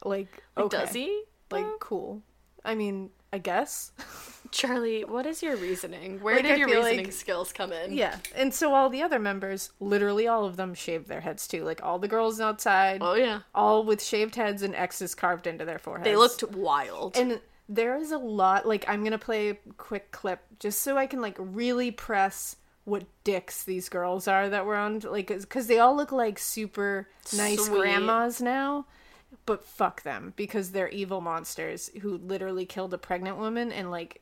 [SPEAKER 3] Like, okay.
[SPEAKER 2] Does he?
[SPEAKER 3] Like, cool. I mean, I guess. *laughs*
[SPEAKER 2] Charlie, what is your reasoning? Where
[SPEAKER 3] Like,
[SPEAKER 2] did
[SPEAKER 3] I
[SPEAKER 2] your
[SPEAKER 3] feel
[SPEAKER 2] reasoning
[SPEAKER 3] like-
[SPEAKER 2] skills come in?
[SPEAKER 3] Yeah. And so all the other members, literally all of them, shaved their heads too. Like all the girls outside,
[SPEAKER 2] Oh yeah.
[SPEAKER 3] all with shaved heads and X's carved into their foreheads.
[SPEAKER 2] They looked wild.
[SPEAKER 3] And there is a lot. Like I'm gonna play a quick clip just so I can like really press what dicks these girls are that were on. Like because they all look like super nice
[SPEAKER 2] Sweet.
[SPEAKER 3] grandmas now. But fuck them because they're evil monsters who literally killed a pregnant woman and like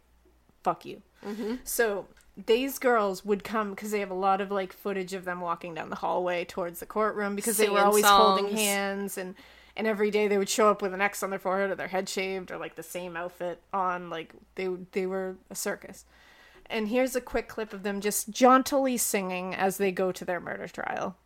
[SPEAKER 3] fuck you.
[SPEAKER 2] Mm-hmm.
[SPEAKER 3] So these girls would come because they have a lot of like footage of them walking down the hallway towards the courtroom because they were
[SPEAKER 2] Singing
[SPEAKER 3] always holding
[SPEAKER 2] songs.
[SPEAKER 3] hands and and every day they would show up with an X on their forehead or their head shaved or like the same outfit on like they they were a circus. And here's a quick clip of them just jauntily singing as they go to their murder trial.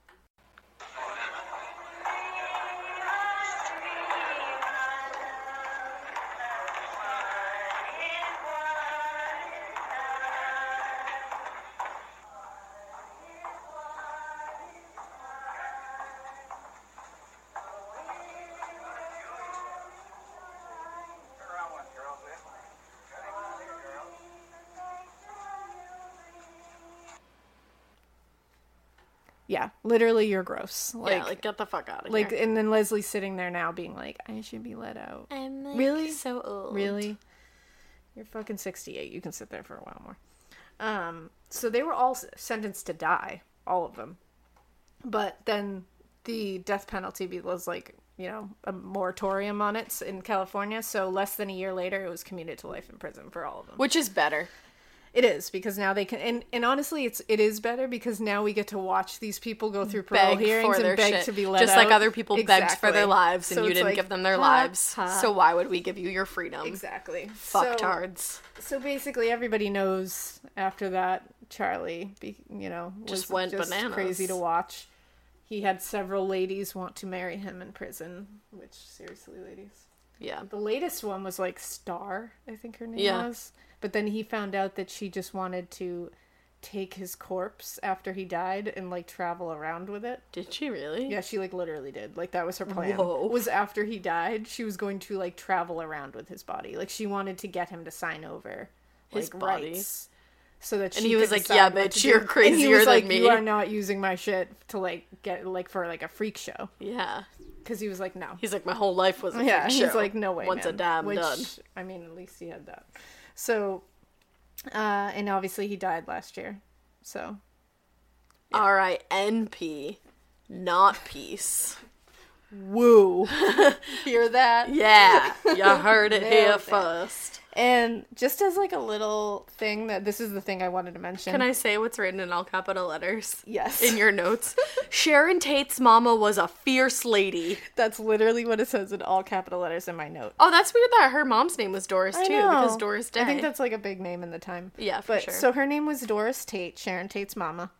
[SPEAKER 4] Turn around one girl, babe. Turn around one girl.
[SPEAKER 3] Yeah, literally, you're gross. Like,
[SPEAKER 2] yeah, like get the fuck out of
[SPEAKER 3] like,
[SPEAKER 2] here.
[SPEAKER 3] and then Leslie's sitting there now, being like, "I should be let out."
[SPEAKER 2] I'm like,
[SPEAKER 3] really?
[SPEAKER 2] so old.
[SPEAKER 3] Really? You're fucking 68. You can sit there for a while more. Um, so they were all s- sentenced to die, all of them. But then the death penalty be- was like, you know, a moratorium on it s- in California. So less than a year later, it was commuted to life in prison for all of them.
[SPEAKER 2] Which is better.
[SPEAKER 3] It is because now they can, and, and honestly, it's it is better because now we get to watch these people go through parole
[SPEAKER 2] Beg
[SPEAKER 3] hearings
[SPEAKER 2] for their
[SPEAKER 3] and beg
[SPEAKER 2] shit.
[SPEAKER 3] to be let
[SPEAKER 2] Just
[SPEAKER 3] out.
[SPEAKER 2] like other people begged for their
[SPEAKER 3] Exactly.
[SPEAKER 2] lives and
[SPEAKER 3] So
[SPEAKER 2] you
[SPEAKER 3] it's
[SPEAKER 2] didn't
[SPEAKER 3] like,
[SPEAKER 2] give them their
[SPEAKER 3] ha,
[SPEAKER 2] lives.
[SPEAKER 3] ha.
[SPEAKER 2] So why would we give you your freedom?
[SPEAKER 3] exactly So-
[SPEAKER 2] Fucktards.
[SPEAKER 3] So basically, everybody knows after that Charlie, be, you know, was
[SPEAKER 2] Just went bananas.
[SPEAKER 3] Crazy to watch. He had several ladies want to marry him in prison. Which seriously, ladies.
[SPEAKER 2] yeah.
[SPEAKER 3] The latest one was like Star, I think her name
[SPEAKER 2] Yeah.
[SPEAKER 3] was. But then he found out that she just wanted to take his corpse after he died and like travel around with it.
[SPEAKER 2] Did she really?
[SPEAKER 3] Yeah, she like literally did. Like that was her plan.
[SPEAKER 2] Whoa.
[SPEAKER 3] Was after he died, she was going to like travel around with his body. Like she wanted to get him to sign over
[SPEAKER 2] His
[SPEAKER 3] like,
[SPEAKER 2] body.
[SPEAKER 3] rights, so that she
[SPEAKER 2] he
[SPEAKER 3] could
[SPEAKER 2] was like,
[SPEAKER 3] decide
[SPEAKER 2] "Yeah,
[SPEAKER 3] what to
[SPEAKER 2] bitch,
[SPEAKER 3] do."
[SPEAKER 2] you're
[SPEAKER 3] And he
[SPEAKER 2] crazier
[SPEAKER 3] was
[SPEAKER 2] than
[SPEAKER 3] like,
[SPEAKER 2] me.
[SPEAKER 3] You are not using my shit to like get like for like a freak show
[SPEAKER 2] Yeah.
[SPEAKER 3] because he was like, no,
[SPEAKER 2] He's like, my whole life was a
[SPEAKER 3] yeah,
[SPEAKER 2] freak
[SPEAKER 3] he's
[SPEAKER 2] show.
[SPEAKER 3] like, no way.
[SPEAKER 2] Once
[SPEAKER 3] man.
[SPEAKER 2] a dime
[SPEAKER 3] Which,
[SPEAKER 2] done.
[SPEAKER 3] I mean, at least he had that. So, uh, and obviously he died last year. So
[SPEAKER 2] R I N P, not peace.
[SPEAKER 3] *laughs*
[SPEAKER 2] *laughs*
[SPEAKER 3] woo, hear that? *laughs*
[SPEAKER 2] Yeah, you heard it here first.
[SPEAKER 3] And just as like a little thing that this is the thing I wanted to mention.
[SPEAKER 2] Can I say what's written in all capital letters?
[SPEAKER 3] Yes.
[SPEAKER 2] In your notes, Sharon Tate's mama was a fierce lady.
[SPEAKER 3] That's literally what it says in all capital letters in my note.
[SPEAKER 2] Oh, that's weird that her mom's name was Doris too, because Doris Day.
[SPEAKER 3] I think that's like a big name in the time.
[SPEAKER 2] Yeah, for
[SPEAKER 3] but
[SPEAKER 2] sure.
[SPEAKER 3] so her name was Doris Tate, Sharon Tate's mama.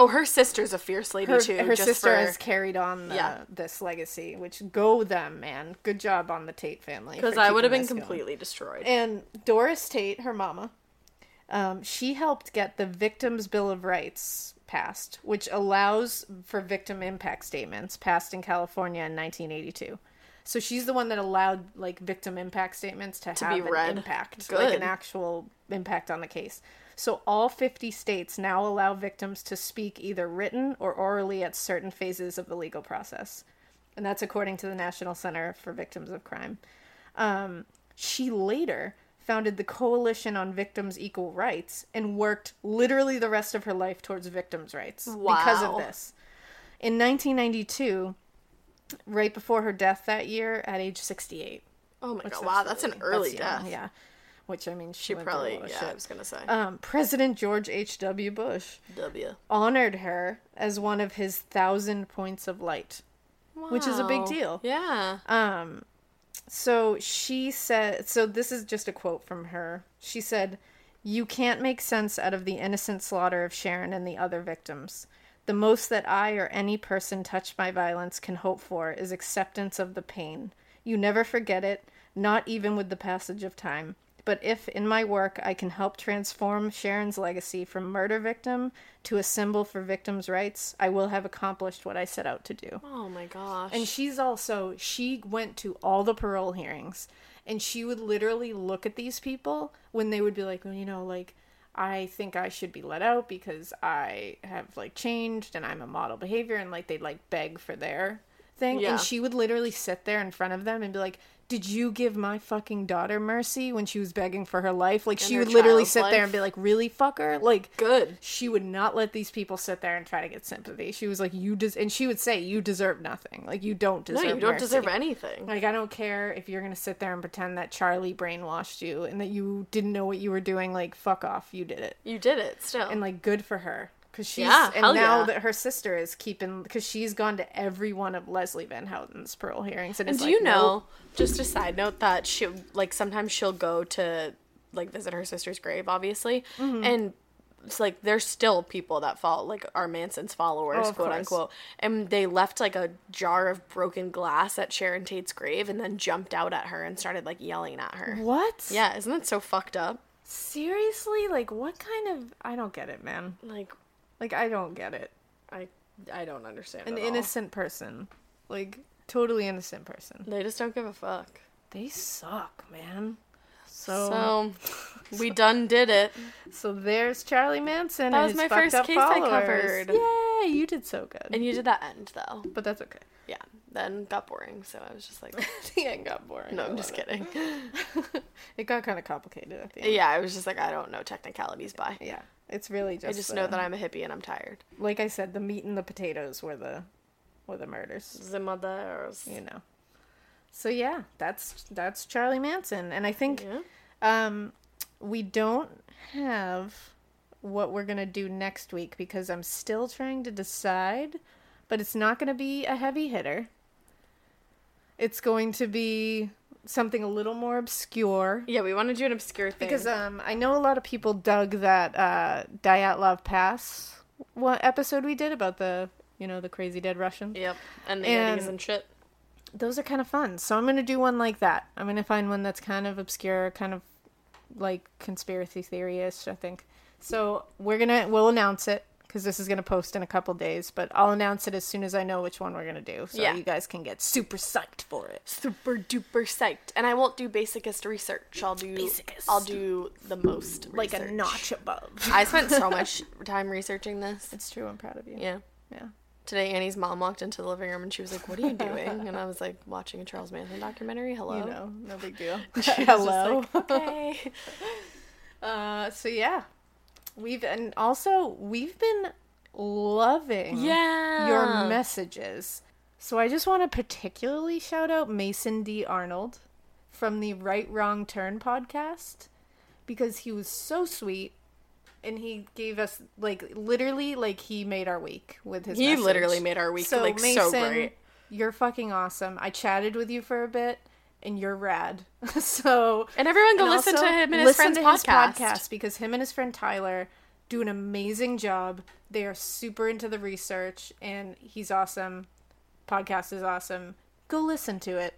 [SPEAKER 2] oh, her sister's a fierce lady
[SPEAKER 3] Her,
[SPEAKER 2] too.
[SPEAKER 3] her
[SPEAKER 2] just
[SPEAKER 3] sister
[SPEAKER 2] for-
[SPEAKER 3] has carried on the,
[SPEAKER 2] Yeah.
[SPEAKER 3] this legacy, which go them, man. Good job on the Tate family.
[SPEAKER 2] Because
[SPEAKER 3] for
[SPEAKER 2] I would have
[SPEAKER 3] keeping
[SPEAKER 2] been
[SPEAKER 3] this going.
[SPEAKER 2] completely destroyed.
[SPEAKER 3] And Doris Tate, her mama, um, she helped get the Victims Bill of Rights passed, which allows for victim impact statements passed in California in 1982. So she's the one that allowed like victim impact statements to,
[SPEAKER 2] To
[SPEAKER 3] have
[SPEAKER 2] be
[SPEAKER 3] an
[SPEAKER 2] read.
[SPEAKER 3] impact,
[SPEAKER 2] Good.
[SPEAKER 3] like an actual impact on the case. So all 50 states now allow victims to speak either written or orally at certain phases of the legal process. And that's according to the National Center for Victims of Crime. Um, she later founded the Coalition on Victims Equal Rights and worked literally the rest of her life towards victims' rights because of
[SPEAKER 2] Wow.
[SPEAKER 3] this. In 1992, right before her death that year, at age 68.
[SPEAKER 2] Oh my
[SPEAKER 3] Which
[SPEAKER 2] god!
[SPEAKER 3] is
[SPEAKER 2] Wow, that's an
[SPEAKER 3] absolutely-
[SPEAKER 2] early
[SPEAKER 3] that's young,
[SPEAKER 2] death.
[SPEAKER 3] yeah. Which I mean, she,
[SPEAKER 2] She
[SPEAKER 3] went through a
[SPEAKER 2] probably-
[SPEAKER 3] lot of
[SPEAKER 2] yeah,
[SPEAKER 3] shit.
[SPEAKER 2] I was gonna say.
[SPEAKER 3] Um, President George H. W. Bush
[SPEAKER 2] W.
[SPEAKER 3] honored her as one of his thousand points of light, which is a big
[SPEAKER 2] Wow.
[SPEAKER 3] deal.
[SPEAKER 2] Yeah.
[SPEAKER 3] Um, so she said, so this is just a quote from her. She said, You can't make sense out of the innocent slaughter of Sharon and the other victims. The most that I or any person touched by violence can hope for is acceptance of the pain. You never forget it, not even with the passage of time. But if in my work I can help transform Sharon's legacy from murder victim to a symbol for victims' rights, I will have accomplished what I set out to do.
[SPEAKER 2] Oh my gosh.
[SPEAKER 3] And she's also she went to all the parole hearings and she would literally look at these people when they would be like, well, you know, like I think I should be let out because I have like changed and I'm a model behavior and like they'd like beg for their thing
[SPEAKER 2] Yeah.
[SPEAKER 3] and she would literally sit there in front of them and be like, "Did you give my fucking daughter mercy when she was begging for her life?" Like she
[SPEAKER 2] her
[SPEAKER 3] would literally
[SPEAKER 2] child's
[SPEAKER 3] sit there
[SPEAKER 2] life.
[SPEAKER 3] and be like, "Really, fucker?" Like
[SPEAKER 2] Good.
[SPEAKER 3] she would not let these people sit there and try to get sympathy. She was like, "You des," and she would say, "You deserve nothing. Like you don't
[SPEAKER 2] no,
[SPEAKER 3] deserve.
[SPEAKER 2] you don't
[SPEAKER 3] mercy.
[SPEAKER 2] deserve anything.
[SPEAKER 3] Like I don't care if you're gonna sit there and pretend that Charlie brainwashed you and that you didn't know what you were doing. Like fuck off, you did it.
[SPEAKER 2] you did it still.
[SPEAKER 3] And like good for her because she's
[SPEAKER 2] Yeah,
[SPEAKER 3] and
[SPEAKER 2] hell
[SPEAKER 3] now
[SPEAKER 2] yeah.
[SPEAKER 3] that her sister is keeping because she's gone to every one of Leslie Van Houten's parole hearings. And,
[SPEAKER 2] And
[SPEAKER 3] is
[SPEAKER 2] do
[SPEAKER 3] like,
[SPEAKER 2] you know,
[SPEAKER 3] "Nope."
[SPEAKER 2] just a side note, that she like sometimes she'll go to like visit her sister's grave, obviously,
[SPEAKER 3] Mm-hmm.
[SPEAKER 2] and it's like there's still people that follow like are Manson's followers,
[SPEAKER 3] Oh, of
[SPEAKER 2] quote
[SPEAKER 3] course.
[SPEAKER 2] unquote, and they left like a jar of broken glass at Sharon Tate's grave, and then jumped out at her and started like yelling at her.
[SPEAKER 3] what?
[SPEAKER 2] Yeah, isn't that so fucked up?
[SPEAKER 3] seriously, like what kind of? I don't get it, man.
[SPEAKER 2] Like
[SPEAKER 3] Like I don't get it.
[SPEAKER 2] I I don't understand.
[SPEAKER 3] An
[SPEAKER 2] at all.
[SPEAKER 3] innocent person, like totally innocent person.
[SPEAKER 2] They just don't give a fuck.
[SPEAKER 3] They suck, man. So, so,
[SPEAKER 2] So we done did it.
[SPEAKER 3] there's Charlie Manson.
[SPEAKER 2] That
[SPEAKER 3] and
[SPEAKER 2] was
[SPEAKER 3] his
[SPEAKER 2] my
[SPEAKER 3] fucked
[SPEAKER 2] first
[SPEAKER 3] up
[SPEAKER 2] case I
[SPEAKER 3] followers.
[SPEAKER 2] covered.
[SPEAKER 3] Yay, you did so good.
[SPEAKER 2] And you did that end though.
[SPEAKER 3] but that's
[SPEAKER 2] *laughs*
[SPEAKER 3] okay.
[SPEAKER 2] Yeah. Then got boring, so I was just like
[SPEAKER 3] *laughs* the end got boring.
[SPEAKER 2] No,
[SPEAKER 3] I
[SPEAKER 2] I'm just
[SPEAKER 3] love
[SPEAKER 2] kidding.
[SPEAKER 3] it. *laughs* it got kind of complicated at the end.
[SPEAKER 2] Yeah, I was just like, I don't know technicalities by.
[SPEAKER 3] Yeah, it's really just.
[SPEAKER 2] I just know
[SPEAKER 3] the-
[SPEAKER 2] that I'm a hippie and I'm tired.
[SPEAKER 3] Like I said, the meat and the potatoes were the, were the murders.
[SPEAKER 2] The mothers.
[SPEAKER 3] You know. So yeah, that's that's Charlie Manson, and I think
[SPEAKER 2] Yeah.
[SPEAKER 3] Um, we don't have what we're gonna do next week because I'm still trying to decide, but it's not gonna be a heavy hitter. It's going to be something a little more obscure
[SPEAKER 2] Yeah, we want to do an obscure thing.
[SPEAKER 3] because um, I know a lot of people dug that uh, Dyatlov Pass what episode we did about the you know the crazy dead Russian.
[SPEAKER 2] yep, and the
[SPEAKER 3] and-
[SPEAKER 2] Yetis and shit.
[SPEAKER 3] Those are kind of fun, so I'm gonna do one like that. I'm gonna find one that's kind of obscure, kind of like conspiracy theory-ish, I think. So we're gonna we'll announce it because this is gonna post in a couple days, but I'll announce it as soon as I know which one we're gonna do, so
[SPEAKER 2] Yeah.
[SPEAKER 3] you guys can get super psyched for it.
[SPEAKER 2] Super duper psyched, and I won't do basicist research. I'll do I'll do the most
[SPEAKER 3] Like a
[SPEAKER 2] research.
[SPEAKER 3] notch above.
[SPEAKER 2] I spent
[SPEAKER 3] *laughs*
[SPEAKER 2] so much time researching this.
[SPEAKER 3] it's true. I'm proud of you.
[SPEAKER 2] Yeah.
[SPEAKER 3] Yeah.
[SPEAKER 2] Today, Annie's mom walked into the living room and she was like, "What are
[SPEAKER 3] *laughs*
[SPEAKER 2] you doing?" And I was like, "Watching a Charles Manson documentary." Hello.
[SPEAKER 3] You know, no big deal.
[SPEAKER 2] *laughs* She
[SPEAKER 3] *laughs*
[SPEAKER 2] was just
[SPEAKER 3] Hello.
[SPEAKER 2] like,
[SPEAKER 3] *laughs*
[SPEAKER 2] okay.
[SPEAKER 3] Uh, so yeah, we've and also we've been loving
[SPEAKER 2] Yeah.
[SPEAKER 3] your messages. So I just want to particularly shout out Mason D. Arnold from the Right Wrong Turn podcast because he was so sweet and he gave us like literally like he made our week with his.
[SPEAKER 2] He
[SPEAKER 3] message.
[SPEAKER 2] literally made our week, like, so great.
[SPEAKER 3] You're fucking awesome. I chatted with you for a bit. And you're rad. *laughs* so
[SPEAKER 2] And everyone go listen
[SPEAKER 3] also
[SPEAKER 2] to him and his
[SPEAKER 3] listen
[SPEAKER 2] friend's
[SPEAKER 3] to
[SPEAKER 2] podcast.
[SPEAKER 3] because him and his friend Tyler do an amazing job. They are super into the research and he's awesome. Podcast is awesome. Go listen to it.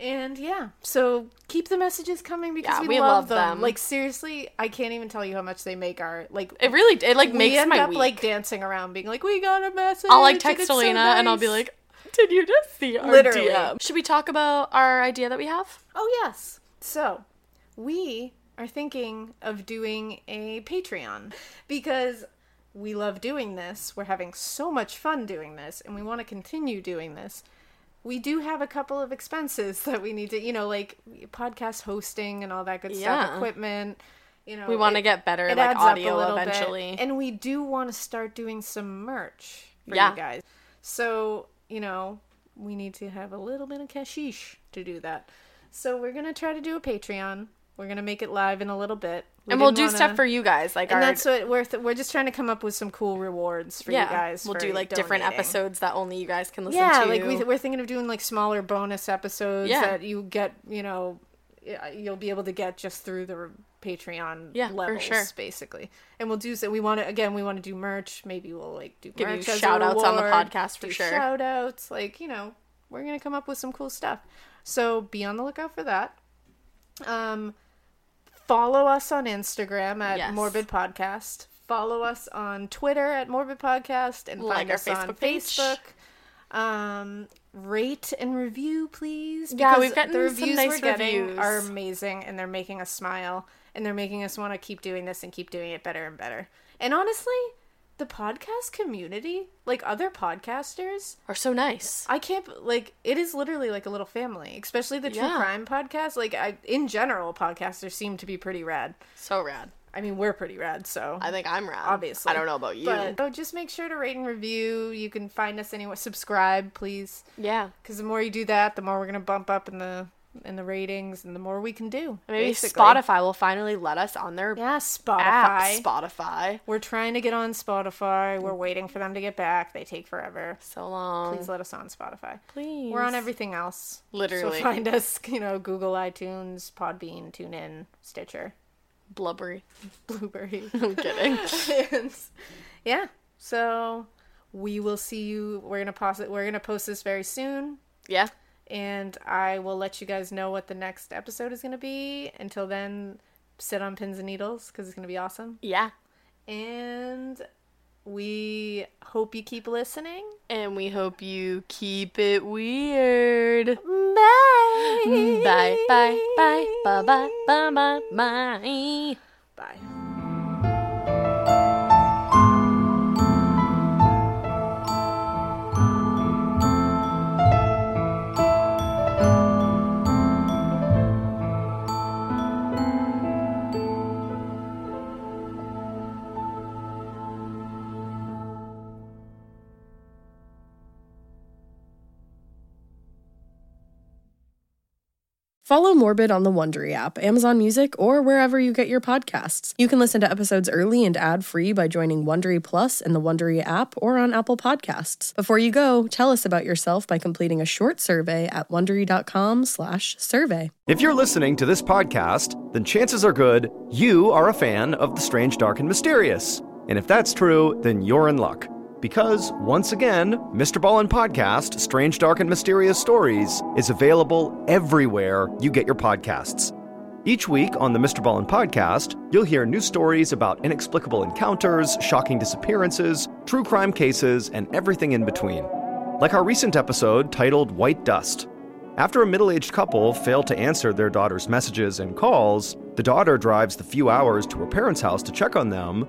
[SPEAKER 3] And yeah, so keep the messages coming because
[SPEAKER 2] Yeah,
[SPEAKER 3] we,
[SPEAKER 2] we
[SPEAKER 3] love,
[SPEAKER 2] love
[SPEAKER 3] them.
[SPEAKER 2] them.
[SPEAKER 3] Like seriously, I can't even tell you how much they make our like.
[SPEAKER 2] It really it like
[SPEAKER 3] we
[SPEAKER 2] makes
[SPEAKER 3] end
[SPEAKER 2] my
[SPEAKER 3] up
[SPEAKER 2] week.
[SPEAKER 3] like dancing around, being like, "We got a
[SPEAKER 2] *laughs*
[SPEAKER 3] message."
[SPEAKER 2] I'll like
[SPEAKER 3] and
[SPEAKER 2] text
[SPEAKER 3] it's so
[SPEAKER 2] Elena and I'll be
[SPEAKER 3] nice."
[SPEAKER 2] like, did you just see our
[SPEAKER 3] Literally.
[SPEAKER 2] DM? Should we talk about our idea that we have?
[SPEAKER 3] "Oh yes." So we are thinking of doing a Patreon because we love doing this. We're having so much fun doing this, and we want to continue doing this. we do have a couple of expenses that we need to, you know, like podcast hosting and all that good stuff,
[SPEAKER 2] Yeah.
[SPEAKER 3] equipment. You know,
[SPEAKER 2] We wanna
[SPEAKER 3] it-
[SPEAKER 2] get better,
[SPEAKER 3] it
[SPEAKER 2] like,
[SPEAKER 3] adds up a
[SPEAKER 2] audio
[SPEAKER 3] little bit.
[SPEAKER 2] eventually.
[SPEAKER 3] and we do want to start doing some merch for
[SPEAKER 2] Yeah.
[SPEAKER 3] you guys. So you know, we need to have a little bit of cashish to do that. So we're gonna try to do a Patreon. We're gonna make it live in a little bit,
[SPEAKER 2] and we'll
[SPEAKER 3] didn't
[SPEAKER 2] do
[SPEAKER 3] wanna-
[SPEAKER 2] stuff for you guys. Like our
[SPEAKER 3] And that's what we're th- we're just trying to come up with some cool rewards for you guys.
[SPEAKER 2] We'll
[SPEAKER 3] for
[SPEAKER 2] do like different
[SPEAKER 3] donating.
[SPEAKER 2] episodes that only you guys can listen
[SPEAKER 3] Yeah,
[SPEAKER 2] to.
[SPEAKER 3] like we, we're thinking of doing like smaller bonus episodes
[SPEAKER 2] Yeah.
[SPEAKER 3] that you get, you know, y- you'll be able to get just through the Patreon
[SPEAKER 2] Yeah, for
[SPEAKER 3] levels,
[SPEAKER 2] sure.
[SPEAKER 3] basically. And we'll do so. We want to again. We want to do merch. Maybe we'll like do
[SPEAKER 2] Give you
[SPEAKER 3] merch as a
[SPEAKER 2] shout-outs on the
[SPEAKER 3] reward,
[SPEAKER 2] podcast for
[SPEAKER 3] do
[SPEAKER 2] sure.
[SPEAKER 3] Shout outs, like you know, we're gonna come up with some cool stuff. So be on the lookout for that. Um, follow us on Instagram at
[SPEAKER 2] Yes.
[SPEAKER 3] Morbid Podcast. Follow us on Twitter at Morbid Podcast and
[SPEAKER 2] Like
[SPEAKER 3] find
[SPEAKER 2] our
[SPEAKER 3] us on
[SPEAKER 2] Facebook page.
[SPEAKER 3] Facebook. Um, rate and review, please.
[SPEAKER 2] Yeah,
[SPEAKER 3] because
[SPEAKER 2] we've gotten
[SPEAKER 3] the
[SPEAKER 2] some
[SPEAKER 3] reviews
[SPEAKER 2] nice
[SPEAKER 3] we're getting
[SPEAKER 2] reviews.
[SPEAKER 3] are amazing, and they're making us smile, and they're making us want to keep doing this and keep doing it better and better. And honestly, the podcast community, like other podcasters,
[SPEAKER 2] are so nice.
[SPEAKER 3] I can't b- like it is literally like a little family, especially the true
[SPEAKER 2] Yeah.
[SPEAKER 3] crime podcast. Like I, in general, podcasters seem to be pretty rad.
[SPEAKER 2] So rad.
[SPEAKER 3] I mean, we're pretty rad, so
[SPEAKER 2] I think I'm rad.
[SPEAKER 3] obviously.
[SPEAKER 2] I don't know about you.
[SPEAKER 3] But, oh, just make sure to rate and review. You can find us anywhere. Subscribe, please,
[SPEAKER 2] yeah.
[SPEAKER 3] because the more you do that, the more we're gonna bump up in the in the ratings, and the more we can do.
[SPEAKER 2] Maybe
[SPEAKER 3] basically.
[SPEAKER 2] Spotify will finally let us on their
[SPEAKER 3] Yeah, Spotify.
[SPEAKER 2] app, Spotify.
[SPEAKER 3] We're trying to get on Spotify.
[SPEAKER 2] Mm-hmm.
[SPEAKER 3] We're waiting for them to get back. They take forever.
[SPEAKER 2] So long.
[SPEAKER 3] Please let us on Spotify.
[SPEAKER 2] Mm. Please.
[SPEAKER 3] We're on everything else.
[SPEAKER 2] Literally.
[SPEAKER 3] So find us, *laughs* you know, Google, iTunes, Podbean, TuneIn, Stitcher, *laughs*
[SPEAKER 2] Blubbery.
[SPEAKER 3] Blueberry.
[SPEAKER 2] *laughs* I'm
[SPEAKER 3] *laughs*
[SPEAKER 2] kidding.
[SPEAKER 3] And, yeah. So we will see you. We're gonna pause it. We're gonna post this very soon,
[SPEAKER 2] yeah.
[SPEAKER 3] and I will let you guys know what the next episode is gonna be. Until then, sit on pins and needles because it's gonna be awesome.
[SPEAKER 2] Yeah.
[SPEAKER 3] And we hope you keep listening.
[SPEAKER 2] And we hope you keep it weird.
[SPEAKER 3] Bye.
[SPEAKER 2] Bye, bye, bye, bye, bye, bye, bye, bye.
[SPEAKER 3] Bye.
[SPEAKER 1] Follow Morbid on the Wondery app, Amazon Music, or wherever you get your podcasts. You can listen to episodes early and ad-free by joining Wondery Plus in the Wondery app or on Apple Podcasts. Before you go, tell us about yourself by completing a short survey at wondery.com/survey.
[SPEAKER 11] If you're listening to this podcast, then chances are good you are a fan of the strange, dark, and mysterious. And if that's true, then you're in luck. Because, once again, Mr. Ballin Podcast, Strange, Dark, and Mysterious Stories, is available everywhere you get your podcasts. Each week on the Mr. Ballin podcast, you'll hear new stories about inexplicable encounters, shocking disappearances, true crime cases, and everything in between. Like our recent episode titled White Dust. After a middle aged couple fail to answer their daughter's messages and calls, the daughter drives the few hours to her parents' house to check on them.